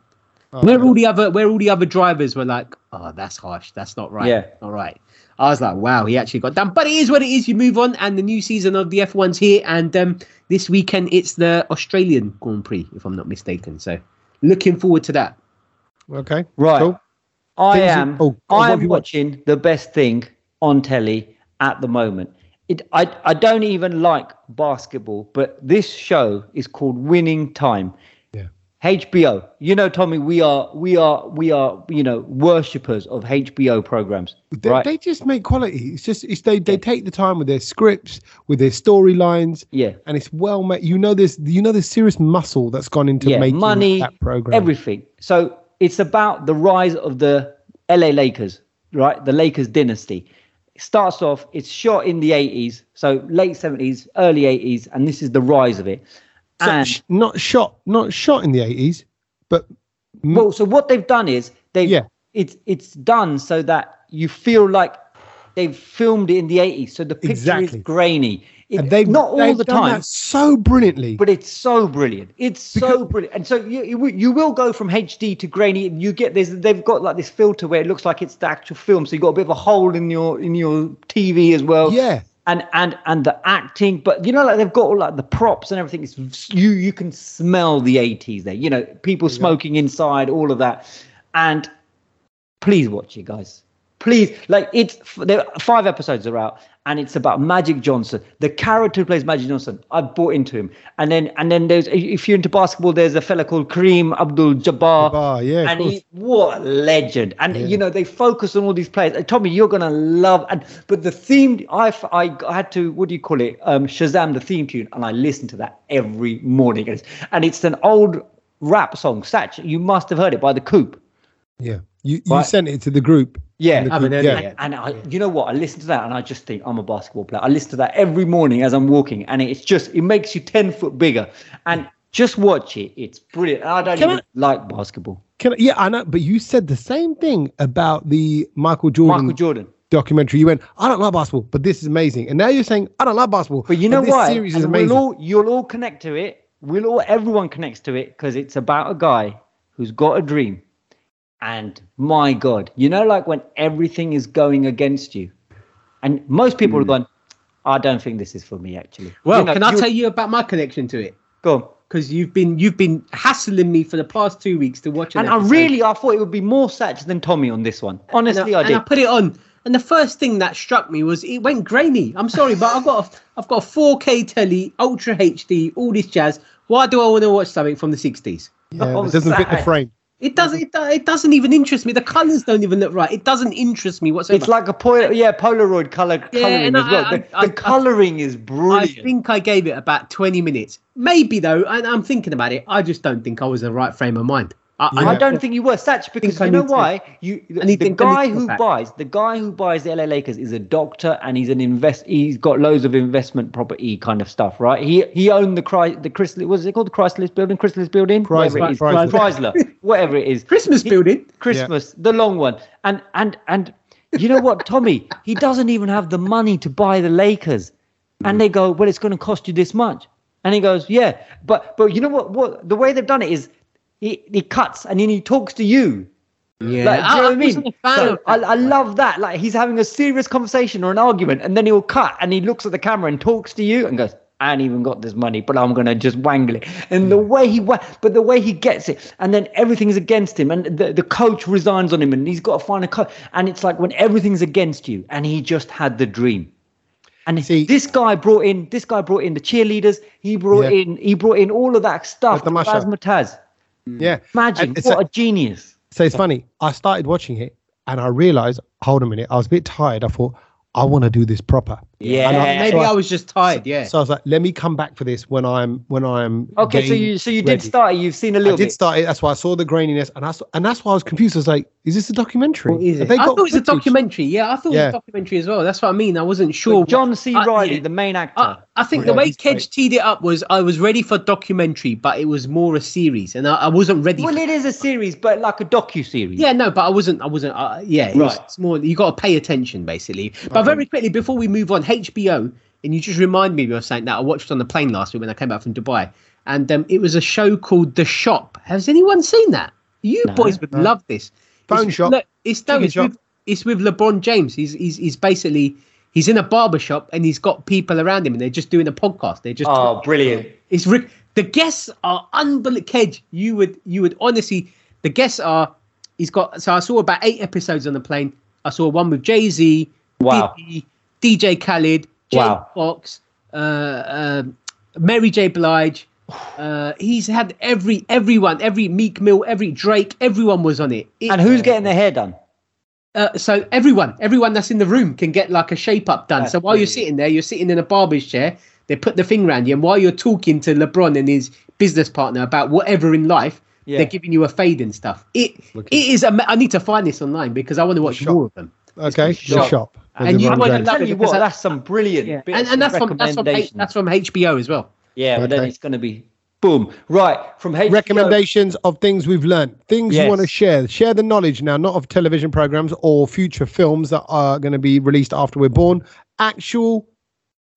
Speaker 1: Oh,
Speaker 3: where
Speaker 1: okay.
Speaker 3: all the other where all the other drivers were like, oh, that's harsh, that's not right,
Speaker 2: Yeah.
Speaker 3: all right. I was like, wow, he actually got done. But it is what it is. You move on, and the new season of the F1's here. And um, this weekend, it's the Australian Grand Prix, if I'm not mistaken. So, looking forward to that.
Speaker 1: Okay.
Speaker 2: Right.
Speaker 1: Cool.
Speaker 2: I
Speaker 1: Things you-
Speaker 2: am.
Speaker 1: oh, God,
Speaker 2: I
Speaker 1: what
Speaker 2: am
Speaker 1: have you watched?
Speaker 2: watching the best thing on telly at the moment. It, I, I don't even like basketball, but this show is called Winning Time.
Speaker 1: Yeah.
Speaker 2: HBO. You know, Tommy, we are we are we are you know worshippers of HBO programs,
Speaker 1: They,
Speaker 2: right?
Speaker 1: they just make quality. It's just it's they, they take the time with their scripts, with their storylines,
Speaker 2: yeah.
Speaker 1: and it's well made. You know there's you know there's serious muscle that's gone into
Speaker 2: yeah,
Speaker 1: making
Speaker 2: money,
Speaker 1: that program.
Speaker 2: everything. So it's about the rise of the LA Lakers, right? The Lakers dynasty. It starts off, it's shot in the 80s, so late 70s, early 80s, and this is the rise of it.
Speaker 1: So
Speaker 2: And
Speaker 1: sh- not shot, not shot in the eighties, but m-
Speaker 2: well, so what they've done is they've
Speaker 1: Yeah.
Speaker 2: it's it's done so that you feel like they've filmed it in the 80s. So the picture
Speaker 1: Exactly.
Speaker 2: is grainy. It,
Speaker 1: and they
Speaker 2: not all
Speaker 1: they've
Speaker 2: the
Speaker 1: done
Speaker 2: time.
Speaker 1: that so brilliantly.
Speaker 2: but it's so brilliant. It's so brilliant, and so you you will- you will go from HD to grainy. and You get there's they've got like this filter where it looks like it's the actual film, so you got a bit of a hole in your in your TV as well.
Speaker 1: Yeah.
Speaker 2: and and and the acting, but you know, like they've got all like the props and everything. It's you you can smell the 80s there. You know, people smoking inside, all of that, and please watch it, guys. Please, like it's f- there. Five episodes are out, and it's about Magic Johnson, the character who plays Magic Johnson. I bought into him, and then and then there's if you're into basketball, there's a fella called Kareem Abdul-Jabbar,
Speaker 1: Jabbar, yeah, of
Speaker 2: and
Speaker 1: course.
Speaker 2: he, what a legend! And you know they focus on all these players. Uh, Tommy, you're gonna love. And but the theme, I, f- I g- I had to what do you call it? Um, Shazam the theme tune, and I listen to that every morning. And it's, and it's an old rap song, Satch. You must have heard it by the Coop.
Speaker 1: Yeah. You you
Speaker 2: Right.
Speaker 1: sent it to the group.
Speaker 2: Yeah,
Speaker 1: The
Speaker 3: I haven't
Speaker 1: group,
Speaker 3: heard
Speaker 1: yeah.
Speaker 3: it yet.
Speaker 2: and I, you know what? I listen to that and I just think I'm a basketball player. I listen to that every morning as I'm walking, and it's just it makes you ten foot bigger. And just watch it; it's brilliant. And I don't
Speaker 1: Can
Speaker 2: even like basketball.
Speaker 1: Can I, yeah, I know, but you said the same thing about the Michael Jordan
Speaker 2: Michael Jordan.
Speaker 1: documentary. You went, I don't love basketball, but this is amazing. And now you're saying, I don't love basketball.
Speaker 2: But you know
Speaker 1: this
Speaker 2: why?
Speaker 1: series is
Speaker 2: And
Speaker 1: amazing.
Speaker 2: We'll all, you'll all connect to it. We'll all, everyone connects to it because it's about a guy who's got a dream. And my God, you know, like when everything is going against you, and most people are gone, I don't think this is for me, actually.
Speaker 3: Well,
Speaker 2: You know,
Speaker 3: can I tell you about my connection to it?
Speaker 2: Go on.
Speaker 3: because you've been you've been hassling me for the past two weeks to watch it.
Speaker 2: And I really, I thought it would be more Satch than Tommy on this one. Honestly, I
Speaker 3: and
Speaker 2: did.
Speaker 3: I put it on, and the first thing that struck me was it went grainy. I'm sorry, but I've got a, I've got a 4K telly, Ultra HD, all this jazz. Why do I want to watch something from the 60s?
Speaker 1: yeah,
Speaker 2: I'm
Speaker 1: it doesn't fit the
Speaker 2: sad.
Speaker 1: frame.
Speaker 3: It doesn't it, do- it doesn't even interest me. The colours don't even look right. It doesn't interest me whatsoever.
Speaker 2: it's like a pol- yeah Polaroid color
Speaker 3: Yeah,
Speaker 2: coloring
Speaker 3: and
Speaker 2: as
Speaker 3: I-
Speaker 2: well.
Speaker 3: I-
Speaker 2: the
Speaker 3: I-
Speaker 2: the coloring is
Speaker 3: I
Speaker 2: brilliant.
Speaker 3: think I gave it about 20 minutes. Maybe though, and I'm thinking about it, I just don't think I was in the right frame of mind. I,
Speaker 1: Yeah.
Speaker 2: I don't think you were Satch because
Speaker 3: I
Speaker 2: you know
Speaker 3: need to-
Speaker 2: why you the,
Speaker 3: I need
Speaker 2: the
Speaker 3: to- I need
Speaker 2: guy
Speaker 3: to
Speaker 2: who
Speaker 3: look back.
Speaker 2: buys the guy who buys the LA Lakers is a doctor and he's an invest he's got loads of investment property kind of stuff right he he owned the Chry, the Chrysler was it called the Chrysler building Chrysler building whatever
Speaker 1: Chrysler,
Speaker 2: it is
Speaker 1: Chrysler.
Speaker 2: Chrysler whatever it is
Speaker 3: Christmas
Speaker 2: He-
Speaker 3: building.
Speaker 2: Christmas the long one and and and you know what Tommy he doesn't even have the money to buy the Lakers and they go well it's going to cost you this much and he goes yeah but but you know what what the way they've done it is he, he cuts and then he talks to you
Speaker 3: Yeah,
Speaker 2: like, do you know what I mean?
Speaker 3: wasn't a fan
Speaker 2: So
Speaker 3: of
Speaker 2: I,
Speaker 3: that.
Speaker 2: I love that. Like, he's having a serious conversation or an argument, and then he'll cut and he looks at the camera and talks to you and goes, I ain't even got this money, but I'm gonna just wangle it. And the
Speaker 3: Hmm.
Speaker 2: way he wa- but the way he gets it, and then everything's against him, and the, the coach resigns on him, and he's got to find a coach. And it's like when everything's against you, and he just had the dream. And
Speaker 1: See-
Speaker 2: this guy brought in this guy brought in the cheerleaders. He brought
Speaker 1: Yeah.
Speaker 2: in he brought in all of that stuff.
Speaker 1: Like the mashup.
Speaker 2: Razzmatazz. Mm.
Speaker 1: Yeah.
Speaker 2: Imagine
Speaker 1: And it's
Speaker 2: what
Speaker 1: a-
Speaker 2: a genius.
Speaker 1: So it's funny. I started watching it and I realized, hold a minute, I was a bit tired. I thought, I want to do this proper.
Speaker 2: Yeah.
Speaker 1: And I-
Speaker 3: Maybe
Speaker 1: so I-
Speaker 3: I was just tired. Yeah.
Speaker 1: So I was like, let me come back for this when I'm when I'm.
Speaker 2: Okay, so
Speaker 1: game
Speaker 2: you so you
Speaker 1: ready.
Speaker 2: did start. it, You've seen a
Speaker 1: I
Speaker 2: little
Speaker 1: did
Speaker 2: bit.
Speaker 1: start it. That's why I saw the graininess, and I saw, and that's why I was confused. I was like, "Is this a documentary?
Speaker 3: What is
Speaker 1: Have
Speaker 3: it?
Speaker 1: they
Speaker 3: I
Speaker 1: got
Speaker 3: thought it was a
Speaker 1: footage?
Speaker 3: documentary. Yeah, I thought it
Speaker 1: Yeah.
Speaker 3: was a documentary as well. That's what I mean. I wasn't sure.
Speaker 2: With John C.
Speaker 3: I-
Speaker 2: Riley,
Speaker 3: Uh, yeah. Uh,
Speaker 2: the main actor.
Speaker 3: I, I think the
Speaker 1: Yeah,
Speaker 3: way
Speaker 1: he's
Speaker 3: Kedge
Speaker 1: great.
Speaker 3: teed it up was I was ready for documentary, but it was more a series, and I, I wasn't ready.
Speaker 2: well,
Speaker 3: for,
Speaker 2: it is a series, but like a docu series.
Speaker 3: yeah, no, but I wasn't. I wasn't. Uh, yeah, it was-
Speaker 2: Right.
Speaker 3: it's more. You got to pay attention, basically. But very quickly before we move on, HBO, and you just remind me of something that I watched on the plane last week when I came back from Dubai, and um, it was a show called The Shop. Has anyone seen that? You
Speaker 2: No.
Speaker 3: boys would
Speaker 1: No.
Speaker 3: love this.
Speaker 1: Phone
Speaker 3: it's,
Speaker 1: shop.
Speaker 3: no, it's no,
Speaker 1: Chicken
Speaker 3: it's with,
Speaker 1: shop.
Speaker 3: it's with LeBron James. He's he's he's basically he's in a barber shop and he's got people around him and they're just doing a podcast. They're just
Speaker 2: Oh, brilliant.
Speaker 3: it's Rick. The guests are unbelievable. Kedge, you would you would honestly. The guests are. He's got. So I saw about eight episodes on the plane. I saw one with Jay Z,
Speaker 2: Wow.
Speaker 3: DJ Khaled, Jay
Speaker 2: Wow.
Speaker 3: Fox, uh, um Mary J. Blige. Uh, he's had every everyone, every Meek Mill, every Drake. Everyone was on it. It-
Speaker 2: And who's getting their hair done?
Speaker 3: uh, so everyone, everyone that's in the room can get like a shape up done.
Speaker 2: That's
Speaker 3: so while you're
Speaker 2: brilliant.
Speaker 3: sitting there, you're sitting in a barber's chair. They put the thing around you, and while you're talking to LeBron and his business partner about whatever in life,
Speaker 2: Yeah.
Speaker 3: they're giving you a fade and stuff. It
Speaker 1: Look
Speaker 3: it is. ama- I need to find this online because I want to watch
Speaker 1: Shop.
Speaker 3: more of them.
Speaker 1: Okay,
Speaker 3: It's
Speaker 1: the
Speaker 3: shop.
Speaker 1: shop.
Speaker 3: And
Speaker 1: With
Speaker 3: you
Speaker 1: LeBron
Speaker 3: wanna
Speaker 1: James.
Speaker 3: love-
Speaker 2: tell you
Speaker 3: because
Speaker 2: what,
Speaker 3: I-
Speaker 2: that's some brilliant bits
Speaker 3: And, and that's
Speaker 2: of
Speaker 3: from that's from H-
Speaker 2: recommendation.
Speaker 3: that's from HBO as well.
Speaker 2: yeah, but then
Speaker 1: Okay.
Speaker 2: it's going to be boom. Right from HBO.
Speaker 1: recommendations of things we've learned, things
Speaker 2: Yes.
Speaker 1: you want to share. Share the knowledge now, not of television programs or future films that are going to be released after we're born. Actual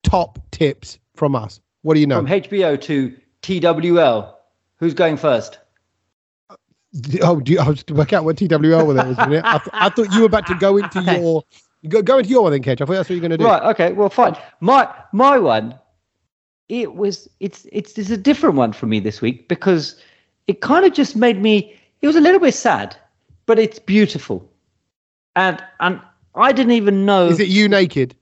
Speaker 1: top tips from us. What do you know?
Speaker 2: from HBO to TWL. Who's going first?
Speaker 1: oh, do you, I was to work out what TWL was. was wasn't it? I, th- I thought you were about to go into your go, go into your one then, Kedge. I thought that's what you're going to do.
Speaker 2: Right. Okay. Well, fine. My my one. It was. It's it's. It's a different one for me this week because it kind of just made me. It was a little bit sad, but it's beautiful, and and I didn't even know.
Speaker 1: Is it you naked?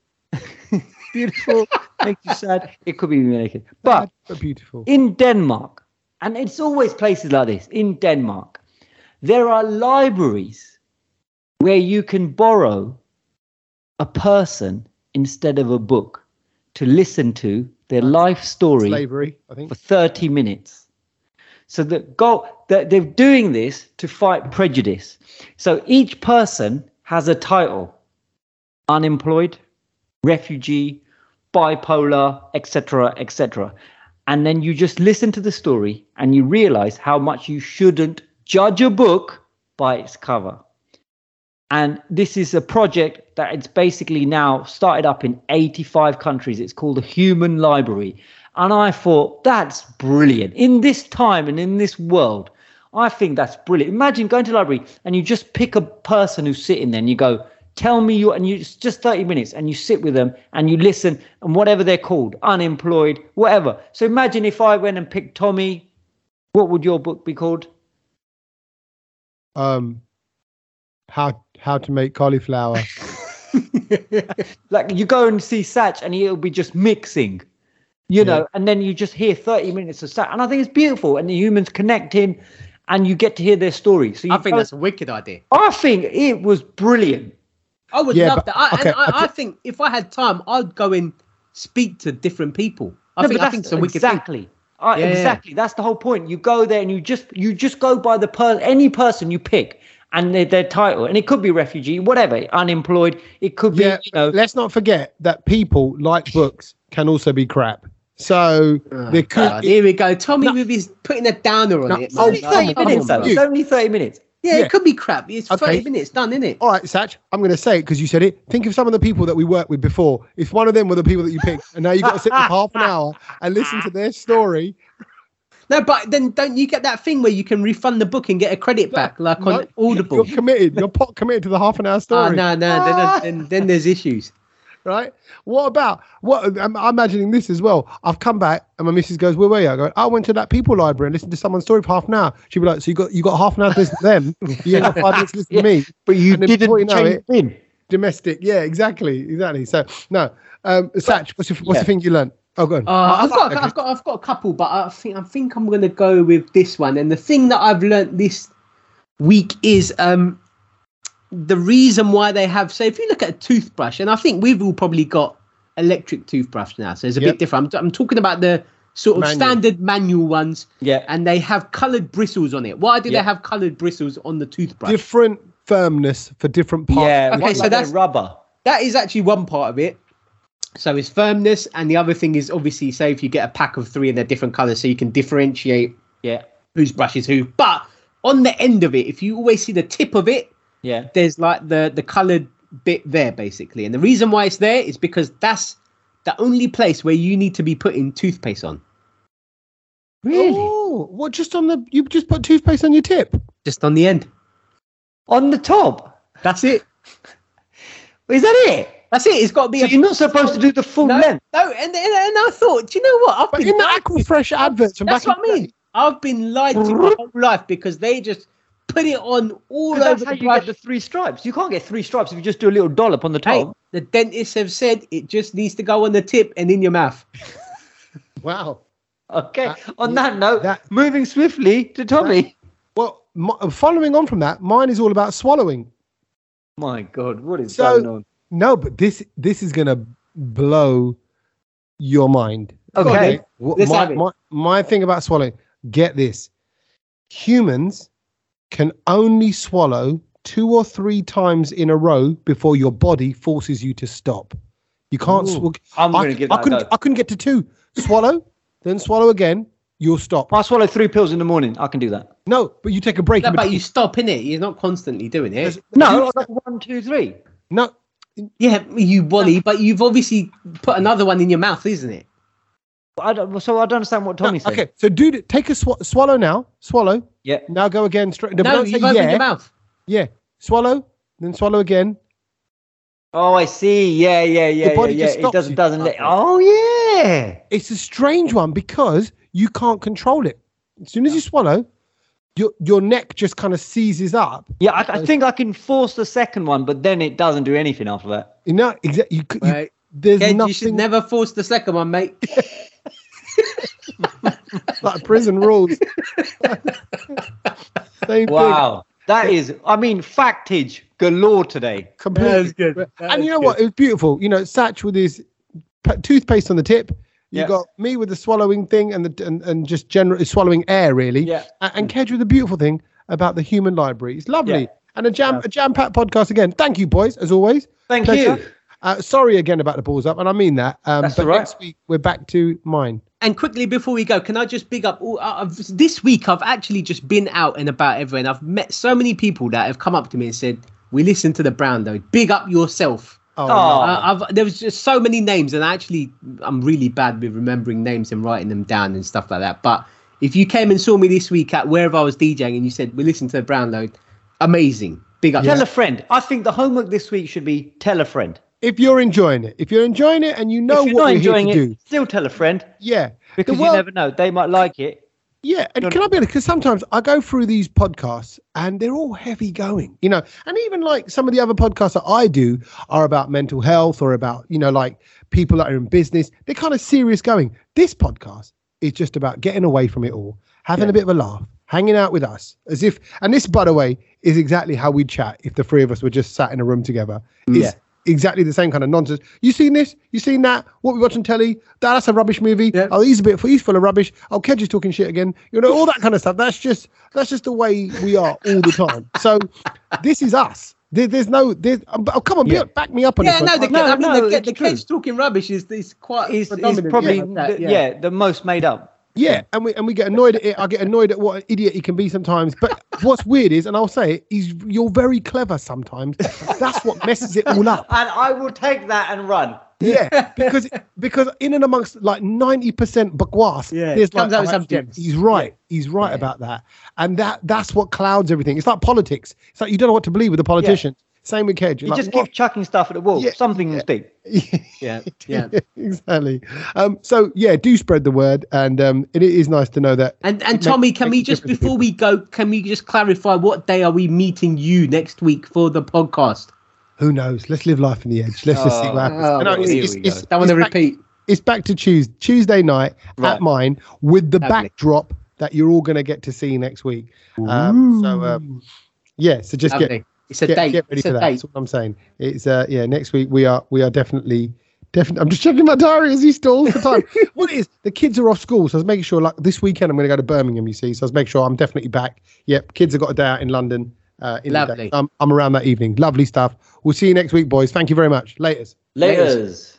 Speaker 2: beautiful? makes you sad. It could be me naked, but
Speaker 1: But beautiful.
Speaker 2: in Denmark, and it's always places like this in Denmark, there are libraries where you can borrow a person instead of a book to listen to their life story
Speaker 1: Slavery, I think.
Speaker 2: for 30 minutes. So the goal that they're doing this to fight prejudice. So each person has a title: unemployed, refugee, bipolar, etc., etc. And then you just listen to the story and you realize how much you shouldn't judge a book by its cover. And this is a project that it's basically now started up in 85 countries. It's called the Human Library. And I thought, that's brilliant. In this time and in this world, I think that's brilliant. Imagine going to the library and you just pick a person who's sitting there and you go, tell me your, and you, it's just 30 minutes and you sit with them and you listen and whatever they're called, unemployed, whatever. So imagine if I went and picked Tommy, what would your book be called?
Speaker 1: Um, how how to make cauliflower?
Speaker 2: Like you go and see Satch and he'll be just mixing, you know, and then you just hear 30 minutes of Satch. And I think it's beautiful. And the humans connecting and you get to hear their story. So you
Speaker 3: I think
Speaker 2: go-
Speaker 3: that's a wicked idea.
Speaker 2: I think it was brilliant.
Speaker 3: I would
Speaker 1: Yeah,
Speaker 3: love
Speaker 1: but-
Speaker 3: that. I,
Speaker 1: okay,
Speaker 3: and I,
Speaker 1: I
Speaker 3: I, think if I had time, I'd go and speak to different people. I
Speaker 2: No,
Speaker 3: think
Speaker 2: but
Speaker 3: I
Speaker 2: that's
Speaker 3: think it's a wicked thing.
Speaker 2: exactly. Uh,
Speaker 3: Yeah, yeah.
Speaker 2: Exactly. That's the whole point. You go there and you just you just go by the per any person you pick and their, their title, and it could be refugee, whatever, unemployed. It could be
Speaker 1: yeah.
Speaker 2: you know.
Speaker 1: Let's not forget that people like books can also be crap. So there could
Speaker 3: God, Uh, here we go. Tommy with his putting a downer on
Speaker 1: No,
Speaker 3: it.
Speaker 1: oh,
Speaker 2: Only
Speaker 3: man.
Speaker 1: no,
Speaker 3: Come
Speaker 2: thirty
Speaker 3: on,
Speaker 2: minutes
Speaker 3: bro.
Speaker 2: though. It's only thirty minutes.
Speaker 3: Yeah,
Speaker 1: Yeah.
Speaker 3: it could be crap. It's
Speaker 1: Okay.
Speaker 3: 30 minutes done, isn't it?
Speaker 1: All right, Satch, I'm going to say it because you said it. Think of some of the people that we worked with before. If one of them were the people that you picked, and now you've got to sit there for half an hour and listen to their story.
Speaker 3: No, but then don't you get that thing where you can refund the book and get a credit back, like on
Speaker 1: No,
Speaker 3: Audible?
Speaker 1: You're committed. You're pot committed to the half an hour
Speaker 3: Oh,
Speaker 1: story. Ah.
Speaker 3: no, no, then, then, then there's issues.
Speaker 1: right? What about what? I'm, I'm imagining this as well. I've come back and my missus goes, "Where were you?" I go, "I went to that people library and listened to someone's story for half an hour." She'd be like, "So you got you got half an hour to listen to them? You ain't got five minutes to listen to me?"
Speaker 2: But you
Speaker 1: And then
Speaker 2: didn't
Speaker 1: before you know
Speaker 2: change
Speaker 1: it-
Speaker 2: bin.
Speaker 1: Domestic, yeah, exactly, exactly. So no, um, Satch, what's your, what's
Speaker 2: yeah.
Speaker 1: the thing you learned? Oh, go on.
Speaker 3: Uh, I've got,
Speaker 1: Okay.
Speaker 3: I've got, I've got a couple, but I think I think I'm gonna go with this one. And the thing that I've learnt this week is um, the reason why they have. So if you look at a toothbrush, and I think we've all probably got electric toothbrush now, so it's a
Speaker 1: Yep.
Speaker 3: bit different. I'm, I'm talking about the sort of
Speaker 1: Manual.
Speaker 3: standard manual ones,
Speaker 2: Yeah.
Speaker 3: and they have coloured bristles on it. Why do
Speaker 2: Yep.
Speaker 3: they have coloured bristles on the toothbrush?
Speaker 1: different firmness for different parts.
Speaker 2: Yeah.
Speaker 3: Okay,
Speaker 2: like
Speaker 3: so
Speaker 2: they're
Speaker 3: that's-
Speaker 2: rubber.
Speaker 3: that is actually one part of it. So is firmness, and the other thing is obviously, say if you get a pack of three and they're different colours, so you can differentiate
Speaker 2: Yeah.
Speaker 3: whose brush is who. But on the end of it, if you always see the tip of it,
Speaker 2: Yeah.
Speaker 3: there's like the the coloured bit there basically. And the reason why it's there is because that's the only place where you need to be putting toothpaste on,
Speaker 2: Really?
Speaker 1: Oh, what? Just on the you just put toothpaste on your tip?
Speaker 3: just on the end.
Speaker 2: On the top.
Speaker 3: That's it.
Speaker 2: Is that it?
Speaker 3: That's it. It's got to be
Speaker 2: So
Speaker 3: a
Speaker 2: you're not supposed to do the full
Speaker 3: no,
Speaker 2: length.
Speaker 3: no. And, and and I thought, do you know what? I've
Speaker 1: But
Speaker 3: been
Speaker 1: in the
Speaker 3: lied to.
Speaker 1: Aquafresh adverts, from
Speaker 3: That's
Speaker 1: back
Speaker 3: what
Speaker 1: in
Speaker 3: I mean. I've been lied to my whole life because they just put it on all
Speaker 2: 'Cause
Speaker 3: over
Speaker 2: That's
Speaker 3: the
Speaker 2: how you
Speaker 3: brush.
Speaker 2: get the three stripes. You can't get three stripes if you just do a little dollop on the
Speaker 1: Oh,
Speaker 3: Hey,
Speaker 2: top.
Speaker 3: the dentists have said it just needs to go on the tip and in your mouth.
Speaker 1: the- Wow.
Speaker 2: Okay.
Speaker 1: Uh,
Speaker 2: on
Speaker 1: yeah,
Speaker 2: that note,
Speaker 1: that-
Speaker 2: moving swiftly to Tommy.
Speaker 1: Well, m- following on from that, mine is all about swallowing.
Speaker 2: My God, what is
Speaker 1: So-
Speaker 2: going on?
Speaker 1: No, but this this is gonna blow your mind.
Speaker 2: Okay.
Speaker 1: What-
Speaker 3: Let's
Speaker 1: my,
Speaker 3: have it.
Speaker 1: my, my thing about swallowing, get this. Humans can only swallow two or three times in a row before your body forces you to stop. You can't
Speaker 2: Ooh.
Speaker 1: swallow.
Speaker 2: I'm
Speaker 1: I,
Speaker 2: going to give
Speaker 1: I
Speaker 2: that a
Speaker 1: couldn't,
Speaker 2: go.
Speaker 1: I couldn't get to two. Swallow, then swallow again. You'll stop.
Speaker 2: If I swallow three pills in the morning, I can do that.
Speaker 1: No, but you take a break.
Speaker 3: No,
Speaker 1: in
Speaker 3: but
Speaker 1: between.
Speaker 3: you stop in it. You're not constantly doing it.
Speaker 1: There's-
Speaker 2: No, it's like one, two, three.
Speaker 1: no.
Speaker 3: Yeah, you wally, but you've obviously put another one in your mouth, isn't it?
Speaker 2: I don't, so I don't understand what
Speaker 1: no,
Speaker 2: Tommy said.
Speaker 1: Okay, so do th- take a sw- swallow now. Swallow.
Speaker 2: Yeah.
Speaker 1: Now go again. Straight. but
Speaker 3: No,
Speaker 1: don't say
Speaker 3: you've opened
Speaker 1: yeah.
Speaker 3: your mouth.
Speaker 1: Yeah. Swallow, then swallow again.
Speaker 2: Oh, I see. Yeah, yeah, yeah, yeah,
Speaker 1: body
Speaker 2: yeah.
Speaker 1: just
Speaker 2: It
Speaker 1: stops
Speaker 2: doesn't
Speaker 1: you.
Speaker 2: doesn't let. Oh yeah.
Speaker 1: It's a strange one because you can't control it. As soon as you swallow, your your neck just kind of seizes up.
Speaker 2: Yeah, I, I think I can force the second one, but then it doesn't do anything after that.
Speaker 1: You know exactly. You, c- you,
Speaker 3: Right.
Speaker 1: there's
Speaker 3: Ken, you should
Speaker 1: nothing
Speaker 3: never force the second one, mate.
Speaker 1: like prison rules. Same thing.
Speaker 2: Wow, that is. I mean, factage galore today.
Speaker 1: completely.
Speaker 3: That was good.
Speaker 1: different.
Speaker 3: That
Speaker 1: and
Speaker 3: was
Speaker 1: you know what? It was beautiful. You know, Satch with his p- toothpaste on the tip. You
Speaker 2: Yeah.
Speaker 1: got me with the swallowing thing and the and, and just general swallowing air really.
Speaker 2: Yeah.
Speaker 1: A- And Kedge with the beautiful thing about the human library. It's lovely.
Speaker 2: Yeah.
Speaker 1: And a jam
Speaker 2: Yeah.
Speaker 1: a jam packed podcast again. Thank you, boys, as always.
Speaker 2: Thank
Speaker 1: Pleasure.
Speaker 2: you.
Speaker 1: Uh, sorry again about the balls up, and I mean that. Um,
Speaker 2: That's
Speaker 1: but
Speaker 2: all right.
Speaker 1: next week we're back to mine.
Speaker 3: And quickly before we go, can I just big up? All, uh, I've, this week, I've actually just been out and about everywhere, and I've met so many people that have come up to me and said, "We listened to the Brown though. Big up yourself."
Speaker 1: Oh,
Speaker 2: Aw.
Speaker 3: Uh, I've, there was just so many names, and I actually, I'm really bad with remembering names and writing them down and stuff like that. But if you came and saw me this week at wherever I was DJing and you said, "We listened to the Brown though," amazing. Big up.
Speaker 2: Tell a friend. I think the homework this week should be tell a friend.
Speaker 1: if you're enjoying it, if you're enjoying it, and you know
Speaker 2: if you're
Speaker 1: what
Speaker 2: not
Speaker 1: we're
Speaker 2: enjoying
Speaker 1: here
Speaker 2: it,
Speaker 1: to do,
Speaker 2: still tell a friend
Speaker 1: yeah,
Speaker 2: because
Speaker 1: world-
Speaker 2: you never know. They might like it.
Speaker 1: Yeah, and
Speaker 2: Don't-
Speaker 1: can I be honest? Because sometimes I go through these podcasts and they're all heavy going, you know. And even like some of the other podcasts that I do are about mental health or about, you know, like people that are in business. They're kind of serious going. This podcast is just about getting away from it all, having a bit of a laugh, hanging out with us, as if. And this, by the way, is exactly how we chat if the three of us were just sat in a room together. It's
Speaker 2: Yeah.
Speaker 1: exactly the same kind of nonsense. You seen this? You seen that? What we watch on telly? That- That's a rubbish movie.
Speaker 3: Yeah.
Speaker 1: Oh, he's a bit he's full of rubbish. Oh, Kedge is talking shit again. You know all that kind of stuff. That's just that's just the way we are all the time. So this is us. There, there's no there's um, oh, come on, be-
Speaker 2: Yeah.
Speaker 1: back me up on
Speaker 3: Yeah,
Speaker 1: this.
Speaker 3: no,
Speaker 1: one.
Speaker 3: the,
Speaker 2: No,
Speaker 3: I mean,
Speaker 2: no,
Speaker 3: the, the,
Speaker 2: it's
Speaker 3: the
Speaker 2: true.
Speaker 3: kids talking rubbish is, is
Speaker 1: Uh,
Speaker 3: quite
Speaker 2: Is, is
Speaker 3: predominant,
Speaker 2: probably
Speaker 3: yeah, like that,
Speaker 2: the, yeah the most made up.
Speaker 1: Yeah, and we and we get annoyed at it. I get annoyed at what an idiot he can be sometimes. But what's weird is, and I'll say it, is you're very clever sometimes. That's what messes it all up.
Speaker 2: And I will take that and run.
Speaker 1: Yeah, because because in and amongst like ninety percent bakwas,
Speaker 3: Yeah,
Speaker 1: there's
Speaker 3: comes
Speaker 1: like
Speaker 3: out
Speaker 1: oh,
Speaker 3: with some
Speaker 1: actually,
Speaker 3: gems.
Speaker 1: he's right, he's right about that, and that that's what clouds everything. It's like politics. It's like you don't know what to believe with the politicians. Same with Kedge.
Speaker 2: You
Speaker 1: Like,
Speaker 2: just
Speaker 1: what?
Speaker 2: keep chucking stuff at the wall.
Speaker 1: Yeah,
Speaker 2: Something will stick.
Speaker 3: Yeah, yeah.
Speaker 1: exactly. Um, so yeah, do spread the word, and um, it is nice to know that.
Speaker 3: And and Tommy, can we just before we go, can we just clarify what day are we meeting you next week for the podcast?
Speaker 1: Who knows? Let's live life on the edge. Let's just see
Speaker 2: Oh,
Speaker 1: what happens.
Speaker 3: oh,
Speaker 1: No,
Speaker 3: here we go.
Speaker 1: it's,
Speaker 3: Don't want to
Speaker 1: it's back-
Speaker 3: repeat.
Speaker 1: it's back to Tuesday, Tuesday night
Speaker 2: Right.
Speaker 1: at mine with the
Speaker 3: Lovely.
Speaker 1: backdrop that you're all going to get to see next week. Um, so um, yeah, so just get
Speaker 3: Lovely. it's a
Speaker 1: get,
Speaker 3: date.
Speaker 1: get ready
Speaker 3: It's
Speaker 1: for
Speaker 3: a
Speaker 1: that.
Speaker 3: date.
Speaker 1: That's what I'm saying. It's uh, yeah, next week we are we are definitely definitely. I'm just checking my diary as he stalls for time. what is the kids are off school, so I was making sure like this weekend I'm going to go to Birmingham. You see, so I was making sure I'm definitely back. Yep, kids have got a day out in London. Uh, in the day.
Speaker 3: Lovely.
Speaker 1: I'm, I'm around that evening. Lovely stuff. We'll see you next week, boys. Thank you very much. Laters.
Speaker 2: Laters.